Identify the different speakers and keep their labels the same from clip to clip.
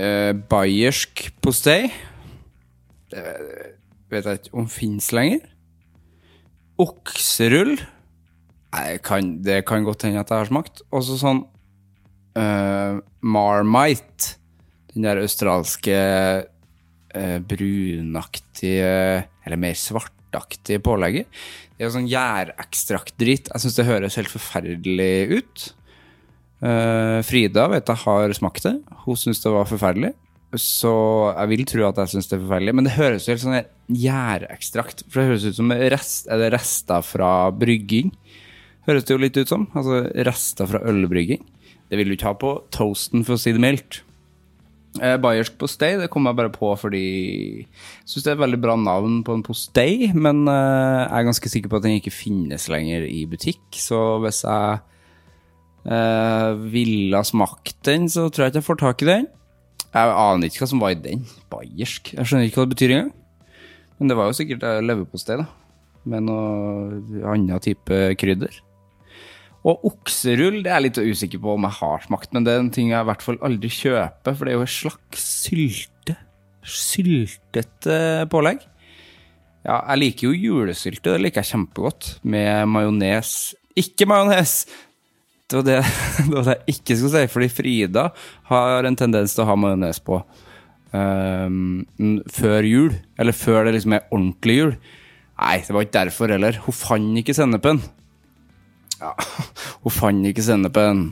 Speaker 1: Eh, bayersk postei. Det vet jeg ikke om fins lenger. Okserull. Nei, det kan, det kan godt hende at jeg har smakt. Og så sånn eh, Marmite. Den der australske eh, brunaktige Eller mer svartaktige pålegget. Det er jo sånn gjærekstraktdritt. Jeg syns det høres helt forferdelig ut. Eh, Frida vet jeg har smakt det. Hun syns det var forferdelig. Så jeg vil tro at jeg syns det er forferdelig, men det høres jo helt sånn her gjærekstrakt For det høres ut som rest, er det rester fra brygging. Høres det jo litt ut som. Altså rester fra ølbrygging. Det vil du ikke ha på toasten, for å si det mildt. Eh, Bayersk postei det kom jeg bare på fordi jeg syns det er et veldig bra navn på en postei, men eh, jeg er ganske sikker på at den ikke finnes lenger i butikk. Så hvis jeg Eh, ville ha smakt den, så tror jeg ikke jeg får tak i den. Jeg aner ikke hva som var i den. Bayersk. Jeg skjønner ikke hva det betyr engang. Men det var jo sikkert eh, leverpostei, da. Med noe annen type krydder. Og okserull det er jeg litt usikker på om jeg har smakt, men det er en ting jeg i hvert fall aldri kjøper, for det er jo en slags sylte. Syltete pålegg. Ja, jeg liker jo julesylte, det liker jeg kjempegodt. Med majones Ikke majones! Det var det, det var det jeg ikke skulle si, fordi Frida har en tendens til å ha majones på ehm, n- før jul. Eller før det liksom er ordentlig jul. Nei, det var ikke derfor heller. Hun fant ikke sennepen. Ja, hun fant ikke sennepen.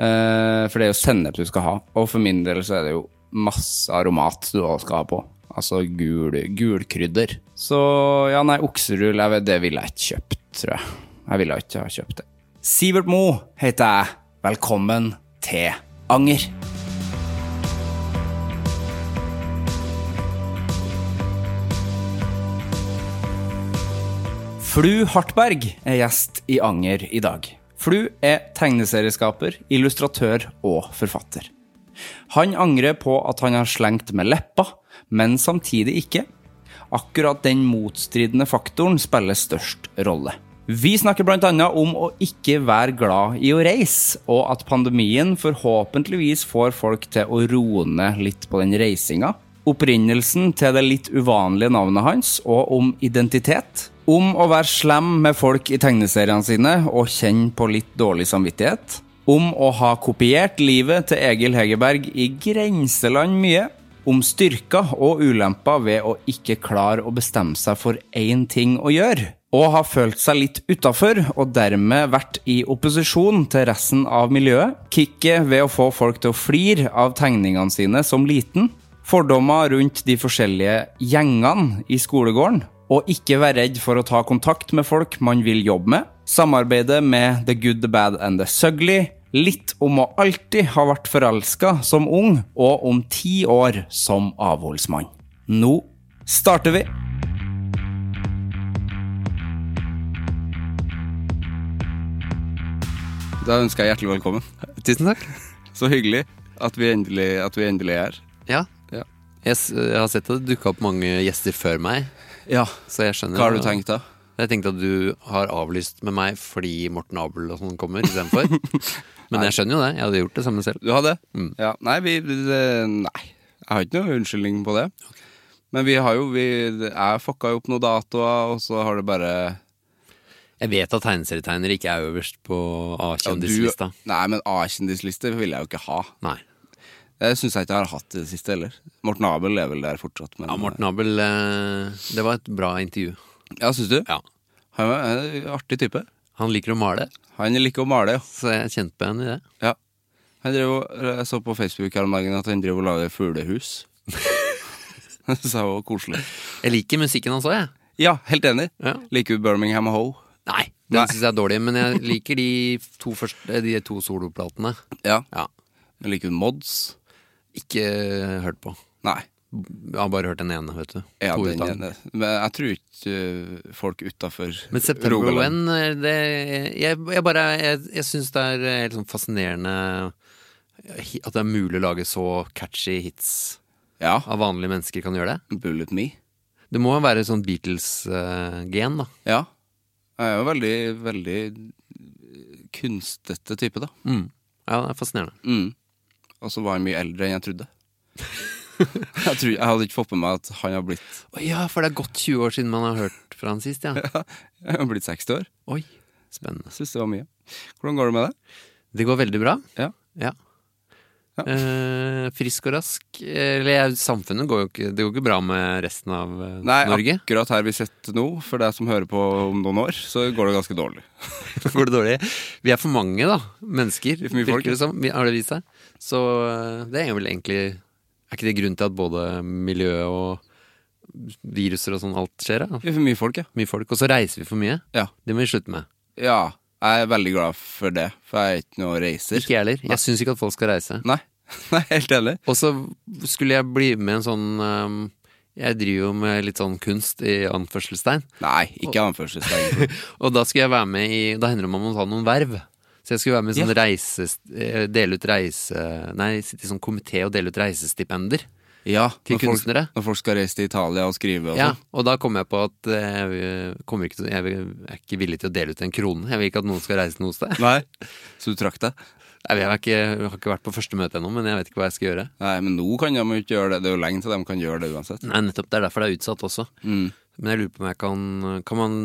Speaker 1: Eh, for det er jo sennep du skal ha. Og for min del så er det jo masse aromat du også skal ha på. Altså gul, gulkrydder. Så ja, nei, okserull jeg vet, det ville jeg ikke kjøpt, tror jeg. Jeg ville ikke ha kjøpt det. Sivert Mo heter jeg. Velkommen til Anger. Flu Hartberg er gjest i Anger i dag. Flu er tegneserieskaper, illustratør og forfatter. Han angrer på at han har slengt med leppa, men samtidig ikke. Akkurat den motstridende faktoren spiller størst rolle. Vi snakker bl.a. om å ikke være glad i å reise, og at pandemien forhåpentligvis får folk til å roe ned litt på den reisinga. Opprinnelsen til det litt uvanlige navnet hans, og om identitet. Om å være slem med folk i tegneseriene sine og kjenne på litt dårlig samvittighet. Om å ha kopiert livet til Egil Hegerberg i grenseland mye. Om styrker og ulemper ved å ikke klare å bestemme seg for én ting å gjøre. Og har følt seg litt utafor, og dermed vært i opposisjon til resten av miljøet. Kicket ved å få folk til å flire av tegningene sine som liten. Fordommer rundt de forskjellige gjengene i skolegården. Og ikke være redd for å ta kontakt med folk man vil jobbe med. Samarbeide med The Good, The Bad and The Sugly. Litt om å alltid ha vært forelska som ung, og om ti år som avholdsmann. Nå starter vi! Da ønsker jeg hjertelig velkommen.
Speaker 2: Tusen takk.
Speaker 1: Så hyggelig at vi endelig, at vi endelig er her.
Speaker 2: Ja.
Speaker 1: Ja.
Speaker 2: Jeg, s- jeg har sett at det dukka opp mange gjester før meg,
Speaker 1: Ja,
Speaker 2: så jeg skjønner
Speaker 1: hva har du tenkt da?
Speaker 2: Jeg tenkte at du har avlyst med meg fordi Morten Abel og sånn kommer istedenfor. Men jeg skjønner jo det. Jeg hadde gjort det samme selv.
Speaker 1: Du hadde?
Speaker 2: Mm.
Speaker 1: Ja, nei, vi, det, nei, jeg har ikke noe unnskyldning på det. Men vi har jo, vi, jeg fucka jo opp noen datoer, og så har det bare
Speaker 2: Jeg vet at tegneserietegnere ikke er øverst på
Speaker 1: Ja, du-
Speaker 2: A-kjendislista.
Speaker 1: Nei, men A-kjendisliste vil jeg jo ikke ha.
Speaker 2: Nei.
Speaker 1: Det syns jeg ikke jeg har hatt i det siste heller. Morten Abel er vel der fortsatt, men
Speaker 2: Ja, Morten Abel, eh, det var et bra intervju.
Speaker 1: Ja, syns du?
Speaker 2: Ja.
Speaker 1: Han er en artig type.
Speaker 2: Han liker å male,
Speaker 1: Han liker å male, ja.
Speaker 2: så jeg kjente på henne i det.
Speaker 1: ja. Han drev og, jeg så på Facebook her om dagen at han driver og lager fuglehus. det sa jeg var koselig.
Speaker 2: Jeg liker musikken hans òg, jeg.
Speaker 1: Ja, helt enig.
Speaker 2: Ja.
Speaker 1: Liker du Birmingham Hoe? Nei.
Speaker 2: Nei, den syns jeg er dårlig, men jeg liker de to, første, de to soloplatene.
Speaker 1: Ja.
Speaker 2: Ja.
Speaker 1: Liker du Mods?
Speaker 2: Ikke hørt på.
Speaker 1: Nei.
Speaker 2: Jeg har bare hørt den ene, vet du.
Speaker 1: Ja,
Speaker 2: To
Speaker 1: den
Speaker 2: uttaler.
Speaker 1: ene. Men jeg tror ikke øh, folk utafor
Speaker 2: Men September When eh, det, Jeg, jeg bare Jeg, jeg syns det er eh, helt sånn fascinerende eh, hi- at det er mulig å lage så catchy hits
Speaker 1: Ja.
Speaker 2: av vanlige mennesker kan gjøre det.
Speaker 1: Bullet Me.
Speaker 2: Det må jo være sånn Beatles-gen, da.
Speaker 1: Ja. Jeg er jo veldig, veldig kunstete type, da.
Speaker 2: Ja, det er fascinerende.
Speaker 1: Mm. Og så var han mye eldre enn jeg trodde. jeg, tror, jeg hadde ikke fått med meg at han har blitt,
Speaker 2: Å ja, for det er gått 20 år siden man har hørt fra han sist, ja.
Speaker 1: han har blitt 60 år.
Speaker 2: Oi, spennende.
Speaker 1: Syns det var mye. Hvordan går det med det?
Speaker 2: Det går veldig bra.
Speaker 1: Ja.
Speaker 2: Ja.
Speaker 1: Ja.
Speaker 2: Eh, frisk og rask. eh, Eller jeg- samfunnet går jo ikke Det går ikke bra med resten av eh,
Speaker 1: Nei,
Speaker 2: Norge.
Speaker 1: akkurat her vi sitter nå, for deg som hører på om noen år, så går det ganske dårlig.
Speaker 2: går det dårlig. Vi er for mange, da. Mennesker.
Speaker 1: er for mye folk,
Speaker 2: virker det som. liksom. Vi- Har det vist seg. Så eh, det er jo vel egentlig Er ikke det grunnen til at både miljø og viruser og sånn alt skjer? Da?
Speaker 1: Vi er for mye folk, ja.
Speaker 2: Mye folk. Og så reiser vi for mye.
Speaker 1: Ja.
Speaker 2: Det må vi slutte med.
Speaker 1: ja. Jeg er veldig glad for det, for jeg er ikke noe reiser.
Speaker 2: Ikke jeg heller. Jeg syns ikke at folk skal reise.
Speaker 1: Nei. Nei, helt enig.
Speaker 2: Og så skulle jeg bli med i en sånn eh, Jeg driver jo med litt sånn kunst i anførselstegn.
Speaker 1: Nei, ikke anførselstegn.
Speaker 2: Og da skulle jeg være med i Da hender det man må ta noen verv. Så jeg skulle være med i sånn reise... eh, Dele ut reise... Nei, sitte i sånn komité og dele ut reisestipender.
Speaker 1: Ja,
Speaker 2: Til
Speaker 1: når folk,
Speaker 2: kunstnere.
Speaker 1: når folk skal reise til Italia og skrive og
Speaker 2: Ja,
Speaker 1: sånn.
Speaker 2: og da kom jeg på at eh, jeg, kommer ikke til, jeg vil- jeg er ikke villig til å dele ut en krone. Jeg vil ikke at noen skal reise noe sted.
Speaker 1: Nei. Så du trakk deg?
Speaker 2: Jeg, vet- jeg, har ikke, jeg har ikke vært på første møte ennå, men jeg vet ikke hva jeg skal gjøre.
Speaker 1: Nei, men nå kan de jo ikke gjøre det. Det er jo lenge til de kan gjøre det uansett.
Speaker 2: Nei, nettopp. Det er derfor det er utsatt også.
Speaker 1: Mm.
Speaker 2: Men jeg lurer på om jeg kan Kan man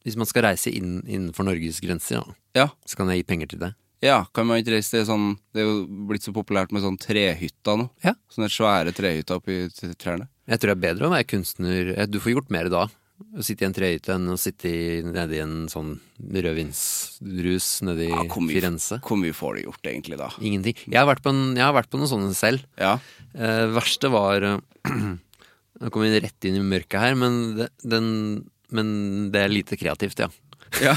Speaker 2: Hvis man skal reise inn, innenfor Norges grenser, ja,
Speaker 1: Ja.
Speaker 2: så kan jeg gi penger til det.
Speaker 1: ja, kan man ikke reise til sånn Det er jo blitt så populært med sånn trehytta nå.
Speaker 2: Ja.
Speaker 1: Sånne svære trehytter oppi t- trærne.
Speaker 2: Jeg tror det er bedre å være kunstner. eh, Du får gjort mer da. Å sitte i en trehytte enn å sitte i- nede i en sånn rødvinsrus nede i
Speaker 1: Ja, hvor mye-
Speaker 2: Firenze.
Speaker 1: Hvor mye får de gjort egentlig da?
Speaker 2: Ingenting. Jeg har vært på, en, jeg har vært på noen sånne selv.
Speaker 1: Ja.
Speaker 2: Eh, verste var eh, Nå kom vi rett inn i mørket her, men det, den, men det er lite kreativt, ja.
Speaker 1: ja.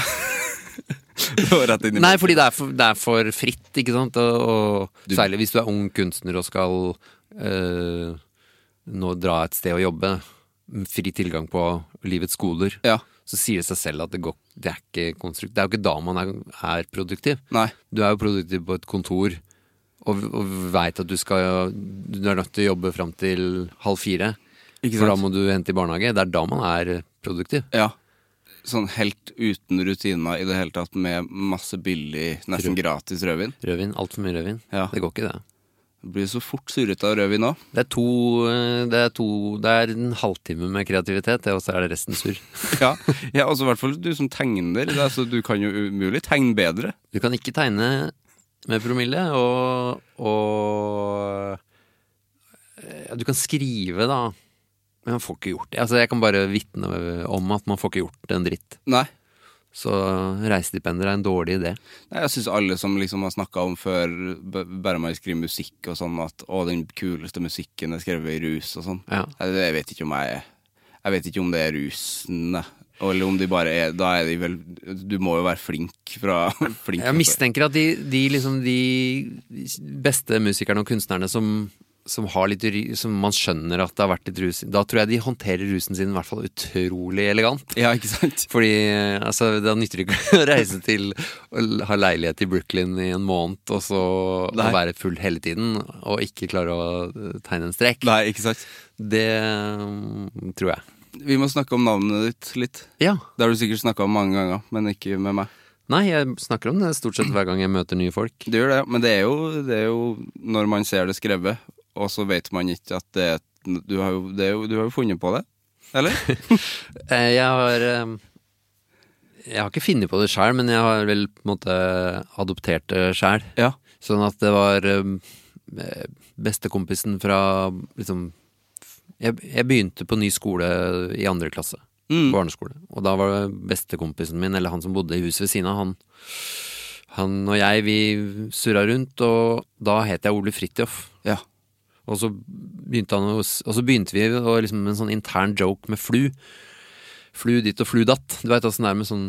Speaker 1: det var rett inn i
Speaker 2: Nei, fordi det er for, det er for fritt, ikke sant? Og, og, særlig hvis du er ung kunstner og skal eh, nå dra et sted og jobbe. Fri tilgang på livets goder.
Speaker 1: Ja.
Speaker 2: Så sier det seg selv at det, går, det er ikke konstrukt. Det er jo ikke da man er, er produktiv.
Speaker 1: Nei.
Speaker 2: Du er jo produktiv på et kontor og, og veit at du skal Du er nødt til å jobbe fram til halv fire.
Speaker 1: Ikke
Speaker 2: For da
Speaker 1: sant?
Speaker 2: må du hente i barnehage. Det er da man er produktiv.
Speaker 1: Ja. Sånn helt uten rutiner i det hele tatt, med masse billig, nesten gratis rødvin.
Speaker 2: Rødvin. Altfor mye rødvin.
Speaker 1: Ja.
Speaker 2: Det går ikke, det.
Speaker 1: Du blir så fort surrete av rødvin òg.
Speaker 2: Det er to eh, Det er, to, det er en halvtime med kreativitet, det, og så er det resten surr.
Speaker 1: Ja. ja, altså i hvert fall du som tegner. Det er, så du kan jo umulig tegne bedre.
Speaker 2: Du kan ikke tegne med promille, og, og ja, Du kan skrive, da. Men man får ikke gjort det. Altså, jeg kan bare vitne om at man får ikke gjort en dritt.
Speaker 1: Nei.
Speaker 2: Så reisestipender er en dårlig idé.
Speaker 1: Nei, jeg syns alle som liksom har snakka om før, b- bare man skriver musikk og sånn, at 'å, den kuleste musikken er skrevet i rus' og sånn.
Speaker 2: Ja.
Speaker 1: Nei, det- Jeg vet ikke om jeg Jeg vet ikke om det er rusen, da. Eller om de bare er Da er de vel Du må jo være flink fra flink
Speaker 2: Jeg mistenker at de, de, liksom, de beste musikerne og kunstnerne som som, har litt, ry- som man skjønner at det har vært litt rus Da tror jeg de håndterer rusen sin i hvert fall utrolig elegant.
Speaker 1: Ja, ikke sant?
Speaker 2: Fordi altså, da nytter det ikke å reise til og ha leilighet i Brooklyn i en måned, og så og
Speaker 1: Nei.
Speaker 2: være full hele tiden, og ikke klare å eh, tegne en strek.
Speaker 1: Nei, ikke sant?
Speaker 2: Det mm, tror jeg.
Speaker 1: Vi må snakke om navnet ditt litt.
Speaker 2: Ja.
Speaker 1: Det har du sikkert snakka om mange ganger, men ikke med meg.
Speaker 2: Nei, jeg snakker om det stort sett hver gang jeg møter nye folk.
Speaker 1: Det gjør det, men det er jo, det er jo når man ser det skrevet, og så vet man ikke at det er et- Du har jo, det er jo, du har jo funnet på det, eller?
Speaker 2: Eh, Jeg har eh, Jeg har ikke funnet på det sjøl, men jeg har vel på en måte adoptert det sjøl.
Speaker 1: ja.
Speaker 2: Sånn at det var eh, bestekompisen fra liksom jeg, jeg begynte på ny skole i andre klasse.
Speaker 1: Mm.
Speaker 2: Barneskole. Og da var det bestekompisen min, eller han som bodde i huset ved siden av, han, han og jeg, vi surra rundt, og da het jeg Ole Fridtjof.
Speaker 1: ja.
Speaker 2: Og så begynte, han å, s- og så begynte vi å liksom med en sånn intern joke med flu. Flu dit og flu datt. Du veit åssen det er med sånn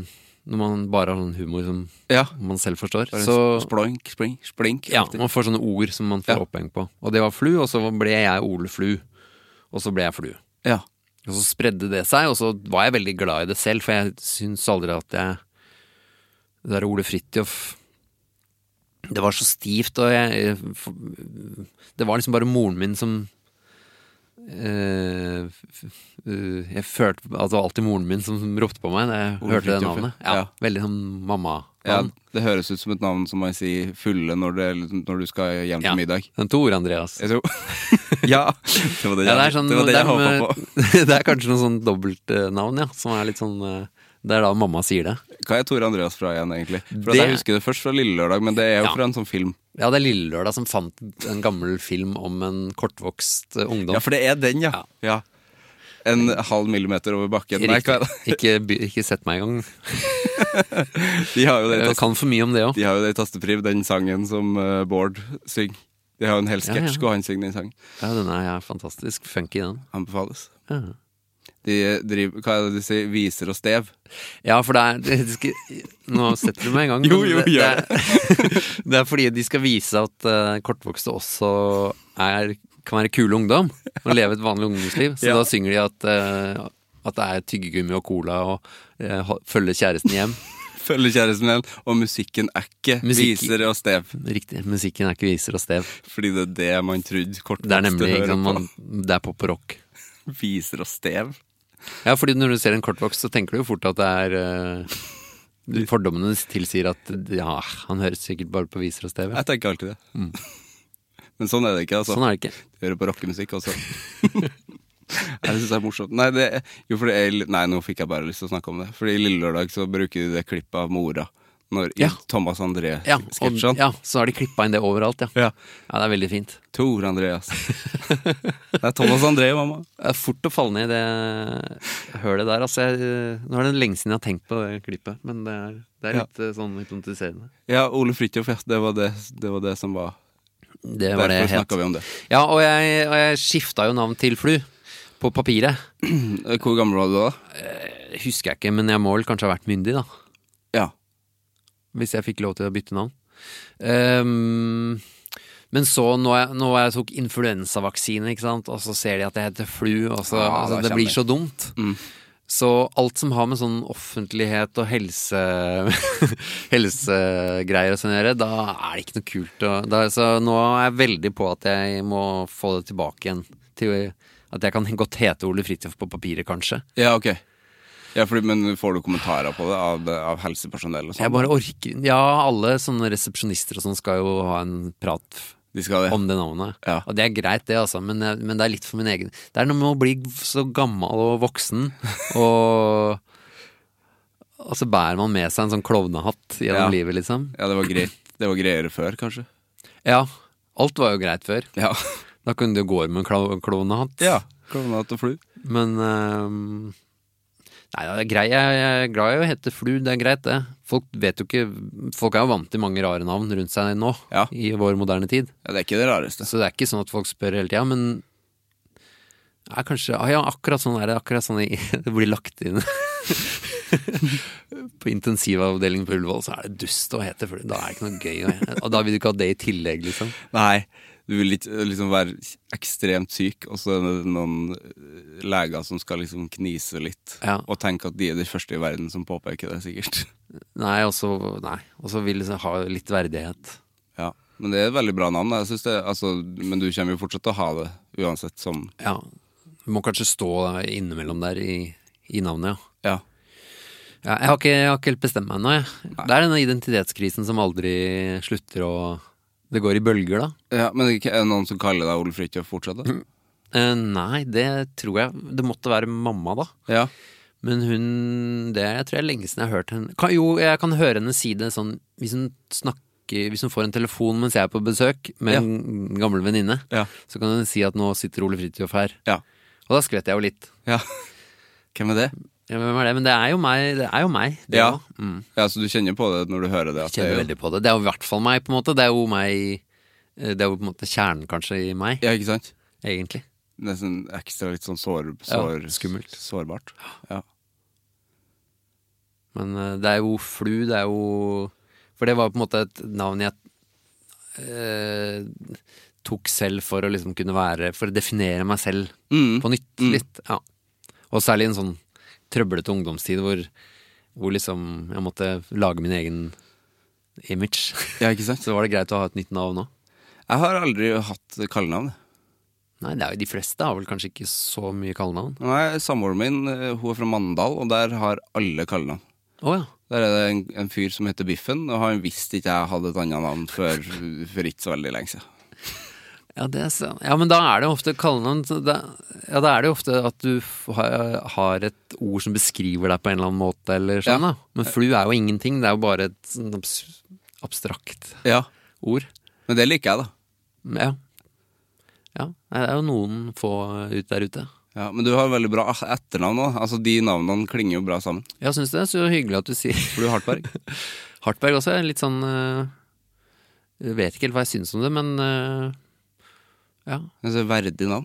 Speaker 2: når man bare har sånn humor som
Speaker 1: Ja.
Speaker 2: man selv forstår.
Speaker 1: Bare
Speaker 2: Så,
Speaker 1: Splunk, spring, splink.
Speaker 2: ja,
Speaker 1: aktig.
Speaker 2: man får sånne ord som man får
Speaker 1: Ja.
Speaker 2: oppheng på. Og det var flu, og så ble jeg Ole Flu. Og så ble jeg flu.
Speaker 1: ja.
Speaker 2: Og så spredde det seg, og så var jeg veldig glad i det selv, for jeg syns aldri at jeg Det der Ole Fridtjof Det var så stivt, og jeg Det var liksom bare moren min som eh, f- f- eh, jeg følte at det var alltid moren min som ropte på meg da jeg
Speaker 1: Ole
Speaker 2: hørte det
Speaker 1: Fridtjof, ja.
Speaker 2: navnet. Ja,
Speaker 1: Ja.
Speaker 2: Veldig sånn mamma.
Speaker 1: Ja, det høres ut som et navn som man sier fulle når, det, når du skal hjem til
Speaker 2: Ja.
Speaker 1: middag.
Speaker 2: Den Tor Andreas.
Speaker 1: Jeg tror Ja! Det var det,
Speaker 2: Ja, det
Speaker 1: jeg-
Speaker 2: er, sånn,
Speaker 1: det, var det jeg håpa på.
Speaker 2: det er kanskje noe sånn dobbeltnavn, ja. Som er litt sånn eh, Det er da mamma sier det.
Speaker 1: Hva er Tore Andreas fra igjen, egentlig? For
Speaker 2: Det-
Speaker 1: Jeg husker det først fra Lille Lørdag, men det er jo
Speaker 2: Ja.
Speaker 1: fra en sånn film.
Speaker 2: Ja, det er Lille Lørdag som fant en gammel film om en kortvokst eh, ungdom.
Speaker 1: Ja, for det er den, ja. ja. En halv millimeter over bakken. Nei, hva er
Speaker 2: Riktig.
Speaker 1: det?
Speaker 2: ikke, by- ikke sett meg i gang.
Speaker 1: De har jo det i
Speaker 2: Jeg
Speaker 1: tas-
Speaker 2: kan for mye om det òg.
Speaker 1: de har jo det i Tastepriv, den sangen som eh, Bård synger. De har jo en hel
Speaker 2: ja.
Speaker 1: sketsj hvor han synger den sangen.
Speaker 2: Ja, den er ja, fantastisk funky, den.
Speaker 1: Anbefales.
Speaker 2: Ja,
Speaker 1: De driver, hva er det de sier, viser og stev.
Speaker 2: ja for det er det skal, Nå setter du meg i gang.
Speaker 1: Jo,
Speaker 2: men
Speaker 1: jo,
Speaker 2: det, det,
Speaker 1: gjør
Speaker 2: er, det er fordi de skal vise at eh, kortvokste også er, kan være kule ungdom og leve et vanlig ungdomsliv. Så
Speaker 1: Ja.
Speaker 2: da synger de at, eh, at det er tyggegummi og cola og eh, ha- følge kjæresten hjem.
Speaker 1: Følger kjæresten min, og musikken er ikke
Speaker 2: Musikk-
Speaker 1: viser og stev.
Speaker 2: Riktig. Musikken er ikke viser og stev.
Speaker 1: Fordi det er det man trodde kortvokste
Speaker 2: Det er nemlig ikke
Speaker 1: hører
Speaker 2: sant,
Speaker 1: på.
Speaker 2: man, Det er pop og rock.
Speaker 1: Viser og stev.
Speaker 2: Ja, fordi når du ser en kortvokst, så tenker du jo fort at det er eh, Fordommene tilsier at ja, han høres sikkert bare på viser og stev. ja. Mm.
Speaker 1: Jeg tenker alltid det. Men sånn er det ikke, altså.
Speaker 2: Sånn er det ikke.
Speaker 1: Du hører på rockemusikk også. Nei, det syns jeg er morsomt. Nei, det, jo, for det er, nei, nå fikk jeg bare lyst til å snakke om det. Fordi Lille Lørdag så bruker de det klippet av mora når, i
Speaker 2: Ja.
Speaker 1: Thomas sånn.
Speaker 2: Ja, og,
Speaker 1: André-sketsjene.
Speaker 2: ja, så har de klippa inn det overalt, ja.
Speaker 1: Ja.
Speaker 2: ja. Det er veldig fint.
Speaker 1: Tor Andreas. Det er Thomas André, mamma.
Speaker 2: Det er fort å falle ned i det hølet der. Altså, jeg, eh, nå er det lenge siden jeg har tenkt på det klippet, men det er, det er
Speaker 1: Ja.
Speaker 2: litt eh, sånn hypnotiserende.
Speaker 1: Ja, Ole Fridtjof, ja. Det var det, det var det som var
Speaker 2: Det var det
Speaker 1: Derfor
Speaker 2: jeg het.
Speaker 1: snakka vi om det.
Speaker 2: Ja, og jeg, og jeg skifta jo navn til Flu. På papiret.
Speaker 1: Hvor gammel var du da?
Speaker 2: Det Husker jeg ikke, men jeg må vel kanskje ha vært myndig, da.
Speaker 1: Ja.
Speaker 2: hvis jeg fikk lov til å bytte navn. Ehm, men så, nå jeg, nå jeg tok influensavaksine, ikke sant? og så ser de at jeg heter Flu, og så,
Speaker 1: Ja,
Speaker 2: altså,
Speaker 1: da
Speaker 2: det
Speaker 1: kjenner
Speaker 2: blir
Speaker 1: jeg.
Speaker 2: så dumt.
Speaker 1: Mm.
Speaker 2: Så alt som har med sånn offentlighet og helse helsegreier og sånn å gjøre, da er det ikke noe kult. å- da, så nå er jeg veldig på at jeg må få det tilbake igjen. Til at jeg kan godt hete Ole Fridtjof på papiret, kanskje.
Speaker 1: Ja, ok. Ja, fordi, men får du kommentarer på det av, av helsepersonell og
Speaker 2: Jeg
Speaker 1: sånn?
Speaker 2: bare orker Ja, alle sånne resepsjonister og sånn skal jo ha en prat
Speaker 1: De skal det.
Speaker 2: om det navnet.
Speaker 1: Ja.
Speaker 2: Og det er greit, det, altså, men, jeg- men det er litt for min egen Det er noe med å bli så gammel og voksen, og Og så bærer man med seg en sånn klovnehatt
Speaker 1: Ja.
Speaker 2: gjennom livet, liksom.
Speaker 1: Ja, det var greit. Det var greiere før, kanskje.
Speaker 2: Ja. Alt var jo greit før.
Speaker 1: Ja.
Speaker 2: Da kunne du gå med en klo- klovnehatt.
Speaker 1: ja. Klovnatt og flu.
Speaker 2: Men ehm, Nei, det er greit. Jeg, jeg er glad i å hete Flu, det er greit, det. Folk vet jo ikke Folk er jo vant til mange rare navn rundt seg nå,
Speaker 1: Ja.
Speaker 2: i vår moderne tid.
Speaker 1: Ja, det er ikke det rareste.
Speaker 2: Så det er ikke sånn at folk spør hele tida, men ja, kanskje ah, Ja, akkurat sånn er det. Akkurat sånn i, det blir lagt inn På intensivavdelingen på Ullevål så er det dust å hete fugl. Da er det ikke noe gøy. å- Og da vil du ikke ha det i tillegg, liksom.
Speaker 1: Nei, Du vil ikke eh, liksom være ekstremt syk, og så er det noen eh, leger som skal liksom knise litt.
Speaker 2: Ja.
Speaker 1: Og tenke at de er de første i verden som påpeker det, sikkert.
Speaker 2: Nei, og så nei. Og så vil jeg ha litt verdighet.
Speaker 1: Ja. Men det er et veldig bra navn. da. Jeg synes det, altså, men du kommer jo fortsatt til å ha det, uansett som
Speaker 2: Ja. Du må kanskje stå innimellom der i, i navnet,
Speaker 1: Ja.
Speaker 2: ja. Ja, jeg, har ikke, jeg har ikke helt bestemt meg ennå. jeg. Det er denne identitetskrisen som aldri slutter å Det går i bølger, da.
Speaker 1: ja men er det ikke- er det noen som kaller deg Ole Fridtjof fortsatt, da?
Speaker 2: Eh, nei, det tror jeg Det måtte være mamma, da.
Speaker 1: Ja.
Speaker 2: Men hun Det jeg tror jeg er lenge siden jeg har hørt henne kan, Jo, jeg kan høre henne si det sånn hvis hun, snakker, hvis hun får en telefon mens jeg er på besøk med en gammel venninne,
Speaker 1: Ja.
Speaker 2: så kan hun si at 'nå sitter Ole Fridtjof her'.
Speaker 1: Ja.
Speaker 2: Og da skvetter jeg jo litt.
Speaker 1: ja. Hvem er det?
Speaker 2: Ja, hvem er det? Men det er jo meg. Det er jo meg det
Speaker 1: Ja.
Speaker 2: også. Mm.
Speaker 1: Ja, Så du kjenner på det når du hører det? At det er
Speaker 2: kjenner
Speaker 1: jo,
Speaker 2: veldig på det. Det er jo i hvert fall meg, på en måte. Det er jo meg eh, Det er jo på en måte kjernen, kanskje, i meg,
Speaker 1: ja, ikke sant?
Speaker 2: egentlig.
Speaker 1: Nesten ekstra litt sånn sår,
Speaker 2: Ja,
Speaker 1: sår,
Speaker 2: skummelt.
Speaker 1: sårbart. Ja.
Speaker 2: Men eh, det er jo flu, det er jo For det var på en måte et navn jeg eh, tok selv for å liksom kunne være For å definere meg selv
Speaker 1: Mm.
Speaker 2: på nytt litt. Ja. Og særlig i en sånn trøblete ungdomstid hvor, hvor liksom jeg måtte lage min egen image.
Speaker 1: ja, ikke sant?
Speaker 2: Så var det greit å ha et nytt navn òg.
Speaker 1: Jeg har aldri hatt kallenavn.
Speaker 2: Nei, det er jo de fleste har vel kanskje ikke så mye kallenavn.
Speaker 1: Nei, Samboeren min eh, hun er fra Mandal, og der har alle kallenavn.
Speaker 2: Å ja.
Speaker 1: Der er det en, en fyr som heter Biffen, og han visste ikke jeg hadde et annet navn før for ikke så veldig lenge siden.
Speaker 2: Ja, det er sant. ja, men da er det jo ofte kallenavn så det- Ja, da er det jo ofte at du f- har har et ord som beskriver deg på en eller annen måte, eller sånn,
Speaker 1: Ja.
Speaker 2: da. Men flu er jo ingenting, det er jo bare et sånn abs- abstrakt
Speaker 1: Ja,
Speaker 2: ord.
Speaker 1: Men det liker jeg, da.
Speaker 2: Ja. ja. Nei, Det er jo noen få ut der ute.
Speaker 1: Ja, men du har veldig bra etternavn òg. Altså, de navnene klinger jo bra sammen.
Speaker 2: Ja, syns du det? Så hyggelig at du sier
Speaker 1: Flu Hartberg.
Speaker 2: Hartberg også. er Litt sånn eh, Jeg vet ikke helt hva jeg syns om det, men eh, ja,
Speaker 1: Altså, verdig navn.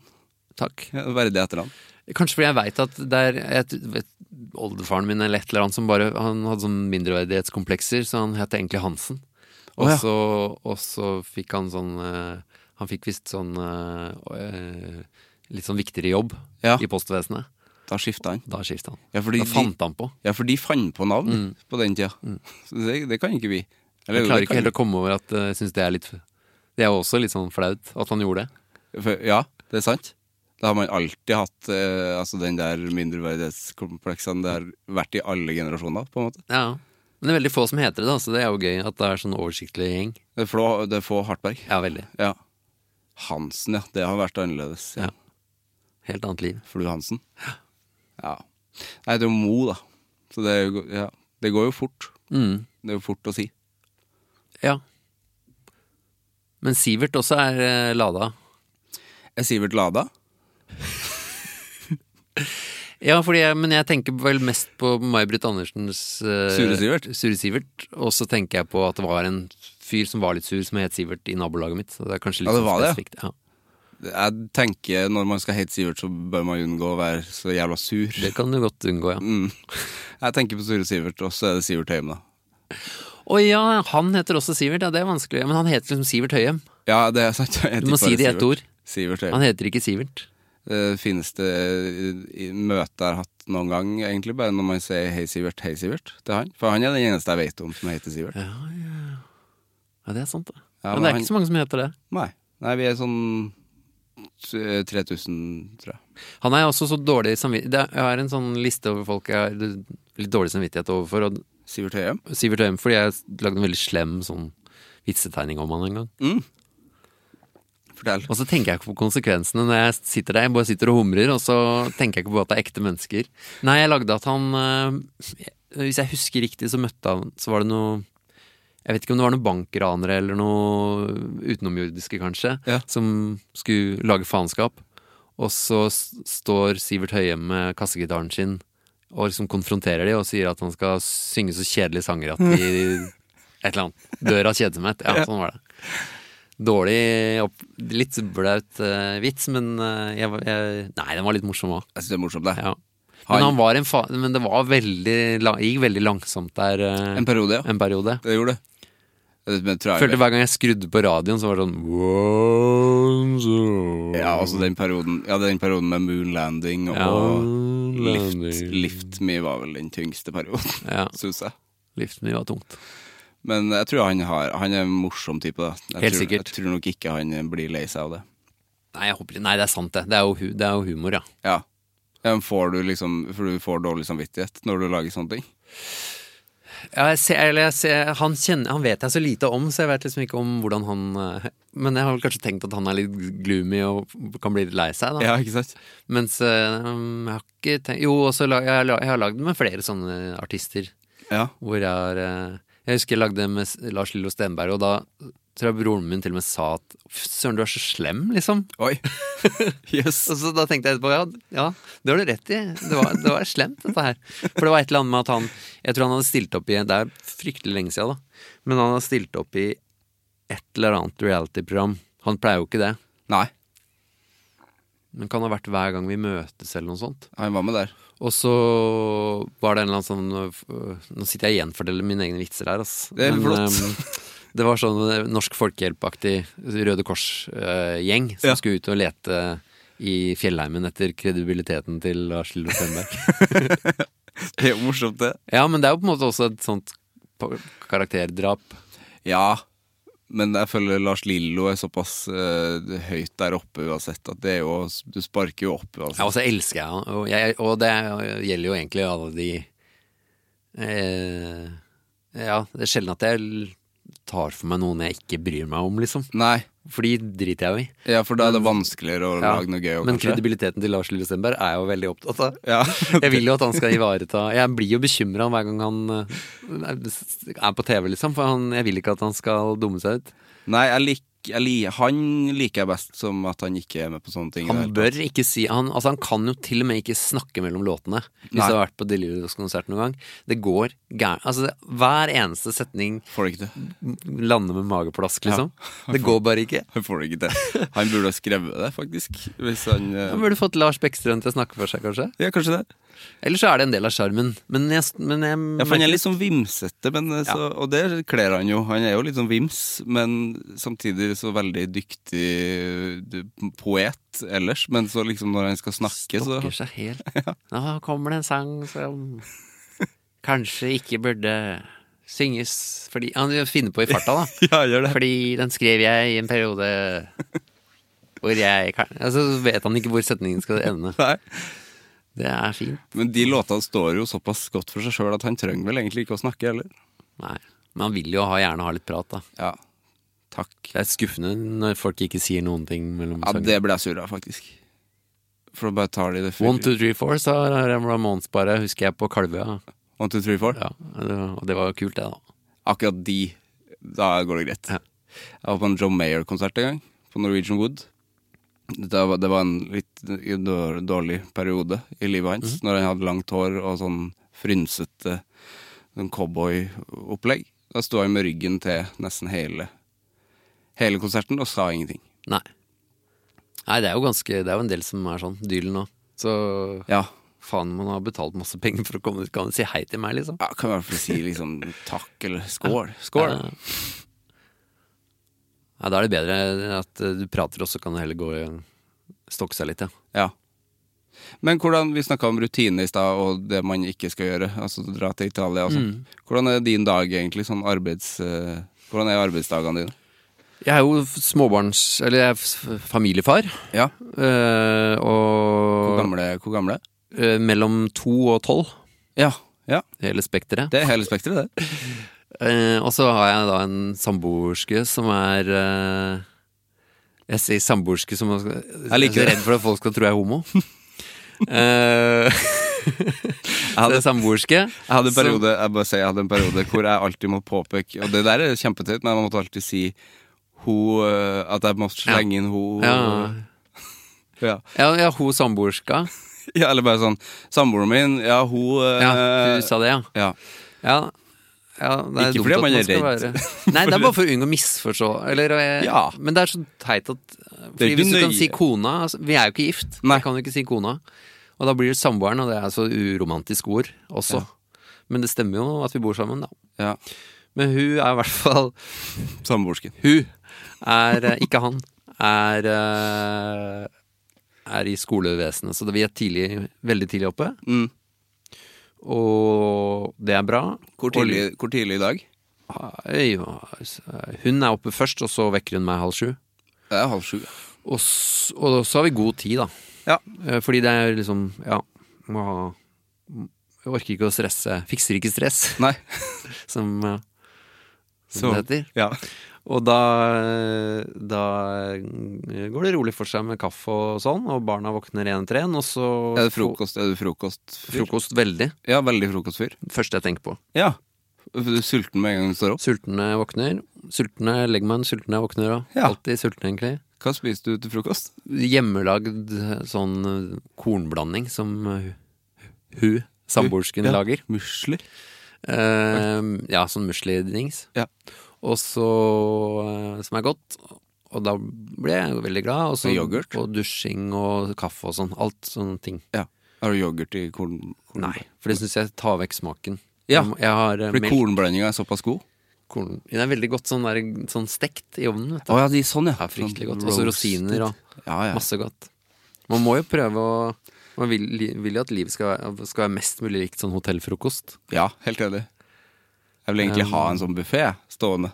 Speaker 2: takk.
Speaker 1: Ja, Verdig etternavn.
Speaker 2: Kanskje fordi jeg veit at det er jeg t- vet, Oldefaren min eller et eller annet som bare Han hadde sånn mindreverdighetskomplekser, så han het egentlig Hansen. Og,
Speaker 1: Å, ja.
Speaker 2: så, og så fikk han sånn eh, Han fikk visst sånn eh, eh, Litt sånn viktigere jobb
Speaker 1: Ja.
Speaker 2: i postvesenet.
Speaker 1: Da skifta han.
Speaker 2: Da skifta han.
Speaker 1: Ja, fordi
Speaker 2: da fant han på.
Speaker 1: Ja, for de fant på navn på den tida. Så Det, det kan ikke vi. Eller,
Speaker 2: Mm. Jeg klarer
Speaker 1: det
Speaker 2: ikke
Speaker 1: kan-
Speaker 2: helt å komme over at eh, jeg syns det er litt Det er jo også litt sånn flaut at han gjorde det.
Speaker 1: for, Ja, det er sant. Da har man alltid hatt eh, altså den der mindreverdighetskompleksen. Det har vært i alle generasjoner, på en måte.
Speaker 2: Ja. Men det er veldig få som heter det, da, så det er jo gøy at det er sånn oversiktlig gjeng.
Speaker 1: Det er, flå, det er få Hartberg.
Speaker 2: Ja, veldig.
Speaker 1: Ja. Hansen, ja. Det har vært annerledes. Ja.
Speaker 2: Ja. Helt annet liv.
Speaker 1: Flu Hansen. Ja. Nei, det er jo Mo, da. Så det, er jo, ja. det går jo fort.
Speaker 2: Mm.
Speaker 1: Det er jo fort å si.
Speaker 2: Ja. Men Sivert også er eh, lada.
Speaker 1: Er Sivert Lada?
Speaker 2: Ja, fordi jeg, men jeg tenker vel mest på May-Britt Andersens eh,
Speaker 1: Sure Sivert?
Speaker 2: Sure Sivert. Og så tenker jeg på at det var en fyr som var litt sur, som het Sivert i nabolaget mitt. Så det er kanskje litt
Speaker 1: Ja,
Speaker 2: sånn
Speaker 1: det var det.
Speaker 2: spesifikt. Ja.
Speaker 1: Jeg tenker når man skal hete Sivert, så bør man unngå å være så jævla sur.
Speaker 2: Det kan du godt unngå, ja.
Speaker 1: Mm. Jeg tenker på Sure Sivert, og så er det Sivert Høyem, da.
Speaker 2: Å ja, han heter også Sivert. Ja, det er vanskelig. Men han heter liksom Sivert Høyem.
Speaker 1: Ja, det er sant. jeg heter
Speaker 2: Du må
Speaker 1: bare
Speaker 2: si det i ett
Speaker 1: Sivert.
Speaker 2: ord.
Speaker 1: Sivert Høyem.
Speaker 2: Han heter ikke Sivert.
Speaker 1: Det fineste eh, i- møtet jeg har hatt noen gang, egentlig, bare når man sier 'Hei, Sivert', 'Hei, Sivert' til han. For han er den eneste jeg vet om som heter Sivert.
Speaker 2: Ja, ja. ja det er sant, det.
Speaker 1: Ja,
Speaker 2: men
Speaker 1: men
Speaker 2: det er
Speaker 1: han-
Speaker 2: ikke så mange som heter det.
Speaker 1: Nei. Nei, vi er sånn eh, 3000, tror jeg.
Speaker 2: Han er også så dårlig samvittighet Jeg har en sånn liste over folk jeg har litt dårlig samvittighet overfor. Og
Speaker 1: Sivert Høyem?
Speaker 2: Sivert Høyem, fordi jeg lagde en veldig slem sånn vitsetegning om han en gang.
Speaker 1: Fortell.
Speaker 2: Og så tenker jeg ikke på konsekvensene når jeg sitter der. Jeg bare sitter og humrer, og så tenker jeg ikke på at det er ekte mennesker. Nei, jeg lagde at han eh, Hvis jeg husker riktig, så møtte han Så var det noe Jeg vet ikke om det var noen bankranere eller noe utenomjordiske, kanskje,
Speaker 1: Ja.
Speaker 2: som skulle lage faenskap. Og så s- står Sivert Høyem med kassegitaren sin og liksom konfronterer de og sier at han skal synge så kjedelige sanger at de Et eller annet. Dør av kjedsomhet. Ja, sånn var det. Dårlig opp, Litt blaut eh, vits, men eh, jeg, var- jeg Nei, den var litt morsom òg.
Speaker 1: Jeg syns det er morsomt, det.
Speaker 2: Ja.
Speaker 1: Han-
Speaker 2: Men, han var en fa men det var veldig, la- gikk veldig langsomt der eh,
Speaker 1: En periode, ja.
Speaker 2: en periode.
Speaker 1: Det gjorde det. Men tror jeg-
Speaker 2: Følte hver gang jeg skrudde på radioen, så var det sånn One
Speaker 1: Ja, altså den perioden, ja, den perioden med moon landing og lift, lift Me var vel den tyngste perioden,
Speaker 2: Ja,
Speaker 1: syns jeg.
Speaker 2: lift min var tungt.
Speaker 1: Men jeg tror han, har, han er en morsom type, da. Jeg
Speaker 2: Helt
Speaker 1: tror,
Speaker 2: sikkert.
Speaker 1: Jeg tror nok ikke han blir lei seg av det.
Speaker 2: Nei, jeg håper ikke Nei, det er sant, det. Det er jo, hu- det er jo humor, ja.
Speaker 1: Ja. Ja, men får du liksom For du får dårlig samvittighet når du lager sånne ting?
Speaker 2: ja jeg ser, eller jeg ser, han, kjenner, han vet jeg så lite om, så jeg vet liksom ikke om hvordan han eh, Men jeg har vel kanskje tenkt at han er litt gloomy og kan bli litt lei seg, da.
Speaker 1: ikke sant?
Speaker 2: Mens eh, um, jeg har ikke tenkt Jo, også, la- jeg, har la- jeg har lagd med flere sånne artister.
Speaker 1: Ja.
Speaker 2: Hvor jeg har eh, Jeg husker jeg lagde med S- Lars Lillo Stenberg, og da tror jeg broren min til og med sa at "Fy Søren, du er så slem, liksom.
Speaker 1: Oi. Jøss.
Speaker 2: Og så da tenkte jeg etterpå ja, ja, det har du rett i. Det var, det var slemt, dette her. For det var et eller annet med at han Jeg tror han hadde stilt opp i Det er fryktelig lenge siden, da. Men han hadde stilt opp i et eller annet reality-program. Han pleier jo ikke det.
Speaker 1: Nei,
Speaker 2: Men kan ha vært hver gang vi møtes eller noe sånt.
Speaker 1: han var med der.
Speaker 2: Og så var det en eller annen sånn øh, Nå sitter jeg og gjenforteller mine egne vitser her, ass.
Speaker 1: Det er flott.
Speaker 2: ehm, det var sånn øh, Norsk Folkehjelp-aktig øh, Røde Kors-gjeng øh, som
Speaker 1: Ja.
Speaker 2: skulle ut og lete i fjellheimen etter kredibiliteten til Lars Lillo Stenberg.
Speaker 1: Det er jo morsomt, det.
Speaker 2: ja, men det er jo på en måte også et sånt pa- karakterdrap.
Speaker 1: Ja. Men jeg føler Lars Lillo er såpass eh, høyt der oppe uansett at det er jo Du sparker jo opp
Speaker 2: Ja,
Speaker 1: uansett.
Speaker 2: og så elsker jeg han, og, jeg, og det gjelder jo egentlig alle de eh, Ja, det er sjelden at jeg l- tar for meg noen jeg ikke bryr meg om, liksom.
Speaker 1: Nei.
Speaker 2: For de driter jeg jo i.
Speaker 1: Ja, for da er det vanskeligere å
Speaker 2: Ja,
Speaker 1: lage noe gøy òg,
Speaker 2: Men
Speaker 1: kanskje.
Speaker 2: kredibiliteten til Lars Lille Stenberg er jeg jo veldig opptatt av.
Speaker 1: Ja.
Speaker 2: Jeg vil jo at han skal ivareta Jeg blir jo bekymra hver gang han eh, er på TV, liksom. For han, jeg vil ikke at han skal dumme seg ut.
Speaker 1: Nei, jeg lik, jeg li, han liker jeg best som at han ikke er med på sånne ting. i det
Speaker 2: Han
Speaker 1: hele
Speaker 2: bør ikke si han, altså han kan jo til og med ikke snakke mellom låtene. Hvis
Speaker 1: Nei.
Speaker 2: du har vært på Delirious-konsert noen gang. Det går gærent. Altså, det- hver eneste setning
Speaker 1: tatt. Får det ikke til.
Speaker 2: lander med mageplask, liksom. Det går bare ikke.
Speaker 1: Han får det ikke til. Han burde ha skrevet det, faktisk. Hvis han eh,
Speaker 2: Da burde du fått Lars Bekkstrøm til å snakke for seg, kanskje.
Speaker 1: Ja, kanskje det.
Speaker 2: Eller så er det en del av sjarmen. Men jeg, men jeg
Speaker 1: Ja, for han er litt sånn vimsete, men, eh, så, og det kler han jo. Han er jo litt sånn vims, men samtidig så veldig dyktig eh, poet ellers. Men så liksom når han skal snakke, så
Speaker 2: Stokker seg helt. Nå kommer det en sang som kanskje ikke burde synges fordi Han finner på i farta, da.
Speaker 1: Ja, gjør
Speaker 2: Fordi den skrev jeg i en periode hvor jeg kan Altså så vet han ikke hvor setningen skal ende.
Speaker 1: Nei.
Speaker 2: Det er fint.
Speaker 1: Men de låtene står jo såpass godt for seg sjøl at han trenger vel egentlig ikke å snakke heller.
Speaker 2: Nei. Men han vil jo ha, gjerne ha litt prat, da.
Speaker 1: Ja, takk.
Speaker 2: Det er skuffende når folk ikke sier noen ting mellom
Speaker 1: Ja,
Speaker 2: sangene.
Speaker 1: det ble jeg sur av, faktisk. For da bare tar de det for
Speaker 2: One, two, three, four, sa Ramones bare, husker jeg, på Kalvøya.
Speaker 1: One, two, three, four.
Speaker 2: Ja, det- og det var jo kult, det, da.
Speaker 1: Akkurat de. Da går det greit.
Speaker 2: Ja.
Speaker 1: Jeg var på en John Mayer-konsert en gang, på Norwegian Wood. Det var, det var en litt dår- dårlig periode i livet hans,
Speaker 2: Mhm.
Speaker 1: når han hadde langt hår og sånn frynsete sånn cowboy-opplegg. Da sto han med ryggen til nesten hele, hele konserten og sa ingenting.
Speaker 2: Nei. Nei, det er jo ganske Det er jo en del som er sånn. Dylan òg. Så
Speaker 1: Ja,
Speaker 2: faen, man har betalt masse penger for å komme ut. Kan du si hei til meg, liksom?
Speaker 1: ja kan i hvert fall si liksom takk eller skål. Skål!
Speaker 2: Ja. Nei, Eh, da er det bedre at eh, du prater, og så kan du heller gå og stokke seg litt, ja.
Speaker 1: Ja. Men hvordan, vi snakka om rutine i stad, og det man ikke skal gjøre. Altså dra til Italia og sånn.
Speaker 2: Mm.
Speaker 1: Hvordan er din dag egentlig? Sånn arbeids... eh, hvordan er arbeidsdagene dine?
Speaker 2: Jeg er jo småbarns... Eller jeg er f- familiefar.
Speaker 1: Ja.
Speaker 2: eh,
Speaker 1: Hvor
Speaker 2: og
Speaker 1: gamle? Hvor gamle?
Speaker 2: eh, mellom to og tolv.
Speaker 1: Ja. ja.
Speaker 2: Hele spekteret.
Speaker 1: Det er hele spekteret, det.
Speaker 2: Eh, og så har jeg da en samboerske som er eh, Jeg sier samboerske som jeg, jeg
Speaker 1: liker
Speaker 2: er så
Speaker 1: det.
Speaker 2: redd for at folk skal tro jeg er homo. Eh, det er samboerske.
Speaker 1: Jeg hadde en
Speaker 2: som-
Speaker 1: periode, jeg bare sier, jeg hadde en periode hvor jeg alltid må påpeke Og det der er kjempetøyt, men jeg måtte alltid si ho, eh, at jeg måtte slenge inn ho.
Speaker 2: ja,
Speaker 1: Ja.
Speaker 2: ja, ja, hun samboerska.
Speaker 1: ja, eller bare sånn Samboeren min, ja, ho eh,
Speaker 2: Ja, du sa det, ja.
Speaker 1: ja.
Speaker 2: ja. Ja, det
Speaker 1: Ikke fordi
Speaker 2: dumt
Speaker 1: man
Speaker 2: at
Speaker 1: er
Speaker 2: skal
Speaker 1: redd.
Speaker 2: være- Nei, det er bare for å unngå misforstå. Eller, eh,
Speaker 1: Ja.
Speaker 2: Men det er så teit at
Speaker 1: Det er
Speaker 2: fordi
Speaker 1: ikke
Speaker 2: Hvis du kan
Speaker 1: nøye.
Speaker 2: si kona altså, Vi er jo ikke gift.
Speaker 1: Nei.
Speaker 2: Jeg kan jo ikke si kona. Og da blir det samboeren, og det er så uromantisk ord også. Men det stemmer jo at vi bor sammen, da.
Speaker 1: ja.
Speaker 2: Men hun er i hvert fall
Speaker 1: Samboersken.
Speaker 2: Hun er eh, Ikke han. Er eh, Er i skolevesenet. Så det- vi er tidlig, veldig tidlig oppe.
Speaker 1: Mm.
Speaker 2: Og det er bra.
Speaker 1: Hvor, tidlig, hvor tidlig i dag?
Speaker 2: Oi, altså, Hun er oppe først, og så vekker hun meg halv sju.
Speaker 1: Det er halv sju.
Speaker 2: Og så, og så har vi god tid, da.
Speaker 1: Ja.
Speaker 2: Eh, Fordi det er liksom Ja. Må ha Jeg orker ikke å stresse. Fikser ikke stress,
Speaker 1: Nei.
Speaker 2: som, eh, som
Speaker 1: Så-
Speaker 2: det heter.
Speaker 1: Ja.
Speaker 2: Og eh, da, da går det rolig for seg med kaffe og sånn, og barna våkner én etter én, og så
Speaker 1: Er det frokost? Er du frokostfyr?
Speaker 2: Frokost veldig.
Speaker 1: Ja, veldig frokostfyr.
Speaker 2: Første jeg tenker på.
Speaker 1: Ja. Du er sulten med en gang du står opp?
Speaker 2: Sultne våkner. Sultne legger meg en sultne våkner òg.
Speaker 1: Ja.
Speaker 2: Alltid sulten, egentlig.
Speaker 1: Hva spiser du til frokost?
Speaker 2: hjemmelagd sånn eh, kornblanding som eh, hun, samboersken,
Speaker 1: Ja.
Speaker 2: lager.
Speaker 1: Musler.
Speaker 2: Eh, ja, sånn muslidings.
Speaker 1: Ja.
Speaker 2: Og så eh, Som er godt. Og da ble jeg veldig glad. Og, så,
Speaker 1: Med yoghurt?
Speaker 2: og dusjing og kaffe og sånn. Alt sånne ting.
Speaker 1: Ja. Har du yoghurt i korn... korn
Speaker 2: Nei, for det syns jeg tar vekk smaken.
Speaker 1: Ja.
Speaker 2: Jeg, jeg har eh,
Speaker 1: Fordi
Speaker 2: melk
Speaker 1: kornblandinga er såpass god?
Speaker 2: korn. Det er veldig godt sånn, der, sånn stekt i ovnen. Vet du.
Speaker 1: Å ja, de, sånn, ja.
Speaker 2: Det er fryktelig
Speaker 1: Sånn
Speaker 2: godt. Også
Speaker 1: roasted.
Speaker 2: rosiner og
Speaker 1: ja, ja.
Speaker 2: Masse godt. Man må jo prøve å Man vil, vil jo at livet skal, være- skal være mest mulig likt sånn hotellfrokost.
Speaker 1: ja, helt enig. Jeg vil egentlig ha en sånn buffé stående.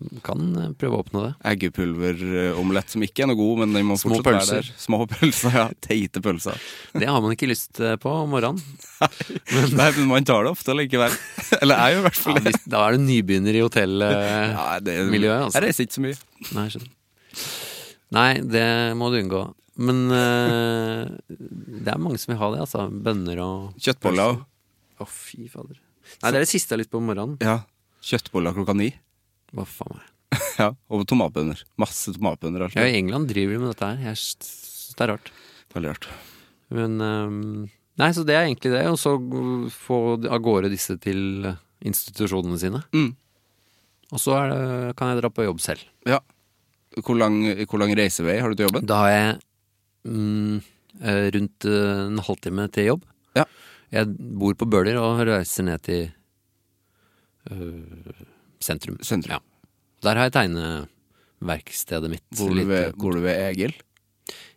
Speaker 2: Man Kan eh, prøve å oppnå det.
Speaker 1: Eggepulveromelett som ikke er noe god, men den må
Speaker 2: Små
Speaker 1: fortsatt være
Speaker 2: pølser.
Speaker 1: der. Små pølser. Ja, teite pølser.
Speaker 2: Det har man ikke lyst eh, på om morgenen.
Speaker 1: Nei, men man tar det ofte likevel. Eller jeg gjør i hvert
Speaker 2: Ja,
Speaker 1: fall det.
Speaker 2: hvis, da er du nybegynner i hotellmiljøet.
Speaker 1: Nei, det
Speaker 2: miljøet, altså.
Speaker 1: Jeg reiser ikke så mye.
Speaker 2: Nei, skjønner. Nei, det må du unngå. Men eh, det er mange som vil ha det, altså. Bønner og
Speaker 1: Kjøttboller òg.
Speaker 2: Å, fy fader. Nei, det er det siste jeg har lyst på om morgenen.
Speaker 1: Ja. Kjøttboller klokka ni.
Speaker 2: Hva faen meg.
Speaker 1: Ja. Og tomatbønner. Masse tomatbønner.
Speaker 2: Ja,
Speaker 1: Altså.
Speaker 2: I England driver de med dette her. Jeg syns det er rart.
Speaker 1: Veldig rart.
Speaker 2: Men ehm, Nei, så det er egentlig det. Og så g- få av gårde disse til institusjonene sine.
Speaker 1: Mm.
Speaker 2: Og så er det, kan jeg dra på jobb selv.
Speaker 1: Ja. Hvor lang, hvor lang reisevei har du til jobben?
Speaker 2: Da har jeg mm, eh, rundt eh, en halvtime til jobb.
Speaker 1: Ja.
Speaker 2: Jeg bor på Bøler og reiser ned til eh, sentrum.
Speaker 1: Sentrum.
Speaker 2: Ja. Der har jeg tegneverkstedet mitt.
Speaker 1: Bor du
Speaker 2: Litt-
Speaker 1: ved, bor du ved Egil?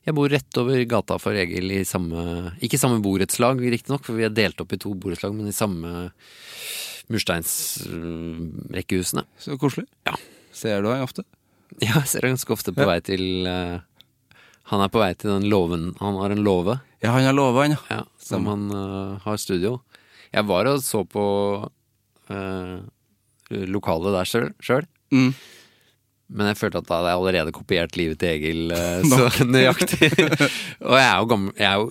Speaker 2: Jeg bor rett over gata for Egil i samme Ikke samme borettslag, riktignok, for vi er delt opp i to borettslag, men i samme mursteinsrekkehusene.
Speaker 1: Så koselig.
Speaker 2: Ja.
Speaker 1: Ser du han ofte?
Speaker 2: Ja, jeg ser han ganske ofte på vei til eh, Han er på vei til den låven Han har en låve
Speaker 1: Ja, han har lova, han,
Speaker 2: ja, som han eh, har studio. Jeg var og så på eh, lokalet der sjøl- sjøl.
Speaker 1: Mm.
Speaker 2: Men jeg følte at da hadde jeg allerede kopiert livet til Egil eh, så nøyaktig. og jeg er jo gammel Jeg er jo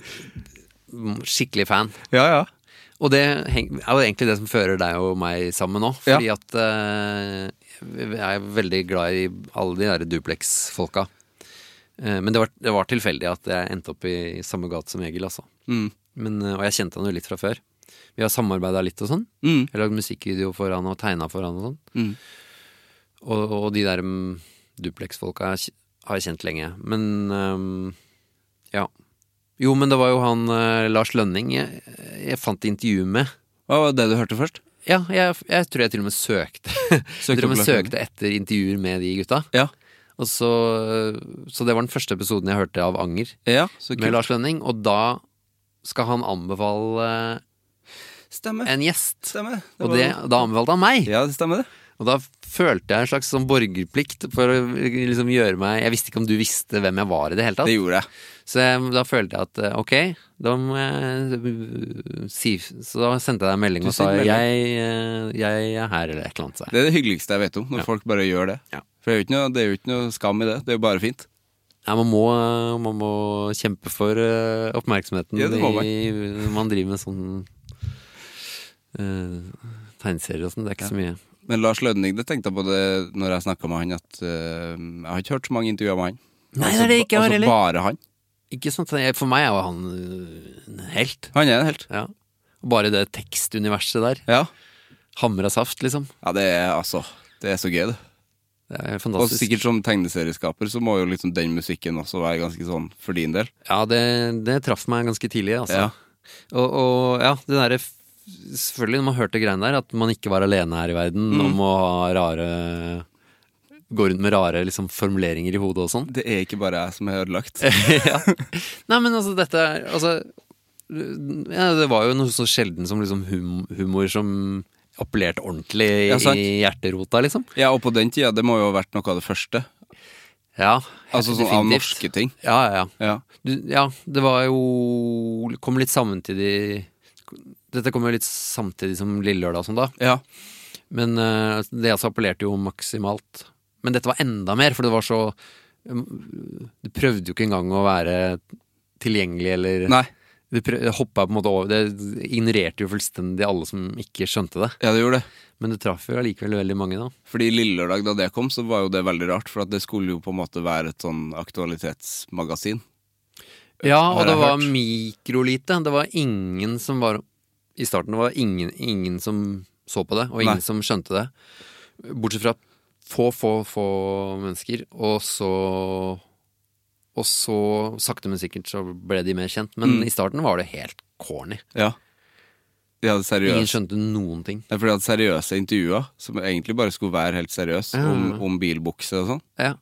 Speaker 2: skikkelig fan.
Speaker 1: Ja, ja.
Speaker 2: Og det heng, er jo egentlig det som fører deg og meg sammen nå.
Speaker 1: Ja.
Speaker 2: Fordi at eh, jeg er veldig glad i alle de der Duplex-folka. Eh, men det var, det var tilfeldig at jeg endte opp i, samme gate som Egil, altså.
Speaker 1: Mm.
Speaker 2: Men, eh, og jeg kjente han jo litt fra før. Vi har samarbeida litt og sånn.
Speaker 1: Mm.
Speaker 2: Jeg lagde musikkvideo for han og tegna for han og sånn.
Speaker 1: Mm.
Speaker 2: Og, og de der mm, Duplex-folka er kj- har jeg kjent lenge. Men ehm, ja. Jo, men det var jo han eh, Lars Lønning jeg, jeg fant intervju med.
Speaker 1: Hva var det du hørte først?
Speaker 2: Ja, jeg, jeg tror jeg til og med søkte. jeg
Speaker 1: Søkte
Speaker 2: tror
Speaker 1: opp
Speaker 2: jeg
Speaker 1: Lars
Speaker 2: søkte etter intervjuer med de gutta.
Speaker 1: Ja.
Speaker 2: Og så, så det var den første episoden jeg hørte av Anger
Speaker 1: Ja, så
Speaker 2: med
Speaker 1: kult.
Speaker 2: Lars Lønning. Og da skal han anbefale eh,
Speaker 1: Stemmer.
Speaker 2: en gjest.
Speaker 1: Stemmer. Det
Speaker 2: Og
Speaker 1: var-
Speaker 2: det, da anbefalte han meg!
Speaker 1: Ja, det stemmer det.
Speaker 2: Og da følte jeg en slags sånn borgerplikt for å liksom gjøre meg Jeg visste ikke om du visste hvem jeg var i det hele tatt.
Speaker 1: Det gjorde jeg.
Speaker 2: Så jeg, da følte jeg at eh, ok, da må jeg eh, si Så da sendte jeg deg en melding
Speaker 1: Du
Speaker 2: og sa
Speaker 1: sendte melding.
Speaker 2: jeg, eh, jeg er her, eller et eller annet. sa jeg.
Speaker 1: Det er det hyggeligste jeg vet om, når
Speaker 2: Ja.
Speaker 1: folk bare gjør det.
Speaker 2: Ja.
Speaker 1: For det er, jo ikke noe, det er jo ikke noe skam i det, det er jo bare fint.
Speaker 2: Nei, man, må, eh, man må kjempe for eh, oppmerksomheten
Speaker 1: Ja, det må man.
Speaker 2: i, når man driver med sånn eh, tegneserier og sånn. Det er ikke så mye.
Speaker 1: Men Lars Lønning, det tenkte jeg på det når jeg snakka med han, at eh, jeg har ikke hørt så mange intervjuer med han.
Speaker 2: Nei, det er det ikke jeg har
Speaker 1: altså,
Speaker 2: heller.
Speaker 1: bare han.
Speaker 2: Ikke sant? Jeg- For meg er jo han eh, en helt.
Speaker 1: Han er en helt.
Speaker 2: Ja. Og Bare det tekstuniverset der.
Speaker 1: Ja.
Speaker 2: Hamra saft, liksom.
Speaker 1: ja, det er altså Det er så gøy, det.
Speaker 2: Det er
Speaker 1: Og
Speaker 2: fantastisk.
Speaker 1: sikkert som tegneserieskaper så må jo liksom den musikken også være ganske sånn for din del.
Speaker 2: Ja, det, det traff meg ganske tidlig,
Speaker 1: Ja.
Speaker 2: altså. Og, og ja, det derre f- selvfølgelig, når man hørte greiene der, at man ikke var alene her i verden om å ha rare Gå rundt med rare liksom, formuleringer i hodet og sånn.
Speaker 1: Det er ikke bare jeg som er ødelagt.
Speaker 2: ja. Nei, men altså, dette er altså, ja, Det var jo noe så sjelden som liksom hum humor som appellerte ordentlig i,
Speaker 1: Ja, sant.
Speaker 2: i hjerterota, liksom.
Speaker 1: Ja, og på den tida, det må jo ha vært noe av det første.
Speaker 2: Ja,
Speaker 1: Altså sånn av
Speaker 2: definitivt.
Speaker 1: norske ting.
Speaker 2: Ja, ja, ja.
Speaker 1: Ja.
Speaker 2: Du, ja, det var jo Kom litt samtidig Dette kom jo litt samtidig som Lille Lørdag og sånn, da.
Speaker 1: ja.
Speaker 2: Men eh, det altså appellerte jo maksimalt. Men dette var enda mer, for det var så Det prøvde jo ikke engang å være tilgjengelig eller
Speaker 1: Nei.
Speaker 2: Det prø- det hoppa på en måte over Det ignorerte jo fullstendig alle som ikke skjønte det.
Speaker 1: Ja, det gjorde det.
Speaker 2: Men det traff jo allikevel veldig mange, da.
Speaker 1: Fordi Lille Lørdag, da det kom, så var jo det veldig rart, for at det skulle jo på en måte være et sånn aktualitetsmagasin.
Speaker 2: Ja, og
Speaker 1: har
Speaker 2: det
Speaker 1: jeg
Speaker 2: var
Speaker 1: hørt.
Speaker 2: mikrolite. Det var ingen som var I starten var det ingen, ingen som så på det, og ingen
Speaker 1: Nei.
Speaker 2: som skjønte det. Bortsett fra få, få, få mennesker. Og så Og så, sakte, men sikkert, så ble de mer kjent.
Speaker 1: Mm.
Speaker 2: Men i starten var det helt corny.
Speaker 1: Ja. De hadde seriøse,
Speaker 2: Ingen skjønte noen ting.
Speaker 1: Nei, for de hadde seriøse intervjuer, som egentlig bare skulle være helt seriøse,
Speaker 2: Ja.
Speaker 1: om, om bilbukse og sånn.
Speaker 2: Ja,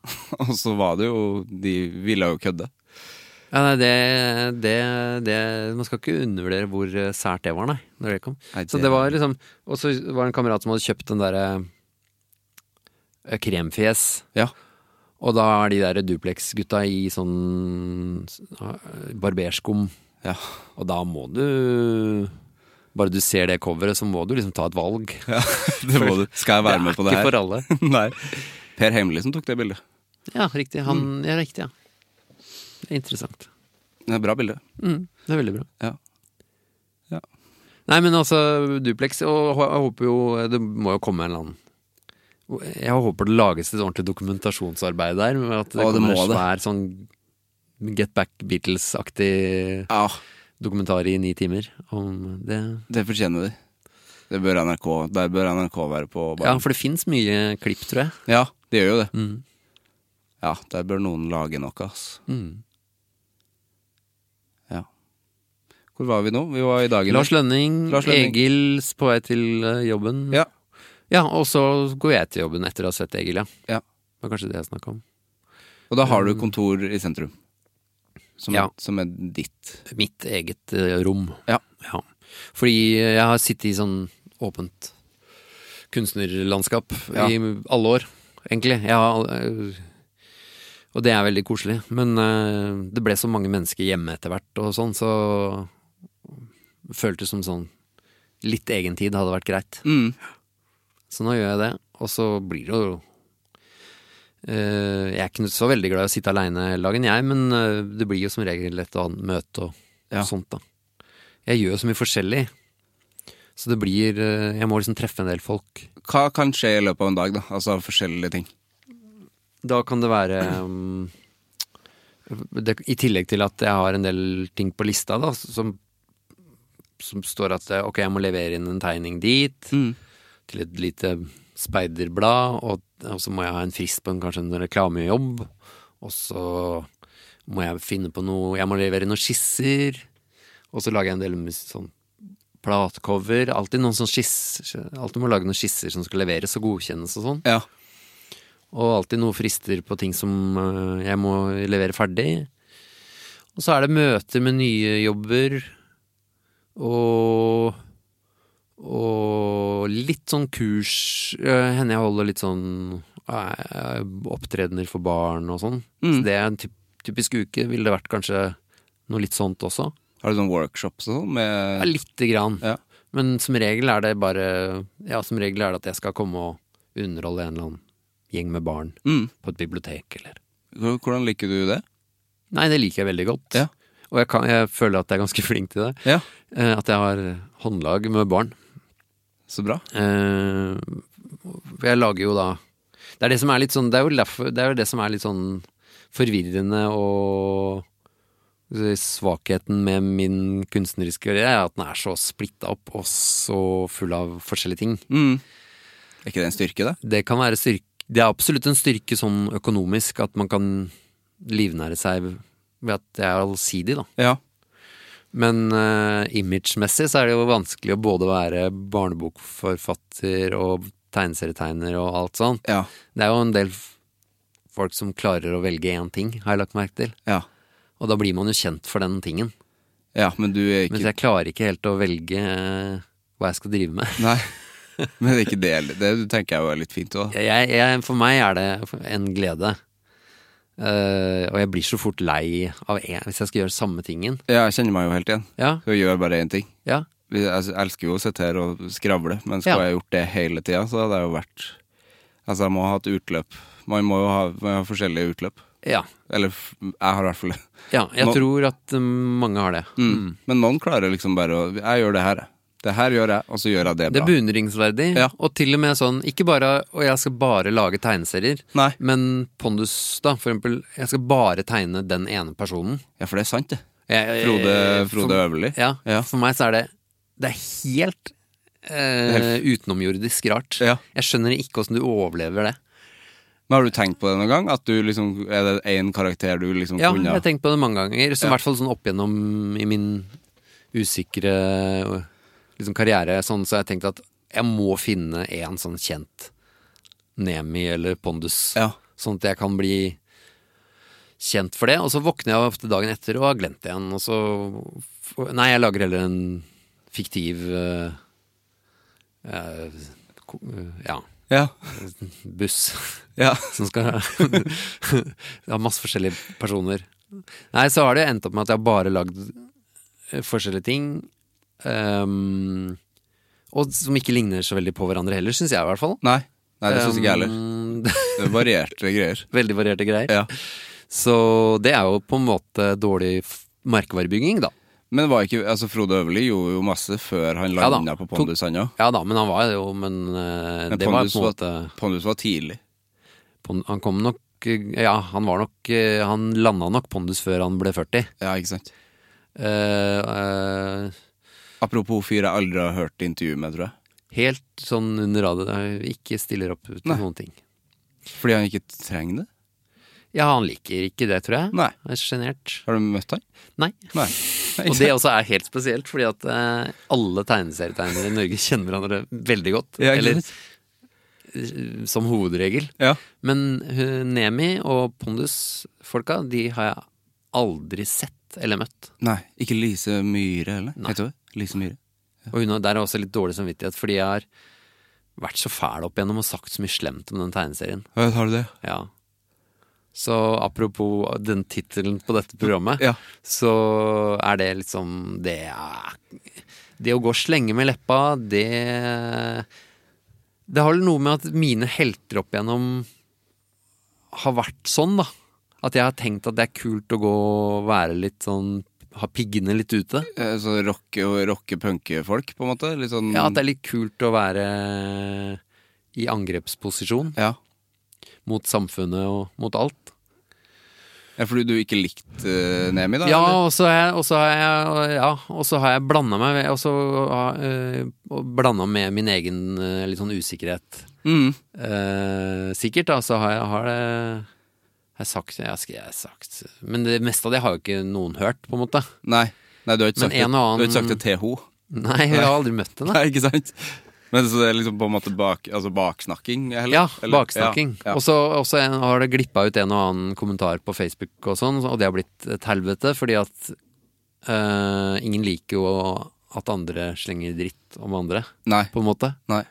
Speaker 1: Og så var det jo De ville jo kødde.
Speaker 2: ja nei, det, det, det Man skal ikke undervurdere hvor eh, sært det var, nei. Når det kom.
Speaker 1: Nei,
Speaker 2: Så det var liksom Og så var det en kamerat som hadde kjøpt den derre eh, kremfjes.
Speaker 1: Ja.
Speaker 2: Og da er de der Duplex-gutta i sånn eh, barberskum.
Speaker 1: Ja.
Speaker 2: Og da må du Bare du ser det coveret, så må du liksom ta et valg.
Speaker 1: Det må du. Skal jeg være med på det
Speaker 2: er ikke
Speaker 1: her?
Speaker 2: for alle.
Speaker 1: Nei. Per Hemmelig som tok det bildet.
Speaker 2: Ja, riktig. Han
Speaker 1: Mm.
Speaker 2: ja, riktig, ja. Det er interessant.
Speaker 1: Det er et bra bilde.
Speaker 2: Mm, det er veldig bra.
Speaker 1: Ja. Ja.
Speaker 2: Nei, men altså, Duplex Og hå- jeg håper jo Det må jo komme en eller annen Jeg håper det lages et ordentlig dokumentasjonsarbeid der. Med at det
Speaker 1: Å, det
Speaker 2: kommer
Speaker 1: må
Speaker 2: en
Speaker 1: det.
Speaker 2: svær sånn Get Back Beatles-aktig
Speaker 1: Ja,
Speaker 2: dokumentar i ni timer om det.
Speaker 1: det fortjener de. Det bør NRK, der bør NRK være på
Speaker 2: Ja,
Speaker 1: banen.
Speaker 2: for det fins mye klipp, tror jeg.
Speaker 1: Ja, Mm. de gjør jo det. Ja, der bør noen lage noe, ass.
Speaker 2: Mm.
Speaker 1: Ja. Hvor var vi nå? Vi var i dagen.
Speaker 2: Lars Lønning,
Speaker 1: Lars Lønning.
Speaker 2: Egil på vei til eh, jobben.
Speaker 1: Ja.
Speaker 2: Ja, og så går jeg til jobben etter å ha sett Egil, ja.
Speaker 1: Ja.
Speaker 2: Det var kanskje det jeg snakka om.
Speaker 1: Og da har du kontor i sentrum. Som,
Speaker 2: Ja.
Speaker 1: som er ditt.
Speaker 2: Mitt eget eh, rom.
Speaker 1: Ja.
Speaker 2: Fordi eh, jeg har sittet i sånn åpent kunstnerlandskap
Speaker 1: Ja.
Speaker 2: i alle år, egentlig. Jeg har, eh, og det er veldig koselig. Men eh, det ble så mange mennesker hjemme etter hvert, og sånn, så føltes som sånn Litt egen tid hadde vært greit.
Speaker 1: Mm.
Speaker 2: Så nå gjør jeg det, og så blir det jo eh, Jeg er ikke så veldig glad i å sitte aleine hele dagen, jeg, men eh, det blir jo som regel et annet møte og,
Speaker 1: Ja.
Speaker 2: og sånt, da. Jeg gjør jo så mye forskjellig, så det blir eh, Jeg må liksom treffe en del folk.
Speaker 1: Hva kan skje i løpet av en dag, da? Altså forskjellige ting.
Speaker 2: Da kan det være um, det, I tillegg til at jeg har en del ting på lista, da, som, som står at eh, ok, jeg må levere inn en tegning dit,
Speaker 1: Mm.
Speaker 2: til et lite speiderblad, og, og så må jeg ha en frist på en, kanskje en reklamejobb, og så må jeg finne på noe Jeg må levere noen skisser, og så lager jeg en del mus- sånn platecover. Alltid noen sånn skiss Alltid må lage noen skisser som skal leveres og godkjennes og sånn.
Speaker 1: Ja.
Speaker 2: Og alltid noen frister på ting som øh, jeg må levere ferdig. Og så er det møter med nye jobber. Og og litt sånn kurs øh, Henne jeg holder litt sånn øh, opptredener for barn og sånn. Så det er en typ, typisk uke. Ville det vært kanskje noe litt sånt også?
Speaker 1: Har du sånn workshops og sånn?
Speaker 2: Ja,
Speaker 1: Med
Speaker 2: lite grann.
Speaker 1: Ja.
Speaker 2: Men som regel er det bare Ja, som regel er det at jeg skal komme og underholde en eller annen gjeng med barn
Speaker 1: mm.
Speaker 2: på et bibliotek, eller
Speaker 1: Hvor- Hvordan liker du det?
Speaker 2: Nei, det liker jeg veldig godt.
Speaker 1: Ja.
Speaker 2: Og jeg, kan, jeg føler at jeg er ganske flink til det.
Speaker 1: Ja.
Speaker 2: Eh, at jeg har håndlag med barn.
Speaker 1: Så bra.
Speaker 2: Eh, for jeg lager jo da Det er det som er litt sånn Det er jo derfor, det, er jo det som er litt sånn forvirrende og Svakheten med min kunstneriske karriere er at den er så splitta opp og så full av forskjellige ting.
Speaker 1: Mm. Er ikke det en styrke, da?
Speaker 2: Det kan være styrke Det er absolutt en styrke sånn økonomisk at man kan livnære seg ved at det er allsidig, da.
Speaker 1: Ja.
Speaker 2: Men eh, imagemessig så er det jo vanskelig å både være barnebokforfatter og tegneserietegner og alt sånn.
Speaker 1: Ja.
Speaker 2: Det er jo en del f- folk som klarer å velge én ting, har jeg lagt merke til.
Speaker 1: Ja.
Speaker 2: Og da blir man jo kjent for den tingen.
Speaker 1: ja, men du er
Speaker 2: Mens
Speaker 1: ikke
Speaker 2: jeg klarer ikke helt å velge eh, hva jeg skal drive med.
Speaker 1: Nei. Men det er ikke det heller. Det tenker jeg jo er litt fint òg.
Speaker 2: Jeg, jeg, for meg er det en glede. Eh, og jeg blir så fort lei av en, hvis jeg skal gjøre samme tingen.
Speaker 1: Ja, jeg kjenner meg jo helt igjen.
Speaker 2: Ja,
Speaker 1: Så jeg gjør bare én ting.
Speaker 2: ja.
Speaker 1: altså, Jeg elsker jo å sitte her og skravle, men skulle
Speaker 2: Ja.
Speaker 1: jeg gjort det hele tida, så hadde jeg jo vært Altså, jeg må ha et utløp. Man må jo ha, man har forskjellige utløp.
Speaker 2: Ja,
Speaker 1: Eller f- jeg har i hvert fall det.
Speaker 2: ja jeg
Speaker 1: Nå-
Speaker 2: tror at eh, mange har det.
Speaker 1: Mm. Men noen klarer liksom bare å Jeg gjør det her, jeg. Det her gjør jeg, og så gjør jeg det
Speaker 2: Det
Speaker 1: bra.
Speaker 2: er beundringsverdig.
Speaker 1: Ja.
Speaker 2: Og til og med sånn, ikke bare Og jeg skal bare lage tegneserier.
Speaker 1: Nei.
Speaker 2: Men Pondus, da, for eksempel. Jeg skal bare tegne den ene personen.
Speaker 1: Ja, for det er sant, det.
Speaker 2: Jeg, jeg-
Speaker 1: Frode, Frode
Speaker 2: for,
Speaker 1: Øverli.
Speaker 2: Eh, ja,
Speaker 1: Ja.
Speaker 2: for meg så er det Det er helt eh, utenomjordisk rart.
Speaker 1: Ja.
Speaker 2: Jeg skjønner ikke åssen du overlever det.
Speaker 1: Men har du tenkt på det noen gang? At du liksom Er det én karakter du liksom
Speaker 2: Ja, jeg
Speaker 1: kunne
Speaker 2: har tenkt på det mange ganger. Så i
Speaker 1: Ja.
Speaker 2: hvert fall sånn opp gjennom i min usikre øh, liksom, karriere, sånn, så har jeg tenkt at jeg må finne en sånn kjent Nemi eller Pondus.
Speaker 1: Ja.
Speaker 2: Sånn at jeg kan bli kjent for det. Og så våkner jeg ofte dagen etter og har glemt det igjen. Og så f- Nei, jeg lager heller en fiktiv øh, øh, ko- øh, Ja,
Speaker 1: Ja.
Speaker 2: buss
Speaker 1: ja.
Speaker 2: som skal Det har masse forskjellige personer. Nei, så har det endt opp med at jeg har bare lagd eh, forskjellige ting. ehm, og som ikke ligner så veldig på hverandre heller, syns jeg i hvert fall.
Speaker 1: Nei. Nei, det syns ikke jeg heller.
Speaker 2: Ehm,
Speaker 1: Det er varierte greier.
Speaker 2: veldig varierte greier.
Speaker 1: Ja.
Speaker 2: Så det er jo på en måte dårlig f- merkevarebygging, da.
Speaker 1: Men var ikke Altså, Frode Øverli gjorde jo masse før han
Speaker 2: Ja da.
Speaker 1: landa på Pondus, han òg.
Speaker 2: Ja da, men han var jo Men, eh,
Speaker 1: Men
Speaker 2: det var
Speaker 1: Pondus
Speaker 2: på en
Speaker 1: var-
Speaker 2: måte
Speaker 1: Pondus var tidlig.
Speaker 2: pon- Han kom nok eh, Ja, han var nok eh, Han landa nok pondus før han ble 40.
Speaker 1: Ja, ikke sant?
Speaker 2: Eh, eh,
Speaker 1: Apropos fyr jeg aldri har hørt intervju med, tror jeg.
Speaker 2: Helt sånn under radaren. Ikke stiller opp til
Speaker 1: Nei.
Speaker 2: noen ting.
Speaker 1: Fordi han ikke trenger det?
Speaker 2: Ja, han liker ikke det, tror jeg.
Speaker 1: Nei.
Speaker 2: Han er sjenert.
Speaker 1: Har du møtt han?
Speaker 2: Nei.
Speaker 1: Nei.
Speaker 2: Og det også er helt spesielt, fordi at eh, alle tegneserietegnere i Norge kjenner hverandre veldig godt.
Speaker 1: Ja, ikke
Speaker 2: Eller
Speaker 1: sant?
Speaker 2: eh, som hovedregel.
Speaker 1: Ja.
Speaker 2: Men eh, Nemi og Pondus-folka, de har jeg aldri sett eller møtt.
Speaker 1: Nei. Ikke Lise Myhre heller?
Speaker 2: Nei.
Speaker 1: Heter hun det? Lise Myhre.
Speaker 2: Og hun har, der er også litt dårlig samvittighet, fordi jeg har vært så fæl opp igjennom og sagt så mye slemt om den tegneserien.
Speaker 1: Ja, har du det?
Speaker 2: Ja. Så apropos den tittelen på dette programmet,
Speaker 1: Ja.
Speaker 2: så er det liksom Det er Det å gå og slenge med leppa, det Det har vel noe med at mine helter opp igjennom har vært sånn, da. At jeg har tenkt at det er kult å gå og være litt sånn Ha piggene litt ute.
Speaker 1: Eh, Så rocke og rocke-punke-folk, på en måte? Litt sånn
Speaker 2: Ja, at det er litt kult å være i angrepsposisjon
Speaker 1: Ja.
Speaker 2: mot samfunnet og mot alt.
Speaker 1: Ja, fordi du ikke likte eh, Nemi, da?
Speaker 2: Ja,
Speaker 1: eller?
Speaker 2: og så har jeg, og så har jeg, ja, og så har jeg blanda meg med- Og så har, eh, og blanda med min egen eh, litt sånn usikkerhet.
Speaker 1: Mm.
Speaker 2: Eh, sikkert, da, så har jeg, har det jeg har sagt, jeg har skrevet- jeg har sagt Men det meste av det har jo ikke noen hørt, på en måte.
Speaker 1: Nei. Nei, du har ikke sagt,
Speaker 2: Men
Speaker 1: det-
Speaker 2: en og annen-
Speaker 1: du har ikke sagt det til henne.
Speaker 2: Nei, jeg har aldri møtt henne.
Speaker 1: Nei, ikke sant? Men så det er liksom på en måte bak, altså baksnakking? Heller?
Speaker 2: Ja,
Speaker 1: Eller-
Speaker 2: baksnakking.
Speaker 1: Ja, ja.
Speaker 2: Og så og så en- har det glippa ut en og annen kommentar på Facebook og sånn, og det har blitt et helvete, fordi at eh, ingen liker jo at andre slenger dritt om andre,
Speaker 1: Nei.
Speaker 2: på en måte.
Speaker 1: Nei.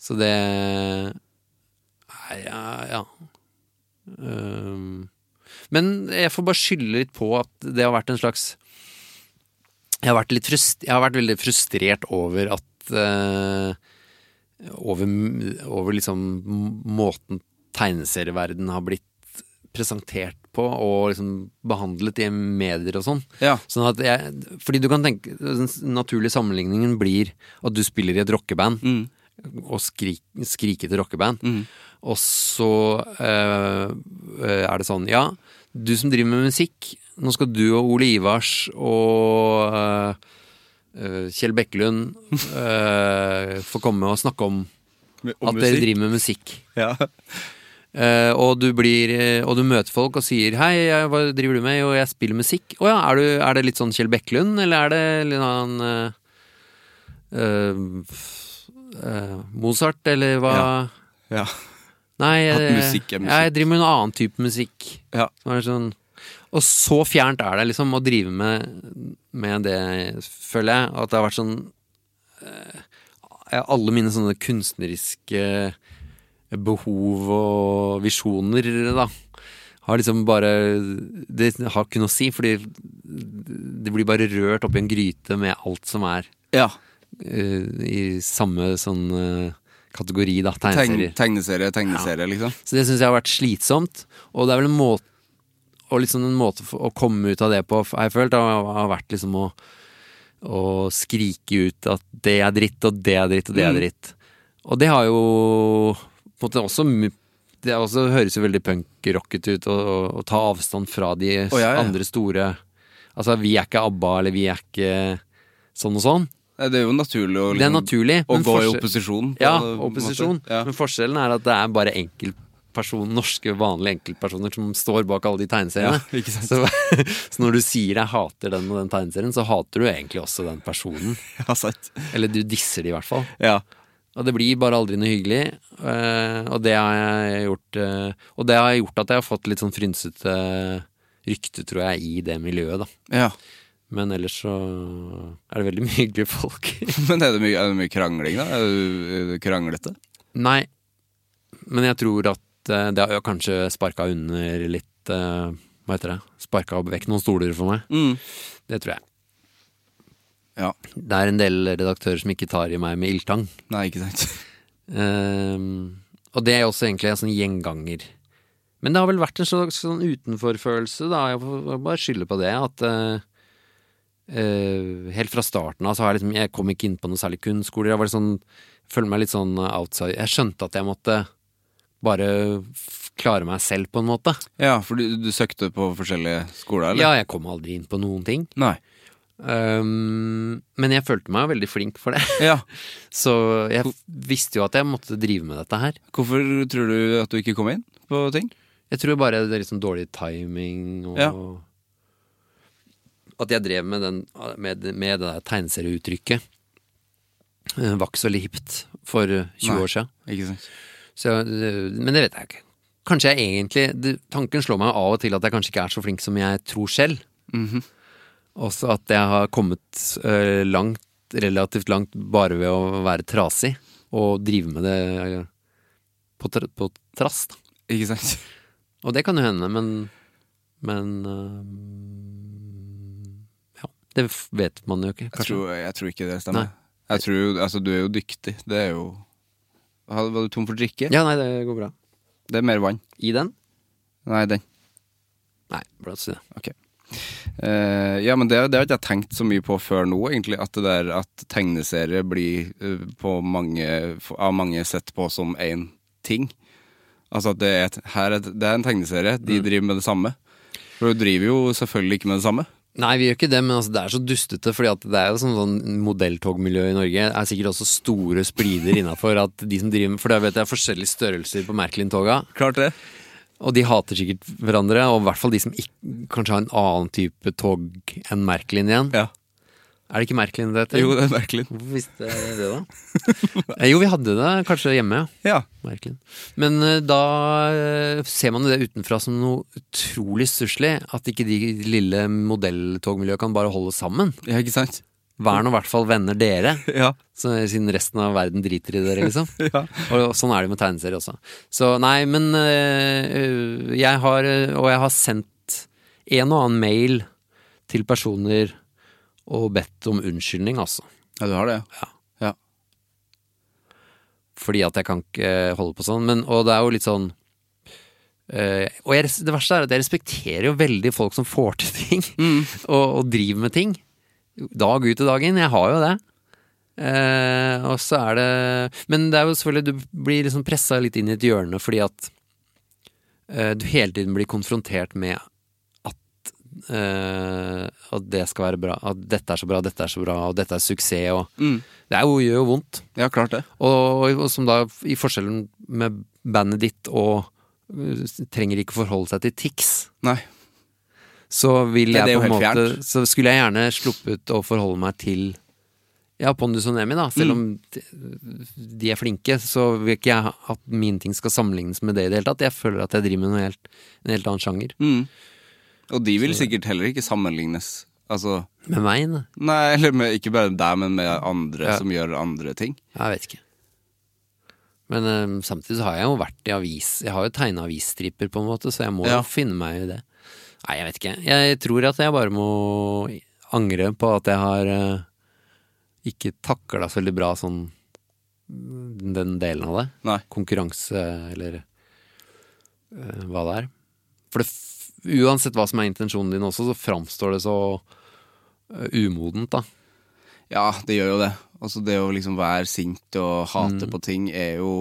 Speaker 2: Så det Nei, ja, ja. Ehm, Men jeg får bare skylde litt på at det har vært en slags Jeg har vært, litt frust, jeg har vært veldig frustrert over at eh, over, over liksom måten tegneserieverdenen har blitt presentert på og liksom behandlet i medier og sånn.
Speaker 1: Ja.
Speaker 2: Sånn at jeg, fordi du kan tenke Den naturlige sammenligningen blir at du spiller i et rockeband.
Speaker 1: Mm.
Speaker 2: Og skrik, skrikete rockeband. Og så eh, er det sånn Ja, du som driver med musikk, nå skal du og Ole Ivars og eh, Kjell Bekkelund eh, få komme og snakke om
Speaker 1: Med-
Speaker 2: at
Speaker 1: Om
Speaker 2: dere
Speaker 1: musikk.
Speaker 2: driver med musikk.
Speaker 1: Ja.
Speaker 2: Eh, og, du blir, eh, og du møter folk og sier 'hei, jeg, hva driver du med?' Jo, jeg spiller musikk. Å ja, er, du, er det litt sånn Kjell Bekkelund, eller er det litt annen eh, eh, eh, Mozart, eller hva?
Speaker 1: Ja.
Speaker 2: Nei,
Speaker 1: At
Speaker 2: jeg,
Speaker 1: musikk er musikk.
Speaker 2: jeg driver med en annen type musikk.
Speaker 1: Ja.
Speaker 2: Som er sånn, og så fjernt er det liksom å drive med, med det, føler jeg. At det har vært sånn eh, Alle mine sånne kunstneriske behov og visjoner, da, har liksom bare Det har ikke noe å si, fordi det blir bare rørt oppi en gryte med alt som er
Speaker 1: ja.
Speaker 2: eh, i samme sånn eh, kategori, da.
Speaker 1: Tegn,
Speaker 2: Tegneserier.
Speaker 1: tegneserie, tegneserie, liksom.
Speaker 2: Så det syns jeg har vært slitsomt. Og det er vel en måte Og liksom en måte for, å komme ut av det på, har jeg følt, har, har vært liksom å, å skrike ut at det er dritt, og det er dritt, og det er
Speaker 1: Mm.
Speaker 2: dritt. Og det har jo på en måte også mu- Det er også, høres jo veldig punkrocket ut å å- å ta avstand fra de s-
Speaker 1: Å, ja, ja.
Speaker 2: andre store Altså, vi er ikke ABBA, eller vi er ikke sånn og sånn.
Speaker 1: Nei, Det er jo naturlig å,
Speaker 2: det er
Speaker 1: liksom,
Speaker 2: naturlig.
Speaker 1: å
Speaker 2: men
Speaker 1: gå i
Speaker 2: forskjell-
Speaker 1: opposisjon. på
Speaker 2: ja,
Speaker 1: en måte.
Speaker 2: opposisjon.
Speaker 1: Ja.
Speaker 2: Men forskjellen er at det er bare enkeltperson, norske, vanlige enkeltpersoner som står bak alle de tegneseriene.
Speaker 1: Ja, ikke sant.
Speaker 2: så, så når du sier 'jeg hater den og den tegneserien', så hater du egentlig også den personen.
Speaker 1: Ja, sant.
Speaker 2: Eller du disser de i hvert fall.
Speaker 1: Ja.
Speaker 2: Og det blir bare aldri noe hyggelig. eh, Og det har jeg gjort eh, Og det har gjort at jeg har fått litt sånn frynsete rykte, tror jeg, i det miljøet, da.
Speaker 1: ja.
Speaker 2: Men ellers så er det veldig mye hyggelige folk.
Speaker 1: Men er det, mye, er det mye krangling, da? Er du- Er du kranglete?
Speaker 2: Nei, men jeg tror at eh, det har jo kanskje sparka under litt eh, Hva heter det? Sparka vekk noen stoler for meg.
Speaker 1: Mm.
Speaker 2: Det tror jeg.
Speaker 1: Ja.
Speaker 2: Det er en del redaktører som ikke tar i meg med ildtang.
Speaker 1: Nei, ikke sant.
Speaker 2: Ehm, og det er også egentlig en sånn gjenganger. Men det har vel vært en slags sånn utenforfølelse, da. Jeg får bare skylde på det. At eh, eh, helt fra starten av så har jeg liksom Jeg kom ikke inn på noe særlig kunstskoler. Jeg var litt sånn Følte meg litt sånn outside. Jeg skjønte at jeg måtte bare f- klare meg selv, på en måte.
Speaker 1: Ja, for du, du søkte på forskjellige skoler, eller?
Speaker 2: Ja, jeg kom aldri inn på noen ting.
Speaker 1: Nei.
Speaker 2: Ehm, men jeg følte meg veldig flink for det.
Speaker 1: Ja.
Speaker 2: Så jeg f- visste jo at jeg måtte drive med dette her.
Speaker 1: Hvorfor tror du at du ikke kom inn på ting?
Speaker 2: Jeg tror bare det er liksom dårlig timing og
Speaker 1: Ja.
Speaker 2: At jeg drev med, den, med, med det der tegneserieuttrykket. eh, Var ikke så veldig hipt for eh, 20
Speaker 1: Nei.
Speaker 2: år siden.
Speaker 1: Ikke sant.
Speaker 2: Så, eh, men det vet jeg ikke. Kanskje jeg egentlig det, Tanken slår meg av og til at jeg kanskje ikke er så flink som jeg tror selv.
Speaker 1: Mhm.
Speaker 2: Også at jeg har kommet eh, langt, relativt langt, bare ved å være trasig og drive med det eh, på, tr på trass. Da.
Speaker 1: Ikke sant.
Speaker 2: Og det kan jo hende, men Men øhm, Ja, det f- vet man jo ikke,
Speaker 1: Jeg
Speaker 2: kanskje.
Speaker 1: tror, jeg tror ikke det stemmer.
Speaker 2: Nei.
Speaker 1: Jeg tror jo, altså Du er jo dyktig. Det er jo Var var du tom for drikke?
Speaker 2: Ja, nei, det går bra.
Speaker 1: Det er mer vann.
Speaker 2: I den?
Speaker 1: Nei, den.
Speaker 2: Nei, bra å si det.
Speaker 1: Ok. Eh, ja, men det, det har ikke jeg tenkt så mye på før nå, egentlig. At det der at tegneserie blir eh, på mange, f- av mange sett på som én ting. Altså at det er, et, her er, et- det er en tegneserie, de driver med det samme. For du driver jo selvfølgelig ikke med det samme.
Speaker 2: Nei, vi gjør ikke det, men altså, det er så dustete. fordi at det er jo sånn, sånn modelltogmiljø i Norge. Det er sikkert også store splider innafor at de som driver med For der vet jeg er forskjellige størrelser på Merkelin-toga.
Speaker 1: Klart det.
Speaker 2: Og de hater sikkert hverandre, og i hvert fall de som ikk- kanskje har en annen type tog enn Merkelin igjen.
Speaker 1: Ja.
Speaker 2: Er det ikke Merkelin det heter?
Speaker 1: Jo, det er merkelig.
Speaker 2: Hvorfor visste jeg det, da? Eh, jo, vi hadde det kanskje hjemme, ja.
Speaker 1: Ja.
Speaker 2: Merkelig. Men eh, da eh, ser man jo det utenfra som noe utrolig stusslig. At ikke de lille modelltogmiljøet kan bare holde sammen.
Speaker 1: ja, ikke sant?
Speaker 2: Vær nå i hvert fall venner, dere.
Speaker 1: Ja.
Speaker 2: Så, siden resten av verden driter i dere, liksom.
Speaker 1: Ja.
Speaker 2: Og sånn er det med tegneserier også. Så nei, men øh, øh, jeg har øh, Og jeg har sendt en og annen mail til personer og bedt om unnskyldning, altså.
Speaker 1: Ja, du har det, ja. Ja.
Speaker 2: Fordi at jeg kan ikke øh, holde på sånn. Men, og det er jo litt sånn øh, Og jeg, res- det verste er at jeg respekterer jo veldig folk som får til ting, og, og driver med ting. Dag ut og dag inn. Jeg har jo det. Eh, og så er det Men det er jo selvfølgelig du blir liksom pressa litt inn i et hjørne fordi at eh, du hele tiden blir konfrontert med at eh, At det skal være bra, at dette er så bra, dette er så bra, og dette er suksess, og Det er jo, gjør jo vondt.
Speaker 1: Ja, klart det.
Speaker 2: Og, og som da, i forskjellen med bandet ditt og trenger ikke forholde seg til TIX.
Speaker 1: Nei.
Speaker 2: Så vil
Speaker 1: Ja,
Speaker 2: jeg
Speaker 1: det er jo
Speaker 2: på en
Speaker 1: helt
Speaker 2: måte
Speaker 1: fjernt.
Speaker 2: Så skulle jeg gjerne sluppet å forholde meg til ja, Pondus og Nemi, da.
Speaker 1: Mm.
Speaker 2: Selv om de- de er flinke, så vil ikke jeg at min ting skal sammenlignes med det i det hele tatt. Jeg føler at jeg driver med noe helt, en helt annen sjanger.
Speaker 1: Mm. Og de vil sikkert heller ikke sammenlignes. Altså,
Speaker 2: Med meg, da?
Speaker 1: nei, eller med, ikke bare deg, men med andre
Speaker 2: Ja.
Speaker 1: som gjør andre ting.
Speaker 2: Jeg vet ikke. Men eh, samtidig så har jeg jo vært i avis Jeg har jo tegna avisstriper, på en måte, så jeg må
Speaker 1: Ja.
Speaker 2: jo finne meg i det. Nei, jeg vet ikke. Jeg tror at jeg bare må angre på at jeg har eh, ikke takla så veldig bra sånn mm, den delen av det.
Speaker 1: Nei.
Speaker 2: Konkurranse, eller eh, hva det er. For det, f- uansett hva som er intensjonen din også, så framstår det så eh, umodent, da.
Speaker 1: Ja, det gjør jo det. Altså, det å liksom være sint og hate
Speaker 2: Mm.
Speaker 1: på ting er jo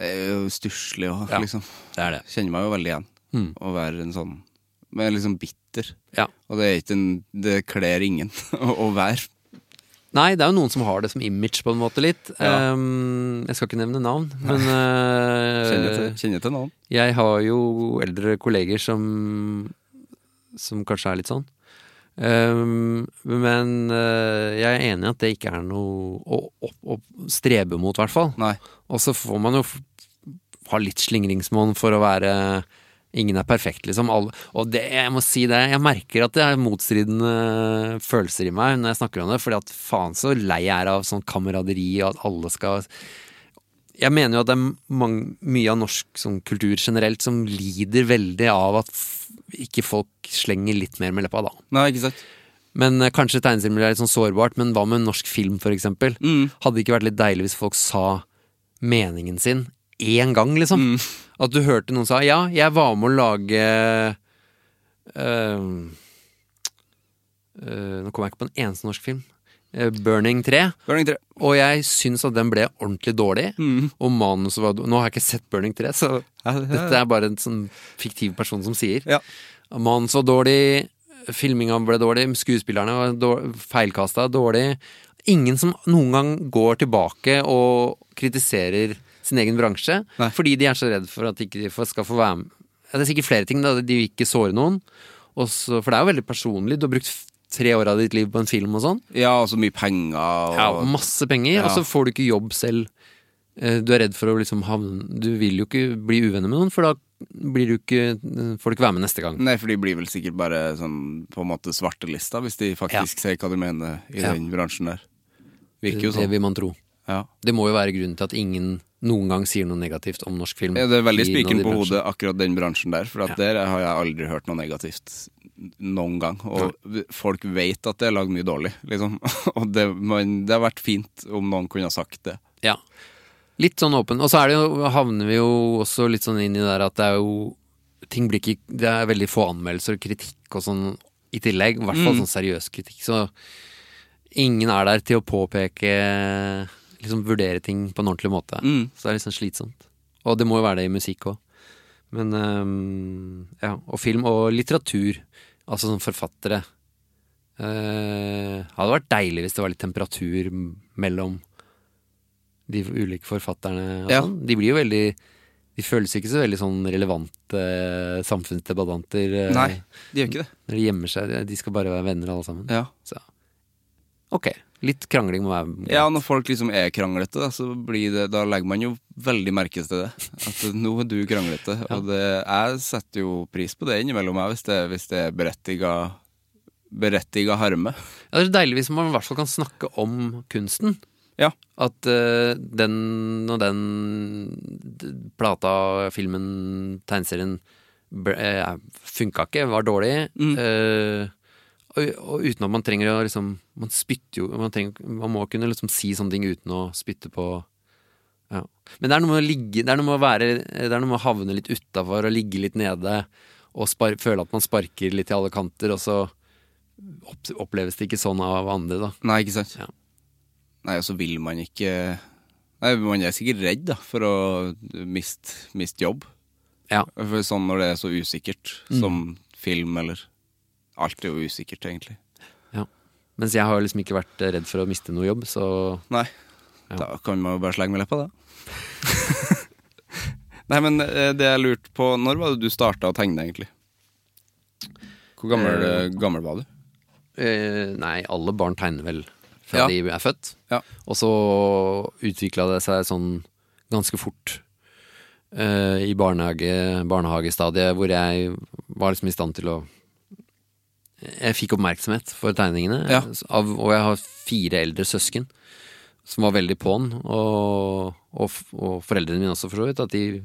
Speaker 1: Er jo stusslig å
Speaker 2: Ja.
Speaker 1: liksom.
Speaker 2: Det er det.
Speaker 1: Kjenner meg jo veldig igjen.
Speaker 2: Mm.
Speaker 1: Å være en sånn Men jeg er liksom bitter.
Speaker 2: Ja.
Speaker 1: Og det er ikke en Det kler ingen å å være.
Speaker 2: Nei, det er jo noen som har det som image, på en måte, litt. Ehm, jeg skal ikke nevne navn, men
Speaker 1: Kjenner til,
Speaker 2: eh,
Speaker 1: kjenner til noen.
Speaker 2: jeg har jo eldre kolleger som Som kanskje er litt sånn. Ehm, men eh, jeg er enig i at det ikke er noe å, å, å strebe mot, i hvert fall.
Speaker 1: Nei.
Speaker 2: Og så får man jo f- ha litt slingringsmonn for å være Ingen er perfekt, liksom. Alle, og det, jeg må si det, jeg merker at det er motstridende følelser i meg når jeg snakker om det, fordi at faen så lei jeg er av sånn kameraderi og at alle skal Jeg mener jo at det er mang- mye av norsk sånn, kultur generelt som lider veldig av at f ikke folk slenger litt mer med leppa, da.
Speaker 1: Nei, ikke sant?
Speaker 2: Men eh, Kanskje tegneserier er litt sånn sårbart, men hva med norsk film f.eks.? eksempel?
Speaker 1: Mm.
Speaker 2: Hadde det ikke vært litt deilig hvis folk sa meningen sin én gang, liksom? At du hørte noen sa 'ja, jeg var med å lage øhm, øh, Nå kommer jeg ikke på en eneste norsk film. Eh, 'Burning 3'.
Speaker 1: Burning 3.
Speaker 2: Og jeg syns at den ble ordentlig dårlig.
Speaker 1: Mm.
Speaker 2: Og manuset var Nå har jeg ikke sett Burning 3, så dette er bare en sånn fiktiv person som sier.
Speaker 1: Ja.
Speaker 2: Manus var dårlig, filminga ble dårlig, skuespillerne var dår- feilkasta, dårlig. Ingen som noen gang går tilbake og kritiserer sin egen bransje,
Speaker 1: Nei.
Speaker 2: fordi de er så redd for at de ikke får- skal få være med. Ja, Det er sikkert flere ting, da. De vil ikke såre noen. Og så- for det er jo veldig personlig. Du har brukt f- tre år av ditt liv på en film og sånn.
Speaker 1: Ja, og så mye penger og
Speaker 2: Ja, og masse penger,
Speaker 1: Ja.
Speaker 2: og så får du ikke jobb selv. Eh, Du er redd for å liksom havne Du vil jo ikke bli uvenner med noen, for da blir du ikke, får du ikke være med neste gang.
Speaker 1: Nei, for de blir vel sikkert bare sånn på en måte svartelista, hvis de faktisk ser hva de mener i
Speaker 2: Ja.
Speaker 1: den bransjen der. Virker jo
Speaker 2: Det
Speaker 1: sånn.
Speaker 2: vil man tro.
Speaker 1: Ja.
Speaker 2: Det må jo være grunnen til at ingen noen gang sier noe negativt om norsk film.
Speaker 1: Ja, det er veldig
Speaker 2: i
Speaker 1: spikeren
Speaker 2: innad i
Speaker 1: på
Speaker 2: bransjen.
Speaker 1: hodet, akkurat den bransjen der. For at der har jeg aldri hørt noe negativt noen gang. Og folk vet at det er lagd mye dårlig, liksom. Og det, men det har vært fint om noen kunne ha sagt det.
Speaker 2: Ja. Litt sånn åpen. Og så er det jo, havner vi jo også litt sånn inn i det der at det er jo Ting blir ikke Det er veldig få anmeldelser og kritikk og sånn i tillegg. I hvert fall sånn seriøs kritikk. Så ingen er der til å påpeke Liksom vurdere ting på en ordentlig måte.
Speaker 1: Mm.
Speaker 2: Så det er litt sånn slitsomt. Og det må jo være det i musikk òg. Men øhm, Ja. Og film og litteratur. Altså sånn forfattere. Eh, hadde vært deilig hvis det var litt temperatur m- mellom de ulike forfatterne. Og
Speaker 1: Ja.
Speaker 2: sånn. De blir jo veldig De føles ikke så veldig sånn relevante eh, samfunnsdebattanter eh,
Speaker 1: Nei, de gjør ikke det.
Speaker 2: når de gjemmer seg. De skal bare være venner, alle sammen.
Speaker 1: Ja,
Speaker 2: Så ok. Litt krangling må være
Speaker 1: ja når folk liksom er kranglete, da, så blir det, da legger man jo veldig merke til det. At nå er du kranglete. Og det, jeg setter jo pris på det innimellom, jeg, hvis det, hvis det er berettiga, berettiga harme.
Speaker 2: Ja, det er deilig hvis man i hvert fall kan snakke om kunsten.
Speaker 1: Ja.
Speaker 2: At eh, den og den d- plata, filmen, tegneserien ble- eh, funka ikke, var dårlig. Eh, og, og uten at man trenger å liksom Man spytter jo Man, trenger, man må kunne liksom si sånne ting uten å spytte på ja. Men det er noe med å ligge Det er noe med å, være, det er noe med å havne litt utafor og ligge litt nede og spar, føle at man sparker litt i alle kanter, og så opp, oppleves det ikke sånn av andre, da.
Speaker 1: Nei, ikke sant?
Speaker 2: Ja.
Speaker 1: Nei, og så vil man ikke Nei, Man er sikkert redd da, for å miste, miste jobb.
Speaker 2: Ja.
Speaker 1: For sånn når det er så usikkert, som film eller Alt er jo usikkert, egentlig.
Speaker 2: ja. Mens jeg har liksom ikke vært redd for å miste noe jobb, så
Speaker 1: Nei,
Speaker 2: Ja.
Speaker 1: da kan man jo bare slenge med leppa, da. Nei, men eh, det jeg lurte på, når var det du starta å tegne, egentlig? Hvor gammel,
Speaker 2: Eh,
Speaker 1: gammel var du?
Speaker 2: Eh, nei, alle barn tegner vel fra
Speaker 1: Ja.
Speaker 2: de er født.
Speaker 1: Ja.
Speaker 2: Og så utvikla det seg sånn ganske fort eh, i barnehage, barnehagestadiet, hvor jeg var liksom i stand til å Jeg fikk oppmerksomhet for tegningene,
Speaker 1: Ja.
Speaker 2: av, og jeg har fire eldre søsken som var veldig på'n, og, og, f- og foreldrene mine også, for så vidt, at de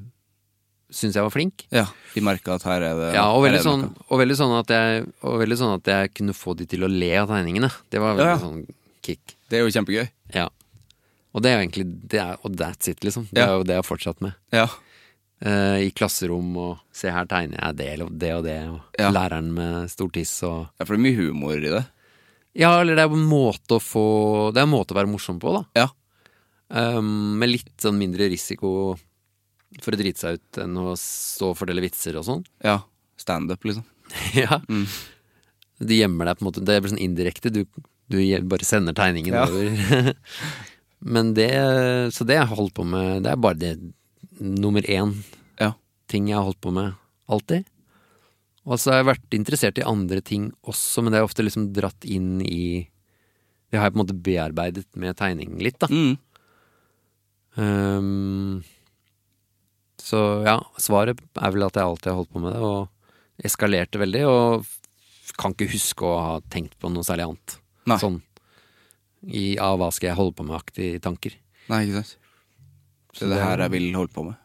Speaker 2: syntes jeg var flink.
Speaker 1: Ja, De merka at her er det
Speaker 2: Ja, og
Speaker 1: her er
Speaker 2: veldig,
Speaker 1: det
Speaker 2: sånn,
Speaker 1: noe.
Speaker 2: og, veldig sånn at jeg, og veldig sånn at jeg kunne få de til å le av tegningene. Det var veldig
Speaker 1: Ja, ja.
Speaker 2: sånn kick.
Speaker 1: Det er jo kjempegøy.
Speaker 2: Ja. Og det er jo egentlig det er, Og that's it, liksom. Det
Speaker 1: Ja.
Speaker 2: er jo det jeg har fortsatt med.
Speaker 1: Ja.
Speaker 2: Eh, I klasserom og Se, her tegner jeg det og det og det, og
Speaker 1: Ja.
Speaker 2: læreren med stor tiss og
Speaker 1: ja, for det er mye humor i det.
Speaker 2: Ja, eller det er en måte å få Det er en måte å være morsom på, da.
Speaker 1: Ja.
Speaker 2: Um, med litt sånn mindre risiko for å drite seg ut enn å stå og fortelle vitser og sånn.
Speaker 1: ja. Standup, liksom.
Speaker 2: Ja. Du gjemmer deg på en måte. Det blir sånn indirekte. Du, du gje- bare sender tegningen
Speaker 1: Ja.
Speaker 2: over. Men det Så det jeg har holdt på med, det er bare det nummer én
Speaker 1: Ja.
Speaker 2: ting jeg har holdt på med alltid. Og så har jeg vært interessert i andre ting også, men det er ofte liksom dratt inn i Det har jeg på en måte bearbeidet med tegning litt, da.
Speaker 1: Mm.
Speaker 2: Ehm, så ja, svaret er vel at jeg alltid har holdt på med det, og eskalerte veldig, og f- kan ikke huske å ha tenkt på noe særlig annet.
Speaker 1: Nei.
Speaker 2: Sånn i av hva skal jeg holde på med-aktige tanker.
Speaker 1: Nei, ikke sant. Så det, er det her jeg vil holde på med.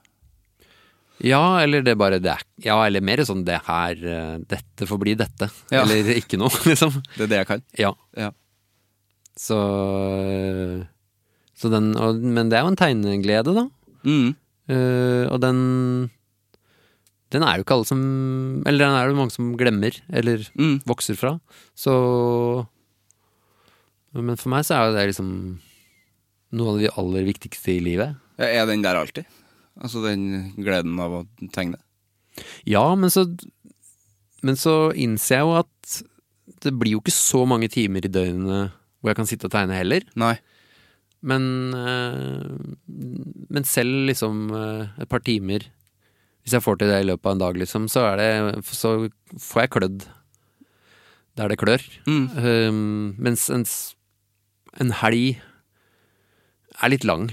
Speaker 2: Ja, eller det er bare det er, Ja, eller mer sånn det her eh, Dette får bli dette.
Speaker 1: Ja.
Speaker 2: Eller ikke noe, liksom.
Speaker 1: Det er det jeg kan.
Speaker 2: Ja.
Speaker 1: Ja.
Speaker 2: Så, eh, så den og, Men det er jo en tegneglede, da.
Speaker 1: Mm.
Speaker 2: Eh, og den Den er jo ikke alle som Eller den er det mange som glemmer, eller
Speaker 1: Mm.
Speaker 2: vokser fra. Så Men for meg så er jo det liksom noe av det aller viktigste i livet.
Speaker 1: Ja, Er den der alltid? Altså den gleden av å tegne?
Speaker 2: Ja, men så Men så innser jeg jo at det blir jo ikke så mange timer i døgnet hvor jeg kan sitte og tegne heller.
Speaker 1: Nei.
Speaker 2: Men, eh, men selv liksom eh, et par timer Hvis jeg får til det i løpet av en dag, liksom, så, er det, så får jeg klødd der det klør.
Speaker 1: Mm.
Speaker 2: Um, mens en, s- en helg er litt lang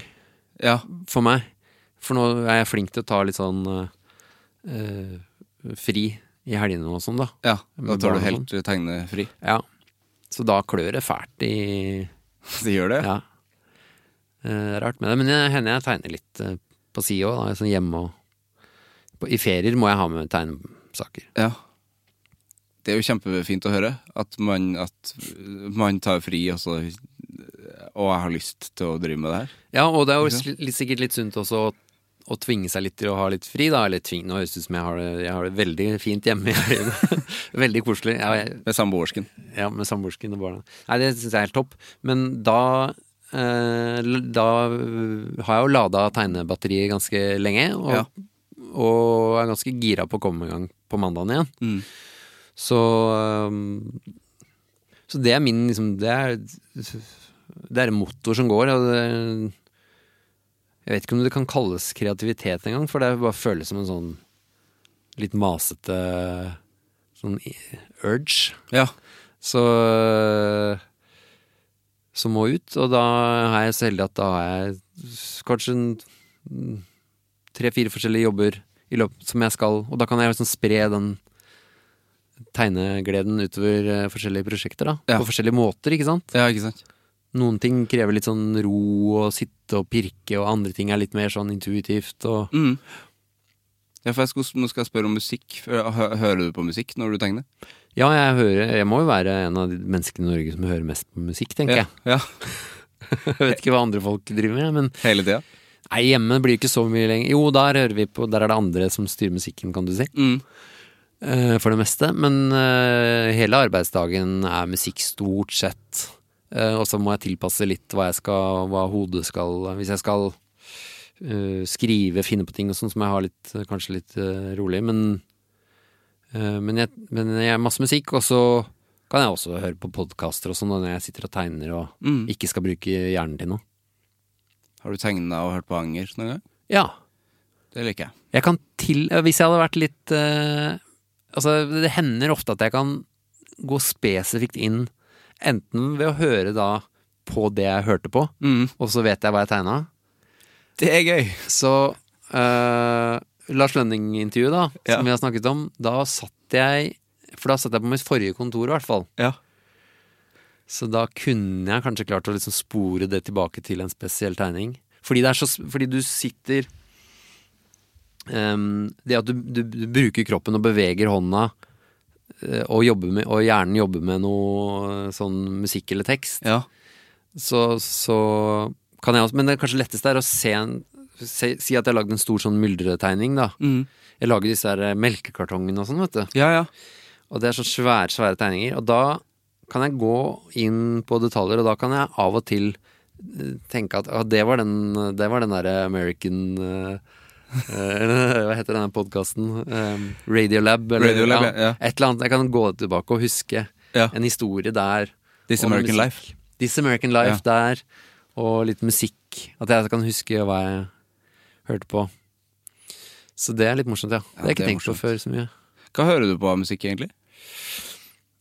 Speaker 1: Ja.
Speaker 2: for meg. For nå er jeg flink til å ta litt sånn eh, eh, fri i helgene og sånn, da.
Speaker 1: ja. Da
Speaker 2: Med
Speaker 1: tar
Speaker 2: barn og
Speaker 1: du helt eh, tegnefri.
Speaker 2: Ja. Så da klør det fælt i
Speaker 1: Det gjør det?
Speaker 2: Ja. Eh, rart med det. Men jeg hender jeg tegner litt eh, på si òg, da. Sånn hjemme og på, I ferier må jeg ha med tegnesaker.
Speaker 1: Ja. Det er jo kjempefint å høre at man, at eh, man tar fri, og så Og jeg har lyst til å drive med det her.
Speaker 2: Ja, og det er jo sli- litt, sikkert litt sunt også å, å tvinge seg litt til å ha litt fri, da. Eller tving, nå høres det ut som jeg har det, jeg har det veldig fint hjemme. i helgene. veldig koselig. Ja, jeg,
Speaker 1: Med samboersken.
Speaker 2: ja, med samboersken og barna. Nei, det syns jeg er helt topp. Men da eh, l- da øh, har jeg jo lada tegnebatteriet ganske lenge, og,
Speaker 1: Ja.
Speaker 2: og er ganske gira på å komme i gang på mandagen igjen.
Speaker 1: Mm.
Speaker 2: Så øhm, Så det er min liksom Det er Det er en motor som går, og det Jeg vet ikke om det kan kalles kreativitet engang, for det bare føles som en sånn litt masete sånn i- urge
Speaker 1: Ja.
Speaker 2: så som må ut. Og da er jeg så heldig at da har jeg kanskje en- tre-fire forskjellige jobber i løpet som jeg skal, og da kan jeg liksom spre den tegnegleden utover eh, forskjellige prosjekter, da.
Speaker 1: Ja.
Speaker 2: På forskjellige måter, ikke sant.
Speaker 1: ja, ikke sant?
Speaker 2: Noen ting krever litt sånn ro og sitte og pirke, og andre ting er litt mer sånn intuitivt og
Speaker 1: Mm. Ja, for jeg skal, nå skal jeg spørre om musikk. Hø- Hører du på musikk når du tegner?
Speaker 2: Ja, jeg hører Jeg må jo være en av de menneskene i Norge som hører mest på musikk, tenker jeg.
Speaker 1: Ja. ja.
Speaker 2: Jeg vet ikke hva andre folk driver med, men
Speaker 1: Hele tida?
Speaker 2: Nei, hjemme blir det ikke så mye lenger. Jo, der hører vi på Der er det andre som styrer musikken, kan du si.
Speaker 1: Mm.
Speaker 2: eh, For det meste. Men eh, hele arbeidsdagen er musikk, stort sett. Eh, Og så må jeg tilpasse litt hva jeg skal Hva hodet skal Hvis jeg skal eh, skrive, finne på ting og sånn, så må jeg ha litt Kanskje litt eh, rolig, men eh, men jeg, men jeg har masse musikk, og så kan jeg også høre på podkaster og sånn når jeg sitter og tegner og
Speaker 1: Mm.
Speaker 2: ikke skal bruke hjernen til noe.
Speaker 1: Har du tegna og hørt på Anger noen gang?
Speaker 2: Ja.
Speaker 1: Det liker jeg.
Speaker 2: Jeg kan til Hvis jeg hadde vært litt eh, Altså, det hender ofte at jeg kan gå spesifikt inn, enten ved å høre da på det jeg hørte på,
Speaker 1: Mm.
Speaker 2: og så vet jeg hva jeg tegna.
Speaker 1: Det er gøy!
Speaker 2: Så eh, Lars Lønning-intervjuet, da,
Speaker 1: Ja.
Speaker 2: som vi har snakket om, da satt jeg For da satt jeg på mitt forrige kontor, i hvert fall.
Speaker 1: Ja.
Speaker 2: Så da kunne jeg kanskje klart å liksom spore det tilbake til en spesiell tegning. Fordi, det er så, s- fordi du sitter ehm, Det at du, du, du bruker kroppen og beveger hånda, eh, og, jobber med, og hjernen jobber med noe eh, sånn musikk eller tekst,
Speaker 1: Ja.
Speaker 2: så, så kan jeg også Men det er kanskje letteste er å se en se, Si at jeg har lagd en stor sånn myldretegning, da.
Speaker 1: Mm.
Speaker 2: Jeg lager disse her eh, melkekartongene og sånn, vet du.
Speaker 1: Ja, ja.
Speaker 2: Og det er så svære, svære tegninger. Og da kan jeg gå inn på detaljer, og da kan jeg av og til eh, tenke at «Å, det var den, det var den derre American eh, eh, Hva heter denne podkasten? Radiolab, eller
Speaker 1: Radiolab, ja.
Speaker 2: et eller annet. Jeg kan gå tilbake og huske
Speaker 1: Ja.
Speaker 2: en historie der.
Speaker 1: This
Speaker 2: om
Speaker 1: American
Speaker 2: musikk.
Speaker 1: Life.
Speaker 2: This American Life der, og litt musikk. At jeg kan huske hva jeg hørte på. Så det er litt morsomt, ja. det har jeg
Speaker 1: det
Speaker 2: ikke
Speaker 1: er
Speaker 2: tenkt på før så mye.
Speaker 1: Hva hører du på av musikk, egentlig?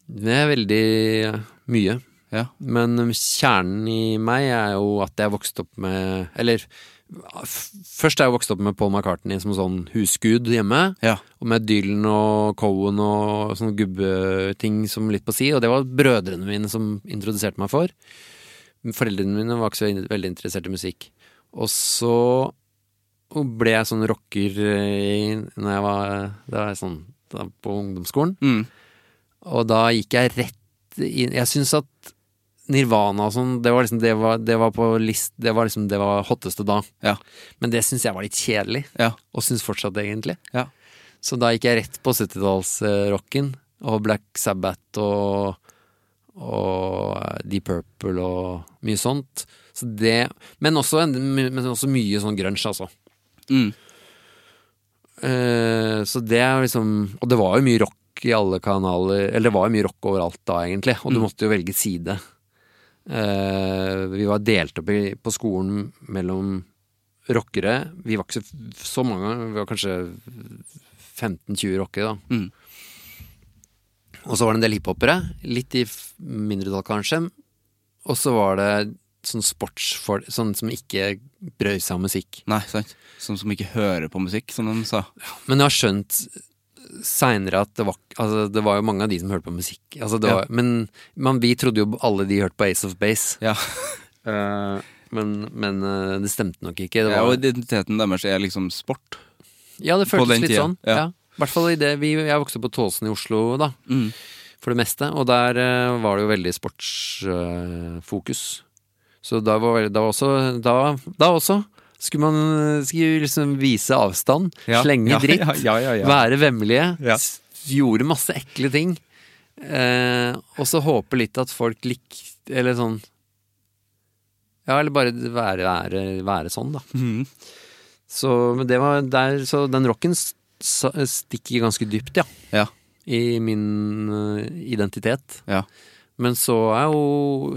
Speaker 2: Det er veldig eh, mye.
Speaker 1: Ja.
Speaker 2: Men um, kjernen i meg er jo at jeg vokste opp med Eller f- først er jeg vokst opp med Paul McCartney som sånn husgud hjemme.
Speaker 1: Ja.
Speaker 2: Og med Dylan og Cohen og sånne gubbeting som litt på si. Og det var brødrene mine som introduserte meg for. Foreldrene mine var ikke så in veldig interessert i musikk. Og så ble jeg sånn rocker eh, i- når jeg var, det var jeg sånn, da, på ungdomsskolen.
Speaker 1: Mm.
Speaker 2: Og da gikk jeg rett inn Jeg syns at Nirvana og sånn, det var liksom det var, det var på list Det var liksom det var hotteste da.
Speaker 1: Ja.
Speaker 2: Men det syns jeg var litt kjedelig,
Speaker 1: Ja.
Speaker 2: og syns fortsatt egentlig.
Speaker 1: Ja.
Speaker 2: Så da gikk jeg rett på 70-tallsrocken og Black Sabbath og og eh, Deep Purple og mye sånt. Så det, men, også en, men også mye sånn grunge, altså.
Speaker 1: Mm.
Speaker 2: Eh, så det er liksom Og det var jo mye rock i alle kanaler Eller det var jo mye rock overalt da, egentlig. Og du måtte jo velge side. Eh, vi var delt opp i, på skolen mellom rockere. Vi var ikke så, så mange, vi var kanskje 15-20 rockere, da.
Speaker 1: Mm.
Speaker 2: Og så var det en del hiphopere. Litt i f- mindretall, kanskje. Og så var det sånn sportsfolk sånn som ikke brøy seg om musikk.
Speaker 1: Nei, sant. Sånn Som som ikke hører på musikk, som de sa.
Speaker 2: Men jeg har skjønt seinere at det var, altså, det var jo mange av de som hørte på musikk. Altså, det
Speaker 1: Ja.
Speaker 2: var, men, men vi trodde jo alle de hørte på Ace of Base.
Speaker 1: Ja.
Speaker 2: Eh, men men eh, det stemte nok ikke. Det
Speaker 1: ja og
Speaker 2: var,
Speaker 1: identiteten deres er liksom sport.
Speaker 2: ja, det
Speaker 1: på den
Speaker 2: føltes litt
Speaker 1: tida,
Speaker 2: sånn.
Speaker 1: ja.
Speaker 2: Ja. I hvert fall i det vi, Jeg vokste opp på Tåsen i Oslo, da. For det meste. Og der eh, var det jo veldig sportsfokus. Så da var, vel- da var også da, da også skulle man eh, skulle liksom vise avstand. Slenge
Speaker 1: ja,
Speaker 2: dritt.
Speaker 1: Ja, ja, ja, ja.
Speaker 2: Være vemmelige.
Speaker 1: Ja.
Speaker 2: s- Gjorde masse ekle ting. Eh, og så håpe litt at folk likte Eller sånn Ja, eller bare være, være, være sånn, da.
Speaker 1: Mhm.
Speaker 2: Så, men det var der, så den rocken s- sa- stikker ganske dypt, ja.
Speaker 1: Ja.
Speaker 2: I min eh, identitet.
Speaker 1: Ja.
Speaker 2: Men så er jo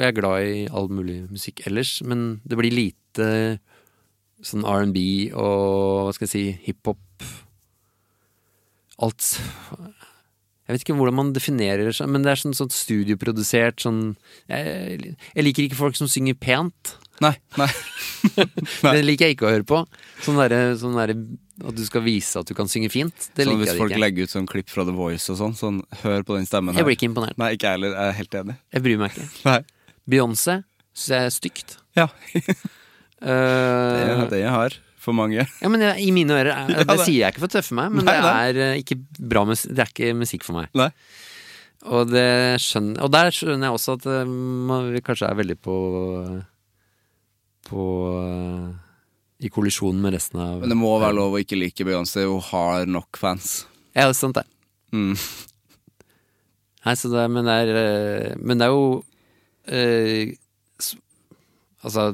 Speaker 2: jeg er glad i all mulig musikk ellers, men det blir lite sånn R&B og hva skal jeg si, hiphop Alt Jeg vet ikke hvordan man definerer det, men det er sånn, sånn studioprodusert sånn jeg, jeg liker ikke folk som synger pent.
Speaker 1: Nei, nei.
Speaker 2: Det liker jeg ikke å høre på. Sånn derre sånn der, at du skal vise at du kan synge fint. Det
Speaker 1: Så
Speaker 2: liker
Speaker 1: hvis
Speaker 2: jeg
Speaker 1: folk
Speaker 2: ikke.
Speaker 1: legger ut sånn klipp fra The Voice og sånn, sånn hør på den stemmen her.
Speaker 2: Jeg blir ikke imponert.
Speaker 1: Nei, ikke jeg heller. Jeg er helt enig.
Speaker 2: Jeg bryr meg ikke.
Speaker 1: Nei.
Speaker 2: Beyoncé syns jeg er stygt.
Speaker 1: Ja.
Speaker 2: Eh,
Speaker 1: Det jeg har. For mange.
Speaker 2: Ja, men jeg, I mine ører er,
Speaker 1: Ja,
Speaker 2: Det
Speaker 1: det-
Speaker 2: sier jeg ikke for å tøffe meg, men
Speaker 1: Nei,
Speaker 2: det
Speaker 1: nei.
Speaker 2: er eh, ikke bra mus Det er ikke musikk for meg.
Speaker 1: Nei.
Speaker 2: Og, det skjønner, og der skjønner jeg også at eh, man vi kanskje er veldig på På eh, I kollisjon med resten av
Speaker 1: Men det må være lov å ikke like Beyoncé. Hun har nok fans.
Speaker 2: Ja, det er sant, det.
Speaker 1: Mm.
Speaker 2: Nei, så det, er- men, det er, eh, men det er jo eh, s- Altså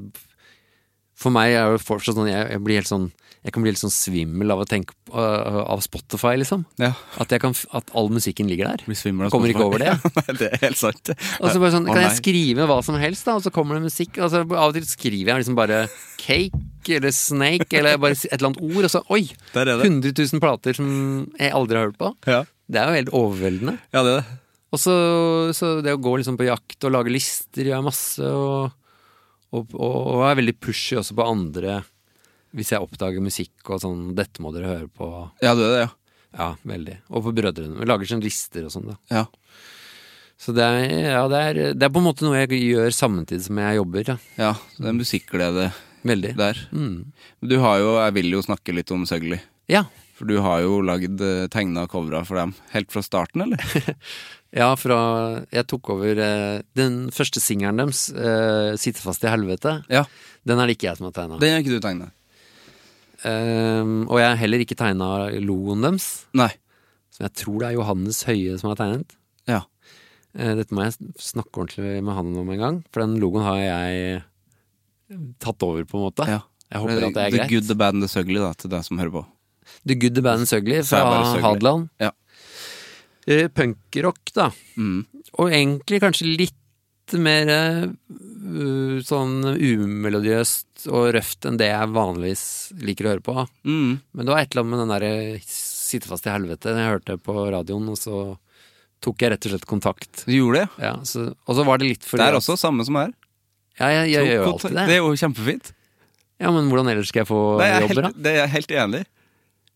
Speaker 2: For meg er det fortsatt sånn jeg, jeg blir helt sånn Jeg kan bli helt sånn svimmel av å tenke på- øh, Av Spotify, liksom.
Speaker 1: Ja.
Speaker 2: At, jeg kan, f- at all musikken ligger der.
Speaker 1: Blir svimmel av
Speaker 2: Kommer ikke
Speaker 1: Spotify.
Speaker 2: over det.
Speaker 1: Nei, det er helt sant.
Speaker 2: Og så bare sånn,
Speaker 1: Å,
Speaker 2: Kan jeg
Speaker 1: nei.
Speaker 2: skrive hva som helst, da? Og så kommer det musikk. Og så av og til skriver jeg liksom bare cake eller snake eller bare et eller annet ord, og så oi!
Speaker 1: Der er det.
Speaker 2: 100 000 plater som jeg aldri har hørt på.
Speaker 1: Ja.
Speaker 2: Det er jo helt overveldende.
Speaker 1: ja, det er det.
Speaker 2: Og så, så det å gå liksom på jakt og lage lister gjør jeg masse, og, og, og, og er veldig pushy også på andre hvis jeg oppdager musikk og sånn 'Dette må dere høre på'.
Speaker 1: Ja, det er det, ja.
Speaker 2: Ja, veldig. Og på Brødrene. Vi lager sånn lister og sånn, da.
Speaker 1: Ja.
Speaker 2: Så det er, ja, det, er, det er på en måte noe jeg gjør samtidig som jeg jobber. Ja.
Speaker 1: ja så det er musikkglede
Speaker 2: Veldig.
Speaker 1: der.
Speaker 2: Mm.
Speaker 1: Men Du har jo, jeg vil jo snakke litt om Søgli.
Speaker 2: Ja.
Speaker 1: For du har jo lagd eh, tegna covera for dem helt fra starten, eller?
Speaker 2: ja, fra jeg tok over eh, den første singelen deres, eh, 'Sitte fast i helvete',
Speaker 1: Ja.
Speaker 2: den er det ikke jeg som har tegna.
Speaker 1: Den har ikke du tegna?
Speaker 2: og jeg har heller ikke tegna loen deres,
Speaker 1: Nei.
Speaker 2: som jeg tror det er Johannes Høie som har tegnet.
Speaker 1: Ja.
Speaker 2: Eh, dette må jeg snakke ordentlig med han om en gang, for den logoen har jeg eh, tatt over, på en måte.
Speaker 1: ja.
Speaker 2: Jeg håper at det er greit.
Speaker 1: The good, the bad and the Søgli, da, til deg som hører på.
Speaker 2: The Good, The Bad and Søgli
Speaker 1: Så er det bare
Speaker 2: fra
Speaker 1: Søgli.
Speaker 2: Hadeland.
Speaker 1: Ja.
Speaker 2: Eh, Punkrock, da.
Speaker 1: Mm.
Speaker 2: Og egentlig kanskje litt mer eh, uh, sånn umelodiøst og røft enn det jeg vanligvis liker å høre på.
Speaker 1: Mm.
Speaker 2: Men det var et eller annet med den derre sitte fast i helvete jeg hørte på radioen, og så tok jeg rett og slett kontakt.
Speaker 1: Du gjorde det?
Speaker 2: Ja, så, og så var det litt fordi
Speaker 1: Det er
Speaker 2: at-
Speaker 1: også samme som her.
Speaker 2: Ja, jeg, jeg, gjør jo alltid
Speaker 1: Det
Speaker 2: det.
Speaker 1: er jo kjempefint.
Speaker 2: Ja, Men hvordan ellers skal jeg få
Speaker 1: Det er jeg
Speaker 2: jobber,
Speaker 1: helt,
Speaker 2: da?
Speaker 1: det er jeg helt enig i.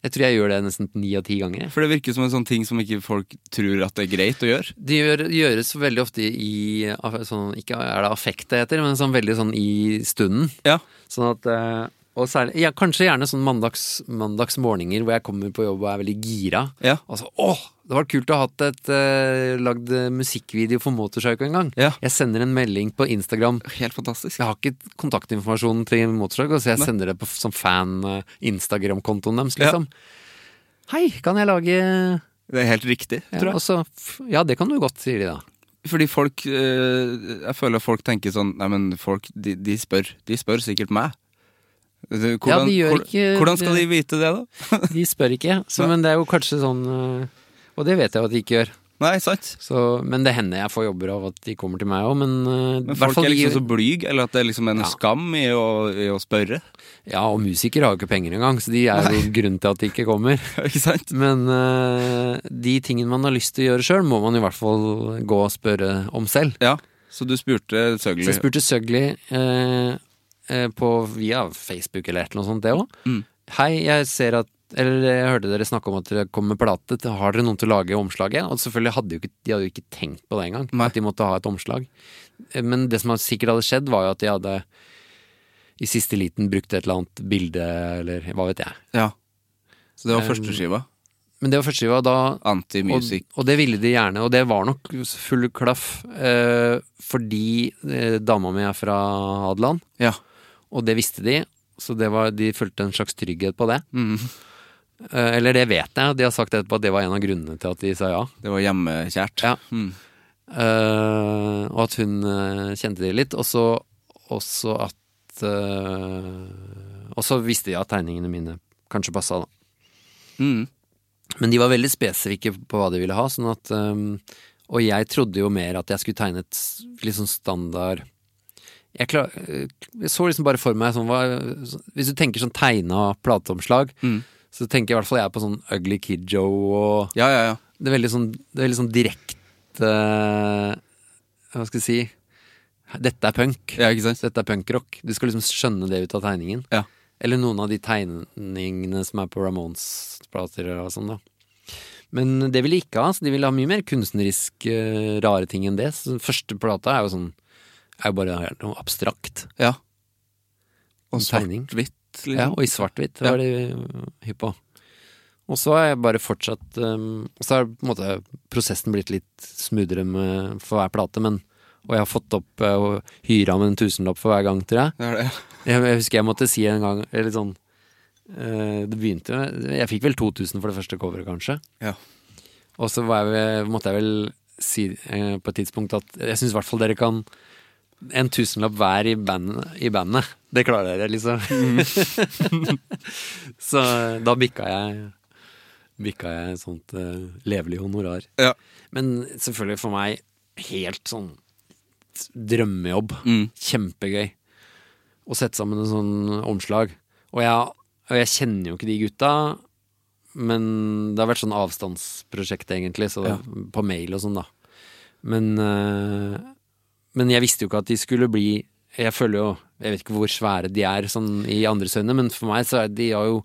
Speaker 2: Jeg tror jeg gjør det nesten ni av ti ganger. jeg.
Speaker 1: For det virker som en sånn ting som ikke folk tror at det er greit å gjøre.
Speaker 2: Det gjør, gjøres veldig ofte i av- sånn, Ikke er det affekt det heter, men sånn veldig sånn i stunden.
Speaker 1: Ja.
Speaker 2: Sånn at eh, Og særlig ja, Kanskje gjerne sånn mandags, mandagsmorgener hvor jeg kommer på jobb og er veldig gira.
Speaker 1: Ja.
Speaker 2: Og så åh! Det var kult å ha hatt et eh, lagd musikkvideo for Motorpsycho en gang.
Speaker 1: Ja.
Speaker 2: Jeg sender en melding på Instagram.
Speaker 1: Helt fantastisk.
Speaker 2: Jeg har ikke kontaktinformasjon til Motorpsycho, så jeg sender det på f- som fan-Instagram-kontoen deres, liksom. Hei, kan jeg lage ja,
Speaker 1: Det er helt riktig, tror jeg.
Speaker 2: og så, f- ja, det kan du godt, sier de da.
Speaker 1: Fordi folk eh, Jeg føler folk tenker sånn Nei, men folk, de, de spør. De spør sikkert meg. Det- Hvordan,
Speaker 2: de gjør
Speaker 1: hvor-
Speaker 2: ikke-
Speaker 1: hvordan skal de vite det, da?
Speaker 2: De spør ikke, så, men det er jo kanskje sånn øh, Og det vet jeg jo at de ikke gjør.
Speaker 1: Nei, sant?
Speaker 2: Så, men det hender jeg får jobber av at de kommer til meg òg, men, øh,
Speaker 1: Men folk
Speaker 2: hvert fall
Speaker 1: er
Speaker 2: de-
Speaker 1: liksom så blyg, eller at det er liksom en
Speaker 2: Ja.
Speaker 1: skam i å, i å spørre.
Speaker 2: Ja, og musikere har jo ikke penger engang, så de er jo grunnen til at de ikke kommer.
Speaker 1: ikke sant?
Speaker 2: Men øh, de tingene man har lyst til å gjøre sjøl, må man i hvert fall gå og spørre om selv.
Speaker 1: Ja, så du spurte Søgli.
Speaker 2: Så jeg spurte Søgli eh, eh, på, via Facebook eller et eller annet sånt, det òg.
Speaker 1: Mm.
Speaker 2: Hei, jeg ser at Eller jeg hørte dere snakke om at dere kom med plate. Har dere noen til å lage omslaget? Og selvfølgelig hadde jo ikke, de hadde jo ikke tenkt på det engang.
Speaker 1: Nei.
Speaker 2: At de måtte ha et omslag. Eh, Men det som sikkert hadde skjedd, var jo at de hadde i siste liten brukt et eller annet bilde, eller hva vet jeg.
Speaker 1: Ja. Så det var
Speaker 2: Um,
Speaker 1: førsteskiva.
Speaker 2: Men det var første skiva, og da og,
Speaker 1: Anti-music.
Speaker 2: og det ville de gjerne, og det var nok full klaff, eh, fordi eh, dama mi er fra Hadeland,
Speaker 1: Ja.
Speaker 2: og det visste de, så det var, de følte en slags trygghet på det.
Speaker 1: Mm.
Speaker 2: Eh, eller det vet jeg, de har sagt etterpå at det var en av grunnene til at de sa ja.
Speaker 1: Det var hjemmekjært.
Speaker 2: Ja.
Speaker 1: Mm.
Speaker 2: Eh, og at hun eh, kjente det litt, og så også at eh, Og så visste de at tegningene mine kanskje passa, da.
Speaker 1: Mm.
Speaker 2: Men de var veldig spesifikke på hva de ville ha, sånn at øhm, Og jeg trodde jo mer at jeg skulle tegne et s- litt sånn standard jeg, klar, øh, jeg så liksom bare for meg sånn hva, så- Hvis du tenker sånn tegna plateomslag,
Speaker 1: Mm.
Speaker 2: så tenker i hvert fall jeg på sånn Ugly Kid Joe og
Speaker 1: Ja, ja, ja.
Speaker 2: Det er veldig sånn, det er veldig sånn direkte eh, Hva skal jeg si Dette er punk.
Speaker 1: Ja, ikke sant?
Speaker 2: Dette er punkrock. Du skal liksom skjønne det ut av tegningen.
Speaker 1: Ja.
Speaker 2: Eller noen av de tegningene som er på Ramones-plater og sånn, da. Men det vil de ikke ha. så De vil ha mye mer kunstnerisk eh, rare ting enn det. Så den første plata er jo sånn Er jo bare noe abstrakt.
Speaker 1: Ja. Og
Speaker 2: En tegning.
Speaker 1: svart-hvitt, liksom.
Speaker 2: Ja, og i svart-hvitt var det hypp på. Og så har jeg bare fortsatt um, Og så har på en måte prosessen blitt litt smoothere med- for hver plate, men Og jeg har fått opp eh, og hyra med en tusenlapp for hver gang, tror jeg.
Speaker 1: Det er det.
Speaker 2: Jeg, jeg husker jeg måtte si en gang Eller sånn eh, Det begynte med Jeg fikk vel 2000 for det første coveret kanskje
Speaker 1: Ja.
Speaker 2: Og så var jeg, ved- måtte jeg vel si eh, på et tidspunkt at Jeg synes i hvert fall dere kan En tusenlapp hver i, band, i bandet Det klarer jeg, liksom. så eh, da bikka jeg, bikka jeg et sånt eh, levelig honorar.
Speaker 1: Ja.
Speaker 2: Men selvfølgelig for meg helt sånn drømmejobb.
Speaker 1: Mm.
Speaker 2: Kjempegøy. Å sette sammen en sånn omslag. Og jeg, og jeg kjenner jo ikke de gutta, men det har vært sånn avstandsprosjekt, egentlig, så på mail og sånn, da. Men, eh, men jeg visste jo ikke at de skulle bli Jeg føler jo Jeg vet ikke hvor svære de er sånn i andres øyne, men for meg så er de har jo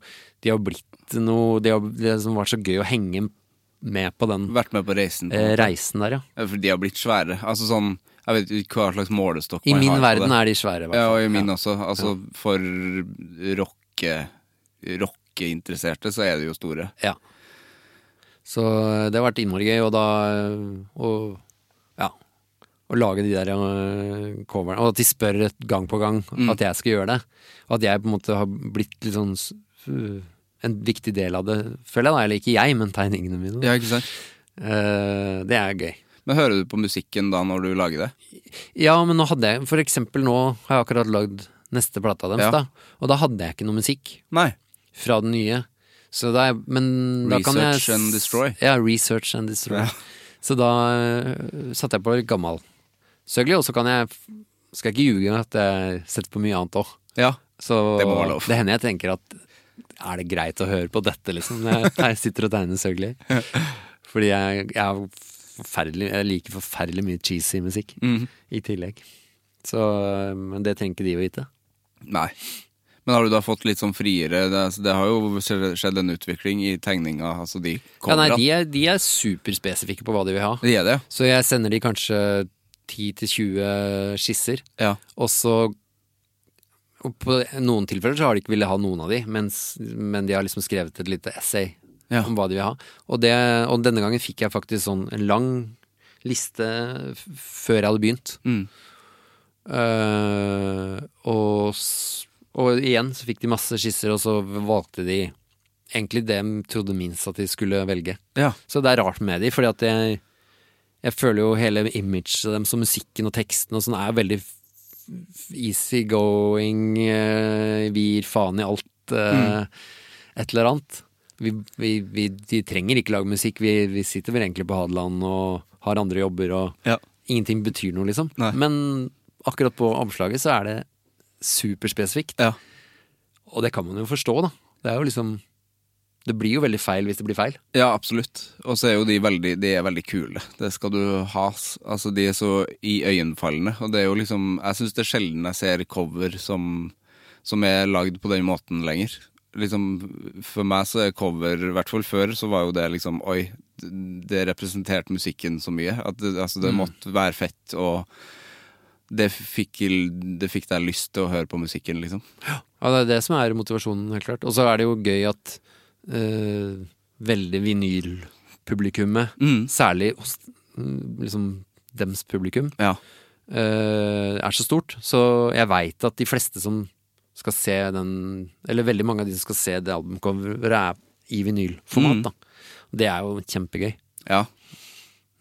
Speaker 2: De har blitt noe Det har det som vært så gøy å henge med på den
Speaker 1: Vært med på reisen.
Speaker 2: eh, reisen der, ja.
Speaker 1: Ja, For de har blitt svære. Altså sånn Jeg vet ikke hva slags målestokk
Speaker 2: I min verden
Speaker 1: det.
Speaker 2: er de svære, i hvert
Speaker 1: Ja,
Speaker 2: fall.
Speaker 1: og i min også. Altså for rocke rockeinteresserte så er de jo store.
Speaker 2: Ja. Så eh, det har vært innmari gøy, og da og, Ja. Å lage de der øh, coverne. Og at de spør et gang på gang
Speaker 1: Mm.
Speaker 2: at jeg skal gjøre det. Og at jeg på en måte har blitt litt sånn s- øh, en viktig del av det, føler jeg da. Eller ikke jeg, men tegningene mine.
Speaker 1: Ja, ikke sant?
Speaker 2: Eh, det er gøy.
Speaker 1: Men hører du på musikken da når du lager det?
Speaker 2: Ja, men nå hadde jeg For eksempel nå har jeg akkurat lagd neste plate av dem,
Speaker 1: Ja.
Speaker 2: da. Og da hadde jeg ikke noe musikk.
Speaker 1: Nei.
Speaker 2: fra den nye. Så da er, men da kan jeg,
Speaker 1: Research and destroy.
Speaker 2: Ja, research and destroy. Så da øh, satte jeg på litt gammal. Søgelig, og så kan jeg Skal jeg ikke ljuge at jeg setter på mye annet òg.
Speaker 1: Ja.
Speaker 2: Så
Speaker 1: Det må være lov.
Speaker 2: det hender jeg tenker at er det greit å høre på dette, liksom? Når jeg jeg sitter og tegner Søgelig. Fordi jeg, jeg, er forferdelig, jeg liker forferdelig mye cheesy musikk
Speaker 1: Mhm.
Speaker 2: i tillegg. Så, øh, men det trenger ikke de å vite.
Speaker 1: Nei. Men har du da fått litt sånn friere Det, det har jo skjedd en utvikling i tegninga, altså de
Speaker 2: Ja, nei,
Speaker 1: coverne.
Speaker 2: de er, de er superspesifikke på hva de vil ha.
Speaker 1: de er det,
Speaker 2: Så jeg sender de kanskje 10-20 skisser,
Speaker 1: ja.
Speaker 2: og så og På noen tilfeller så har de ikke villet ha noen av de, mens, men de har liksom skrevet et lite essay
Speaker 1: Ja.
Speaker 2: om hva de vil ha. Og, det, og denne gangen fikk jeg faktisk sånn en lang liste f før jeg hadde begynt.
Speaker 1: Mm.
Speaker 2: Eh, og, s- og igjen så fikk de masse skisser, og så valgte de egentlig det de trodde minst at de skulle velge.
Speaker 1: Ja.
Speaker 2: Så det er rart med de, fordi at jeg, jeg føler jo hele imaget deres og musikken og teksten og sånn er veldig f- easy going, eh, vi gir faen i alt,
Speaker 1: Mm.
Speaker 2: eh, et eller annet. Vi, vi, vi, de trenger ikke lage musikk, vi, vi sitter vel egentlig på Hadeland og har andre jobber og
Speaker 1: Ja.
Speaker 2: ingenting betyr noe, liksom.
Speaker 1: Nei.
Speaker 2: Men akkurat på omslaget så er det superspesifikt,
Speaker 1: Ja.
Speaker 2: og det kan man jo forstå, da. Det er jo liksom Det blir jo veldig feil hvis det blir feil.
Speaker 1: Ja, absolutt. Og så er jo de veldig De er veldig kule. Det skal du ha. s- Altså, de er så iøynefallende, og det er jo liksom Jeg syns det er sjelden jeg ser cover som, som er lagd på den måten lenger. Liksom, for meg så er cover, i hvert fall før, så var jo det liksom Oi, det representerte musikken så mye. At det, altså, det måtte være fett, og det fikk, det fikk deg lyst til å høre på musikken, liksom.
Speaker 2: Ja, det er det som er motivasjonen, helt klart. Og så er det jo gøy at eh, veldig vinylpublikummet,
Speaker 1: Mm.
Speaker 2: særlig hos mm, liksom dems publikum,
Speaker 1: Ja.
Speaker 2: eh, er så stort. Så jeg veit at de fleste som skal se den Eller veldig mange av de som skal se det albumcoveret, er i vinylformat,
Speaker 1: Mm.
Speaker 2: da. Det er jo kjempegøy.
Speaker 1: ja.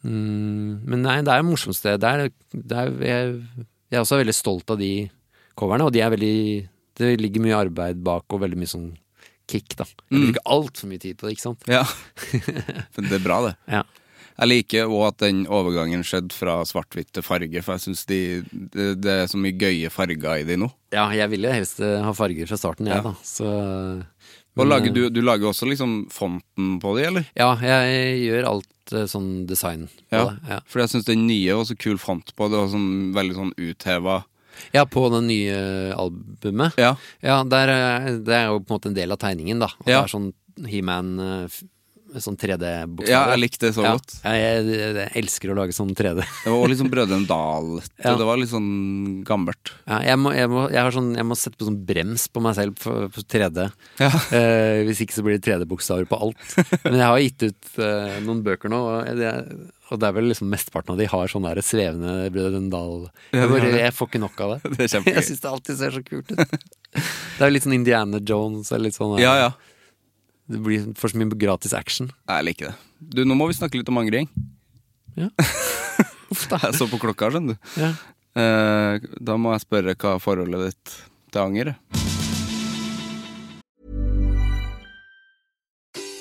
Speaker 2: Mm, men nei, det er jo morsomst det. Det er, det er, jeg, jeg er også veldig stolt av de coverne, og de er veldig Det ligger mye arbeid bak, og veldig mye sånn kick, da. Jeg
Speaker 1: Mm.
Speaker 2: bruker altfor mye tid på det, ikke sant?
Speaker 1: Ja. Men det er bra, det.
Speaker 2: Ja.
Speaker 1: Jeg liker òg at den overgangen skjedde fra svart-hvitt til farge, for jeg syns de, det, det er så mye gøye farger i de nå.
Speaker 2: ja, jeg ville helst eh, ha farger fra starten, jeg,
Speaker 1: Ja.
Speaker 2: da. Så
Speaker 1: Og
Speaker 2: men,
Speaker 1: lager,
Speaker 2: eh,
Speaker 1: du, du lager også liksom fonten på de, eller?
Speaker 2: Ja, jeg gjør alt eh, sånn design på
Speaker 1: Ja.
Speaker 2: det. Ja.
Speaker 1: For jeg syns den nye var så kul font på det, og sånn, veldig sånn utheva.
Speaker 2: ja, på det nye albumet.
Speaker 1: Ja.
Speaker 2: Ja, der, eh, det er jo på en måte en del av tegningen, da. Og
Speaker 1: Ja.
Speaker 2: Det er sånn He-Man, eh, f- sånn 3D-bokstaver.
Speaker 1: ja, jeg likte det så godt.
Speaker 2: Ja, jeg, jeg, jeg elsker å lage sånn 3D.
Speaker 1: Det var også liksom Brødrene Dal.
Speaker 2: Ja.
Speaker 1: Det var litt sånn gammelt.
Speaker 2: Ja, jeg, må, jeg, må, jeg, har sånn, jeg må sette på sånn brems på meg selv for- på 3D.
Speaker 1: Ja.
Speaker 2: Eh, hvis ikke så blir det 3D-bokstaver på alt. Men jeg har gitt ut eh, noen bøker nå, og det, og det er vel liksom mesteparten av de har sånn der svevende Brødrene Dal jeg, bare, jeg får ikke nok av det.
Speaker 1: Det er kjempegøy.
Speaker 2: Jeg syns det alltid ser så kult ut. Det er jo litt sånn Indiana Jones. eller Litt sånn, eh,
Speaker 1: Ja, ja.
Speaker 2: Det blir for så mye gratis action.
Speaker 1: Jeg liker det. Du, nå må vi snakke litt om angring.
Speaker 2: Ja.
Speaker 1: Jeg så på klokka, skjønner du.
Speaker 2: Ja.
Speaker 1: Eh, da må jeg spørre hva forholdet ditt til anger. jeg.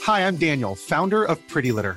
Speaker 3: Hi, I'm Daniel, founder of Pretty Litter.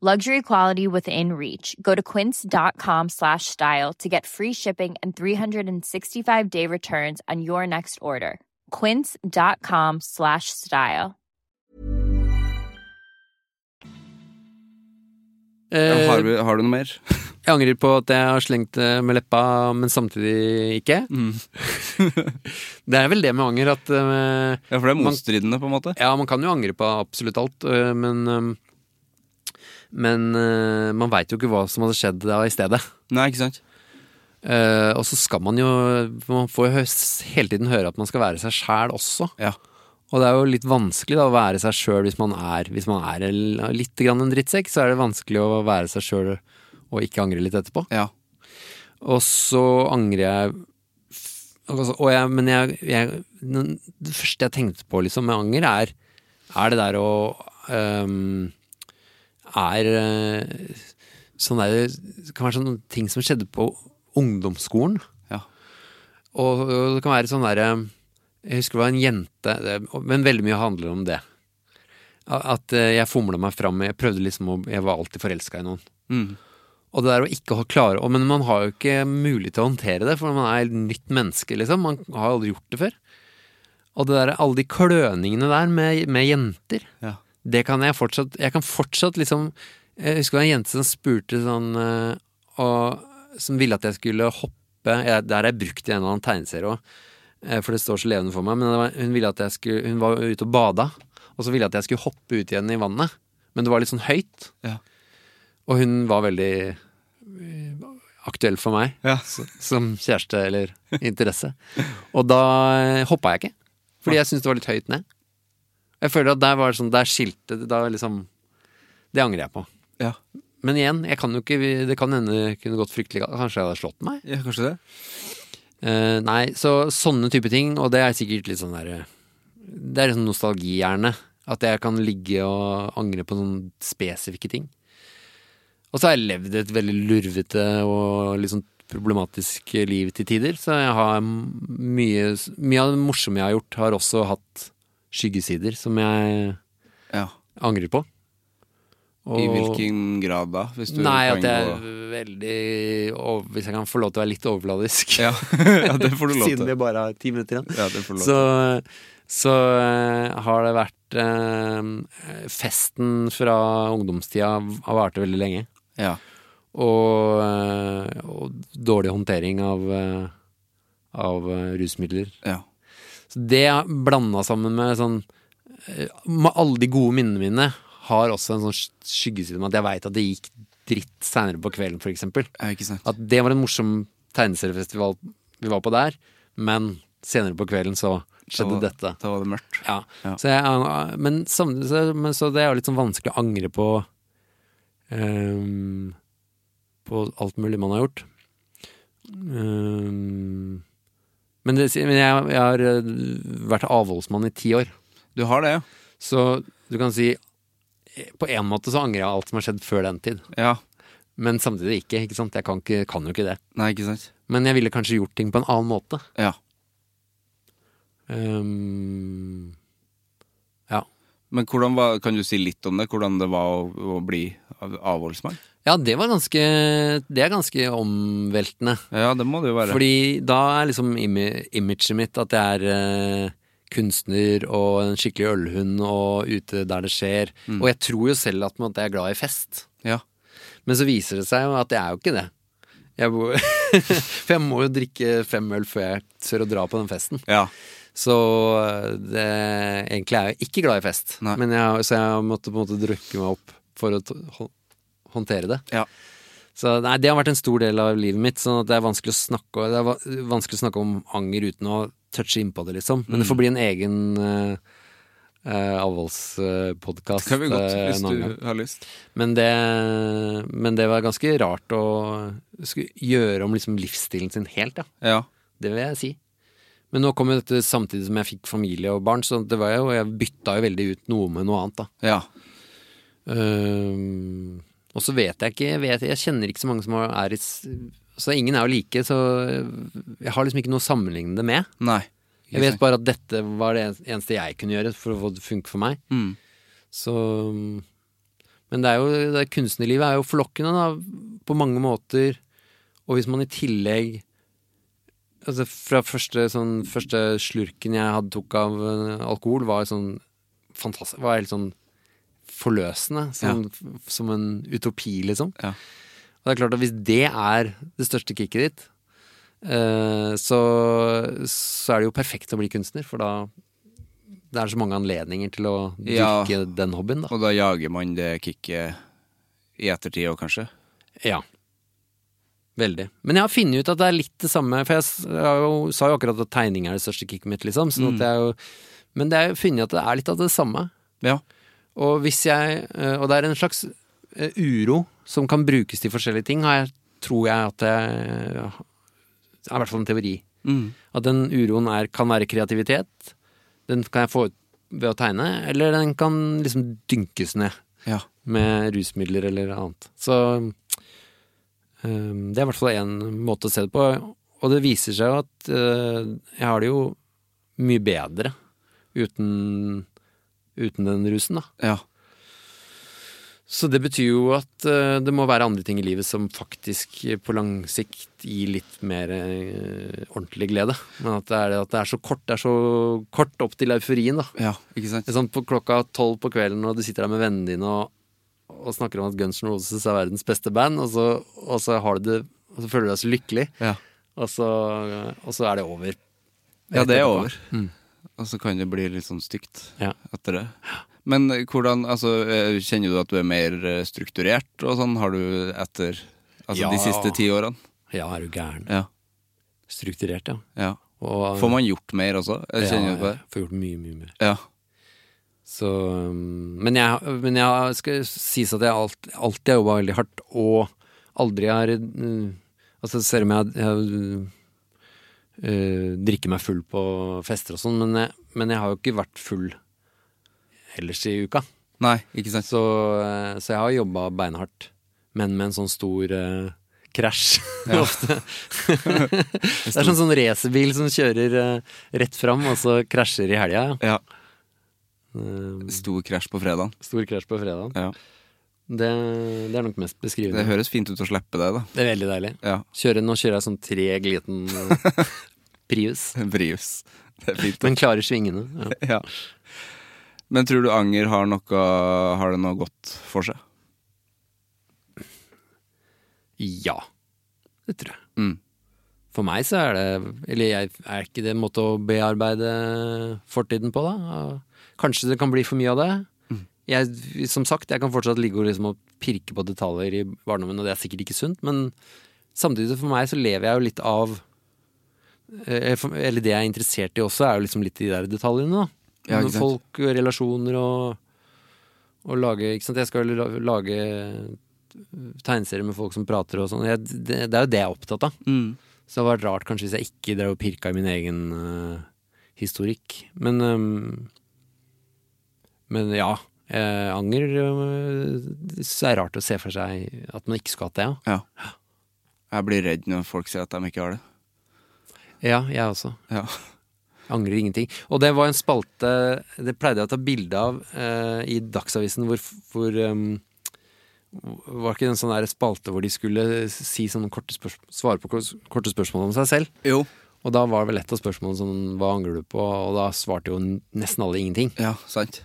Speaker 4: Luxury quality within reach. Go to quince.com slash style to get free shipping and 365 day returns on your next order. Quince.com slash style.
Speaker 2: Eh,
Speaker 1: Har, vi- har du noe mer?
Speaker 2: Jeg angrer på at jeg har slengt det med leppa, men samtidig ikke. det er vel det med anger at eh,
Speaker 1: Ja, for det er
Speaker 2: Man-
Speaker 1: motstridende, på en måte.
Speaker 2: Ja, man kan jo angre på absolutt alt, eh, men eh, Men eh, man veit jo ikke hva som hadde skjedd da i stedet.
Speaker 1: Nei, ikke sant?
Speaker 2: Eh, og så skal man jo Man får jo hø- hele tiden høre at man skal være seg sjæl også.
Speaker 1: Ja.
Speaker 2: Og det er jo litt vanskelig da, å være seg sjøl hvis man er Hvis man er en- litt grann en drittsekk, så er det vanskelig å være seg sjøl og ikke angre litt etterpå.
Speaker 1: Ja.
Speaker 2: Og så angrer jeg f- altså, og jeg, Men jeg, jeg den- Det første jeg tenkte på liksom, med anger, er Er det der å øhm, Er øh, sånn der, Det kan være sånne ting som skjedde på ungdomsskolen.
Speaker 1: Ja.
Speaker 2: Og, og det kan være sånn derre Jeg husker det var en jente, det- men veldig mye handler om det. At eh, jeg fomla meg fram. Jeg prøvde liksom å Jeg var alltid forelska i noen. Og det der å ikke ha klare å- Men man har jo ikke mulighet til å håndtere det, for man er et nytt menneske, liksom. Man har jo aldri gjort det før. Og det der, alle de kløningene der med, med jenter,
Speaker 1: Ja.
Speaker 2: det kan jeg fortsatt Jeg kan fortsatt liksom Jeg husker det var en jente som spurte sånn eh, og, Som ville at jeg skulle hoppe jeg, Der har jeg brukt i en eller annen tegneserie òg, for det står så levende for meg. Men det var, hun ville at jeg skulle Hun var ute og bada, og så ville hun at jeg skulle hoppe ut igjen i vannet. Men det var litt sånn høyt.
Speaker 1: Ja.
Speaker 2: Og hun var veldig eh, aktuell for meg
Speaker 1: Ja.
Speaker 2: som kjæreste eller interesse. Og da hoppa jeg ikke, fordi jeg syntes det var litt høyt ned. Jeg føler at der var det sånn, der skilte det, da liksom Det angrer jeg på.
Speaker 1: ja.
Speaker 2: Men igjen, jeg kan jo ikke, det kan hende det kunne gått fryktelig galt. Kanskje jeg hadde slått meg?
Speaker 1: ja kanskje det?
Speaker 2: Eh, nei, så sånne type ting, og det er sikkert litt sånn der Det er liksom nostalgihjerne. At jeg kan ligge og angre på noen spesifikke ting. Og så har jeg levd et veldig lurvete og litt sånn problematisk liv til tider, så jeg har mye Mye av det morsomme jeg har gjort, har også hatt skyggesider som jeg
Speaker 1: Ja.
Speaker 2: angrer på.
Speaker 1: I
Speaker 2: Og-
Speaker 1: hvilken grad da? Hvis du
Speaker 2: Nei,
Speaker 1: kan
Speaker 2: at jeg
Speaker 1: gå-
Speaker 2: er veldig over, Hvis jeg kan få lov til å være litt overfladisk.
Speaker 1: ja. ja, det får du lov
Speaker 2: Siden
Speaker 1: til.
Speaker 2: vi bare har ti minutter igjen.
Speaker 1: Ja, det får du lov
Speaker 2: Så,
Speaker 1: til.
Speaker 2: så eh, har det vært eh, Festen fra ungdomstida har vart veldig lenge.
Speaker 1: Ja.
Speaker 2: Og, eh, og dårlig håndtering av, eh, av eh, rusmidler.
Speaker 1: Ja.
Speaker 2: Så det blanda sammen med sånn eh, med Alle de gode minnene mine har også en sånn sk- skyggeside med at jeg veit at det gikk dritt seinere på kvelden, f.eks.
Speaker 1: ja, ikke sant.
Speaker 2: At det var en morsom tegneseriefestival vi var på der, men senere på kvelden så skjedde
Speaker 1: Da-
Speaker 2: dette.
Speaker 1: Da var det mørkt.
Speaker 2: Ja.
Speaker 1: Ja.
Speaker 2: Så, jeg, men, samtidig, så, men så det er jo litt sånn vanskelig å angre på ehm, På alt mulig man har gjort. Ehm, men det, men jeg, jeg har eh, vært avholdsmann i ti år,
Speaker 1: Du har det, ja?
Speaker 2: så du kan si eh, På en måte så angrer jeg alt som har skjedd før den tid,
Speaker 1: Ja.
Speaker 2: men samtidig ikke. ikke sant? Jeg kan, ikke, kan jo ikke det.
Speaker 1: Nei, ikke sant?
Speaker 2: Men jeg ville kanskje gjort ting på en annen måte.
Speaker 1: Ja.
Speaker 2: Ehm, ja.
Speaker 1: Men hvordan var, kan du si litt om det? Hvordan det var å, å bli av- avholdsmann?
Speaker 2: ja, det var ganske Det er ganske omveltende.
Speaker 1: Ja, det må det jo være.
Speaker 2: Fordi da er liksom imi- imaget mitt at jeg er eh, kunstner og en skikkelig ølhund og ute der det skjer. Og jeg tror jo selv at, at jeg er glad i fest.
Speaker 1: Ja.
Speaker 2: Men så viser det seg jo at jeg er jo ikke det. Jeg bo- for jeg må jo drikke fem øl før jeg tør å dra på den festen.
Speaker 1: Ja.
Speaker 2: Så eh, det, egentlig er jeg ikke glad i fest,
Speaker 1: Nei.
Speaker 2: Men jeg, så jeg måtte på en måte drukke meg opp for å t- hå- håndtere det.
Speaker 1: Ja.
Speaker 2: Så nei, Det har vært en stor del av livet mitt, sånn at det er vanskelig å snakke, det er va- vanskelig å snakke om anger uten å touche innpå det, liksom. Men det
Speaker 1: Mm.
Speaker 2: får bli en egen uh, avholdspodkast. eh,
Speaker 1: Kan vi godt, hvis du har lyst.
Speaker 2: Men det, men det var ganske rart å skulle gjøre om liksom livsstilen sin helt, ja.
Speaker 1: Ja.
Speaker 2: Det vil jeg si. Men nå kom jo dette samtidig som jeg fikk familie og barn, så det var jo, jeg bytta jo veldig ut noe med noe annet, da.
Speaker 1: Ja.
Speaker 2: Ehm, og så vet jeg ikke, jeg, vet, jeg kjenner ikke så mange som er i s- Så ingen er jo like, så jeg har liksom ikke noe å sammenligne det med.
Speaker 1: Nei.
Speaker 2: Jeg vet bare at dette var det eneste jeg kunne gjøre for å få det til å funke for meg.
Speaker 1: Mm.
Speaker 2: Så Men det er jo det kunstnerlivet er jo forlokkende da, på mange måter. Og hvis man i tillegg Altså fra første, sånn, første slurken jeg hadde tok av eh, alkohol, var sånn fantastisk Var helt sånn forløsende. Sånn, f- Som en utopi, liksom.
Speaker 1: Ja.
Speaker 2: Og det er klart at hvis det er det største kicket ditt, eh, så, så er det jo perfekt å bli kunstner, for da det er så mange anledninger til å
Speaker 1: Ja.
Speaker 2: dyrke den hobbyen, da.
Speaker 1: Og da jager man det kicket i ettertid òg, kanskje?
Speaker 2: Ja. Veldig. Men jeg har funnet ut at det er litt det samme, for jeg, s- jeg har jo, sa jo akkurat at tegning er det største kicket mitt, liksom.
Speaker 1: Mm.
Speaker 2: Sånn at jeg, jo- men det er jo funnet at det er litt av det samme.
Speaker 1: Ja.
Speaker 2: Og hvis jeg eh, Og det er en slags eh, uro som kan brukes til forskjellige ting, har jeg, tror jeg at jeg ja, Det er i hvert fall en teori. At den uroen er, kan være kreativitet. Den kan jeg få ut ved å tegne, eller den kan liksom dynkes ned
Speaker 1: Ja.
Speaker 2: med rusmidler eller annet. Så øhm, det er i hvert fall én måte å se det på. Og det viser seg jo at øh, jeg har det jo mye bedre uten, uten den rusen, da.
Speaker 1: Ja.
Speaker 2: Så det betyr jo at øh, det må være andre ting i livet som faktisk øh, på lang sikt gir litt mer øh, ordentlig glede. Men at det, er, at det er så kort, det er så kort opp til euforien, da.
Speaker 1: ja. Ikke sant?
Speaker 2: Det er Sånn på klokka tolv på kvelden, og du sitter der med vennene dine og, og snakker om at Guns N' Roses er verdens beste band, og så, og så, har du det, og så føler du deg så lykkelig,
Speaker 1: Ja.
Speaker 2: og så, og så er det over.
Speaker 1: Ja, det er
Speaker 2: Etterpå.
Speaker 1: over. Og så kan det bli litt sånn stygt
Speaker 2: Mm. Ja.
Speaker 1: etter det. Men hvordan, altså, eh, kjenner du at du er mer eh, strukturert og sånn, har du etter altså,
Speaker 2: Ja.
Speaker 1: de siste ti årene?
Speaker 2: Ja, er du gæren.
Speaker 1: Ja.
Speaker 2: Strukturert, ja.
Speaker 1: ja.
Speaker 2: Og,
Speaker 1: Får man gjort mer også? Jeg kjenner
Speaker 2: ja,
Speaker 1: jo på det.
Speaker 2: jeg Får gjort mye, mye mer.
Speaker 1: Ja.
Speaker 2: Så, um, men jeg, men jeg skal sies at jeg alt, alltid har jobba veldig hardt, og aldri har uh, Altså, selv om jeg, jeg uh, drikker meg full på fester og sånn, men, jeg- men jeg har jo ikke vært full ellers i uka.
Speaker 1: Nei, ikke sant?
Speaker 2: Så, uh, så jeg har jobba beinhardt, men med en sånn stor uh, krasj ofte. det er sånn sånn racerbil som kjører uh, rett fram, og så krasjer i helga. Ja.
Speaker 1: Ja.
Speaker 2: Um,
Speaker 1: Stor krasj på fredagen.
Speaker 2: Stor krasj på fredagen.
Speaker 1: Ja.
Speaker 2: Det, det er nok mest beskrivende.
Speaker 1: Det
Speaker 2: Det,
Speaker 1: høres fint ut å slippe det, da.
Speaker 2: er veldig deilig.
Speaker 1: Ja.
Speaker 2: Kjøre, nå kjører jeg sånn treg liten eh, Prius,
Speaker 1: Prius. Det er fint.
Speaker 2: men klarer svingene. Ja.
Speaker 1: Ja. Men tror du anger har noe Har det noe godt for seg?
Speaker 2: ja, det tror jeg.
Speaker 1: Mm.
Speaker 2: For meg så er det Eller jeg, er ikke det en måte å bearbeide fortiden på, da? Kanskje det kan bli for mye av det.
Speaker 1: Mm.
Speaker 2: Jeg, som sagt, jeg kan fortsatt ligge og liksom og pirke på detaljer i barndommen, og det er sikkert ikke sunt, men samtidig så for meg så lever jeg jo litt av eh, for- Eller det jeg er interessert i også, er jo liksom litt de der detaljene, da.
Speaker 1: Ja, ikke sant.
Speaker 2: Folk, eh, relasjoner og, og lage Ikke sant, jeg skal jo la- lage tegneserier med folk som prater og sånn. Jeg- Det, det er jo det jeg er opptatt av. Så det hadde vært rart kanskje hvis jeg ikke drev og pirka i min egen øh, historikk. Men øhm, Men ja. eh, anger øh, så er det rart å se for seg at man ikke skulle hatt det. Ja,
Speaker 1: Ja. Jeg blir redd når folk sier at de ikke har det.
Speaker 2: ja jeg også.
Speaker 1: Ja.
Speaker 2: Angrer ingenting. Og det var en spalte Det pleide jeg å ta bilde av eh, i Dagsavisen, hvor, hvor ehm, Var ikke det en sånn der spalte hvor de skulle si sånne korte spørs- svare på korte spørsmål om seg selv?
Speaker 1: Jo.
Speaker 2: Og da var vel et av spørsmålene sånn Hva angrer du på? Og da svarte jo nesten alle ingenting.
Speaker 1: Ja, sant.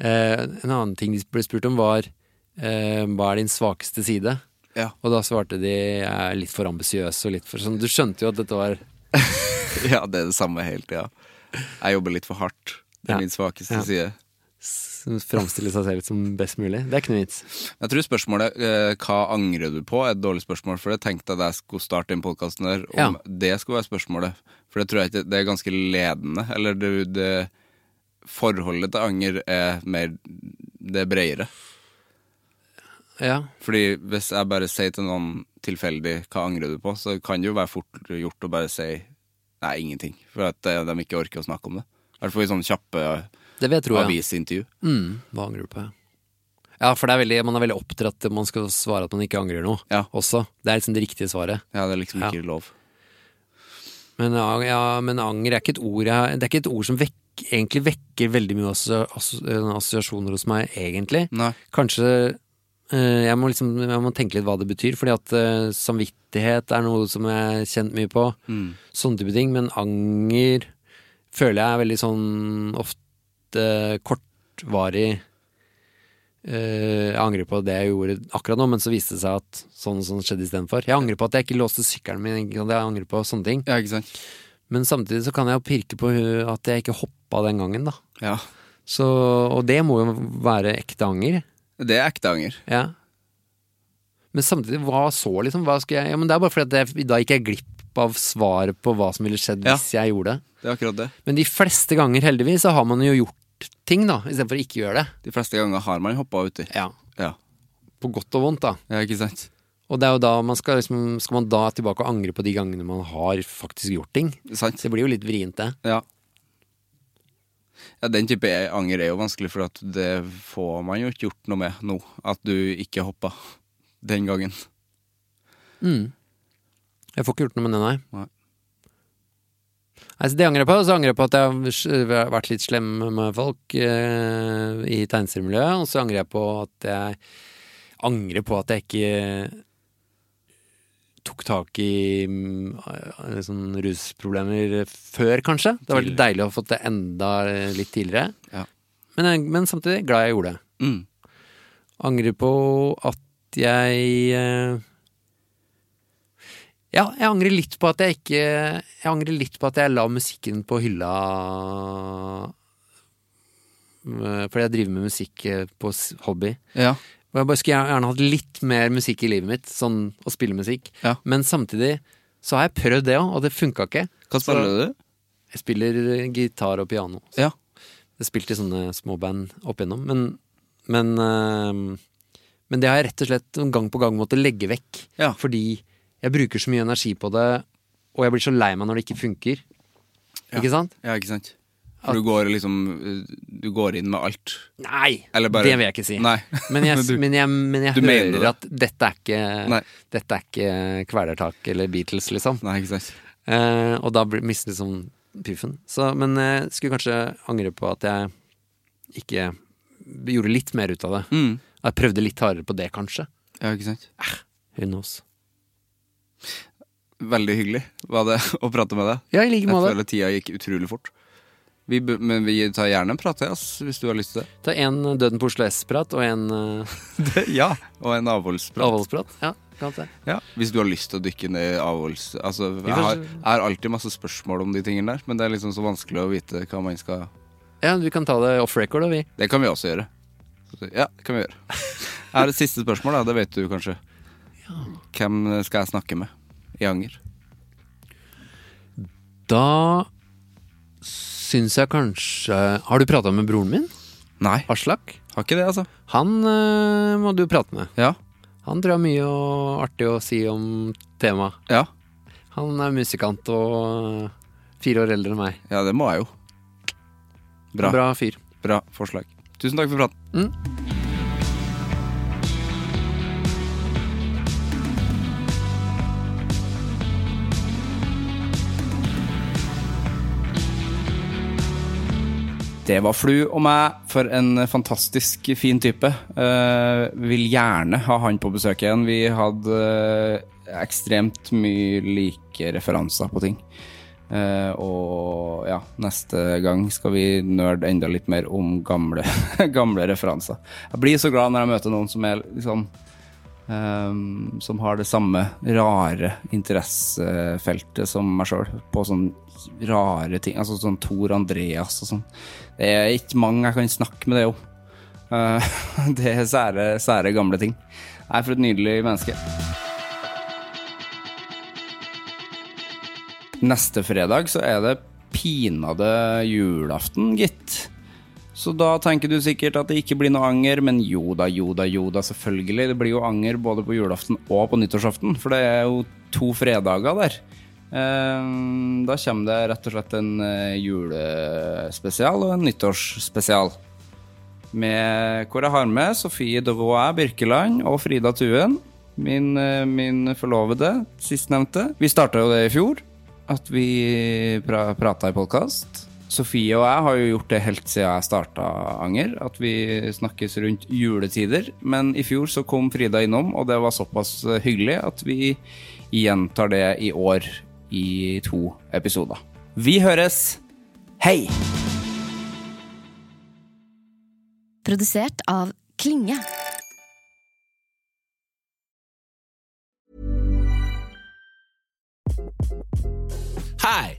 Speaker 2: Eh, en annen ting de ble spurt om, var eh, hva er din svakeste side?
Speaker 1: Ja.
Speaker 2: Og da svarte de jeg er litt for ambisiøs og litt for sånn. Du skjønte jo at dette var
Speaker 1: ja, det er det samme hele tida. Jeg jobber litt for hardt. Det
Speaker 2: Ja.
Speaker 1: er min svakeste
Speaker 2: Ja.
Speaker 1: side.
Speaker 2: s- framstille seg selv som best mulig. Det er ikke noe vits.
Speaker 1: Jeg tror spørsmålet eh, 'Hva angrer du på?' er et dårlig spørsmål, for jeg tenkte at jeg skulle starte den podkasten der om
Speaker 2: Ja.
Speaker 1: det skulle være spørsmålet. For det tror jeg ikke Det er ganske ledende. Eller det, det Forholdet til anger er mer Det er bredere.
Speaker 2: Ja.
Speaker 1: Fordi hvis jeg bare sier til noen tilfeldig 'Hva angrer du på?', så kan det jo være fort gjort å bare si 'Nei, ingenting'. For at eh, de ikke orker å snakke om det. I hvert fall i sånne kjappe
Speaker 2: Det vil jeg tro, ja.
Speaker 1: avisintervju.
Speaker 2: Mm, hva angrer du på? ja? Ja, for det er veldig, man er veldig oppdratt til at man skal svare at man ikke angrer noe
Speaker 1: Ja.
Speaker 2: også. Det er liksom det riktige svaret.
Speaker 1: Ja, det er liksom
Speaker 2: Ja.
Speaker 1: ikke lov.
Speaker 2: Men, ja, ja, men anger er ikke et ord, jeg, det er ikke et ord som vekk, egentlig vekker veldig mye asso- asso- eh, assosiasjoner hos meg, egentlig.
Speaker 1: Nei.
Speaker 2: Kanskje eh, jeg, må liksom, jeg må tenke litt hva det betyr, fordi at eh, samvittighet er noe som jeg er kjent mye på. Sånne type ting. Men anger føler jeg er veldig sånn ofte kortvarig. Eh, jeg angrer på det jeg gjorde akkurat nå, men så viste det seg at sånn og sånn skjedde istedenfor. Jeg angrer på at jeg ikke låste sykkelen min, ikke sant? jeg angrer på sånne ting.
Speaker 1: Ja, ikke sant?
Speaker 2: Men samtidig så kan jeg jo pirke på hu- at jeg ikke hoppa den gangen, da.
Speaker 1: Ja.
Speaker 2: Så, og det må jo være ekte anger.
Speaker 1: Det er ekte anger.
Speaker 2: Ja. Men samtidig, hva så, liksom? Hva skulle jeg, ja, men det er bare fordi at jeg, da gikk jeg glipp av svaret på hva som ville skjedd
Speaker 1: Ja.
Speaker 2: hvis jeg gjorde det.
Speaker 1: Det er akkurat det.
Speaker 2: Men de fleste ganger, heldigvis, så har man jo gjort ting, da, istedenfor å ikke gjøre det.
Speaker 1: De fleste ganger har man hoppa uti.
Speaker 2: Ja.
Speaker 1: Ja.
Speaker 2: På godt og vondt, da.
Speaker 1: ja, ikke sant?
Speaker 2: Og det er jo da man skal liksom Skal man da tilbake og angre på de gangene man har faktisk gjort ting?
Speaker 1: Sant?
Speaker 2: Så det blir jo litt vrient, det.
Speaker 1: Ja. ja. Den type anger er jo vanskelig, for at det får man jo ikke gjort noe med nå. At du ikke hoppa den gangen.
Speaker 2: Jeg får ikke gjort noe med det, nei.
Speaker 1: Nei.
Speaker 2: Nei, så Det angrer jeg på. Og så angrer jeg på at jeg har s- vært litt slem med folk eh, i tegneseriemiljøet. Og så angrer jeg på at jeg angrer på at jeg ikke tok tak i mm, eh, sånn rusproblemer før, kanskje. Det hadde vært deilig å ha fått det enda litt tidligere.
Speaker 1: Ja.
Speaker 2: Men, jeg- men samtidig glad jeg gjorde det.
Speaker 1: Mm.
Speaker 2: Angrer på at jeg eh, Ja, jeg angrer litt på at jeg ikke Jeg angrer litt på at jeg la musikken på hylla eh, Fordi jeg driver med musikk eh, på s- hobby.
Speaker 1: Ja.
Speaker 2: Og jeg bare skulle gjerne- gjerne hatt litt mer musikk i livet mitt, sånn å spille musikk.
Speaker 1: Ja.
Speaker 2: Men samtidig så har jeg prøvd det òg, og det funka ikke.
Speaker 1: Hva spiller du?
Speaker 2: Jeg spiller eh, gitar og piano.
Speaker 1: Ja.
Speaker 2: Jeg spilte i sånne små band opp igjennom, men men, eh, men det har jeg rett og slett gang på gang måttet legge vekk.
Speaker 1: Ja.
Speaker 2: Fordi jeg bruker så mye energi på det, og jeg blir så lei meg når det ikke funker. Ikke sant?
Speaker 1: Ja, ikke sant? For du går liksom eh, Du går inn med alt.
Speaker 2: Nei!
Speaker 1: Eller bare-
Speaker 2: Det vil jeg ikke si.
Speaker 1: Nei.
Speaker 2: Men jeg,
Speaker 1: Men du-
Speaker 2: men jeg, men jeg
Speaker 1: du
Speaker 2: hører
Speaker 1: mener det.
Speaker 2: at dette er ikke
Speaker 1: Nei.
Speaker 2: Dette er ikke Kvelertak eller Beatles, liksom.
Speaker 1: Nei, ikke sant?
Speaker 2: Eh, og da blir- mister jeg sånn piffen. Så, men jeg skulle kanskje angre på at jeg ikke gjorde litt mer ut av det.
Speaker 1: Mm.
Speaker 2: Jeg prøvde litt hardere på det, kanskje.
Speaker 1: Ja, ikke sant?
Speaker 2: Who knows?
Speaker 1: Veldig hyggelig var det å prate med deg.
Speaker 2: Ja, i like
Speaker 1: Jeg
Speaker 2: måte.
Speaker 1: føler tida gikk utrolig fort. Vi, bu- men vi tar gjerne en prat, ass, hvis du har lyst til det.
Speaker 2: Ta en eh, Døden på Oslo S-prat og en uh,
Speaker 1: ja, og en avholdsprat.
Speaker 2: avholdsprat. Ja, kan det.
Speaker 1: Ja. Hvis du har lyst til å dykke ned i avholds... Altså, jeg,
Speaker 2: får
Speaker 1: har,
Speaker 2: se.
Speaker 1: jeg har alltid masse spørsmål om de tingene der, men det er liksom så vanskelig å vite hva man skal
Speaker 2: ja, vi kan ta det off record, da, vi.
Speaker 1: Det kan vi også gjøre. Ja, det kan vi gjøre. Jeg har et siste spørsmål, da. Det vet du kanskje. Hvem skal jeg snakke med i Anger?
Speaker 2: Da syns jeg kanskje Har du prata med broren min?
Speaker 1: Nei,
Speaker 2: Aslak?
Speaker 1: har ikke det, altså.
Speaker 2: Han eh, må du prate med.
Speaker 1: Ja.
Speaker 2: Han tror jeg har mye å- artig å si om temaet.
Speaker 1: Ja,
Speaker 2: Han er musikant og eh, fire år eldre enn meg.
Speaker 1: ja det må jeg jo. Bra.
Speaker 2: Bra fyr.
Speaker 1: Bra forslag. Tusen takk for praten.
Speaker 5: Det var Flu og meg for en fantastisk fin type. Eh, vil gjerne ha han på besøk igjen. Vi hadde eh, ekstremt mye like referanser på ting.
Speaker 1: Eh, og ja, neste gang skal vi nerde enda litt mer om gamle, gamle referanser. Jeg blir så glad når jeg møter noen som er liksom eh, Som har det samme rare interessefeltet som meg sjøl, på sånne rare ting. Altså sånn Tor Andreas og sånn. Det er ikke mange jeg kan snakke med det om. Eh, det er sære, sære gamle ting. Jeg er for et nydelig menneske. Neste fredag så er det pinadø julaften, gitt. Så da tenker du sikkert at det ikke blir noe anger, men jo da, jo da, jo da, selvfølgelig. Det blir jo anger både på julaften og på nyttårsaften, for det er jo to fredager der. Eh, Da kommer det rett og slett en eh, julespesial og en nyttårsspesial. Med, hvor jeg har med Sofie Devois Birkeland og Frida Tuen. Min, eh, min forlovede, sistnevnte. Vi starta jo det i fjor, at vi pra prata i podkast. Sofie og jeg har jo gjort det helt siden jeg starta Anger, at vi snakkes rundt juletider. Men i fjor så kom Frida innom, og det var såpass eh, hyggelig at vi gjentar det i år i to episoder. Vi høres! Hei!
Speaker 6: Produsert av Klinge.
Speaker 7: Hi,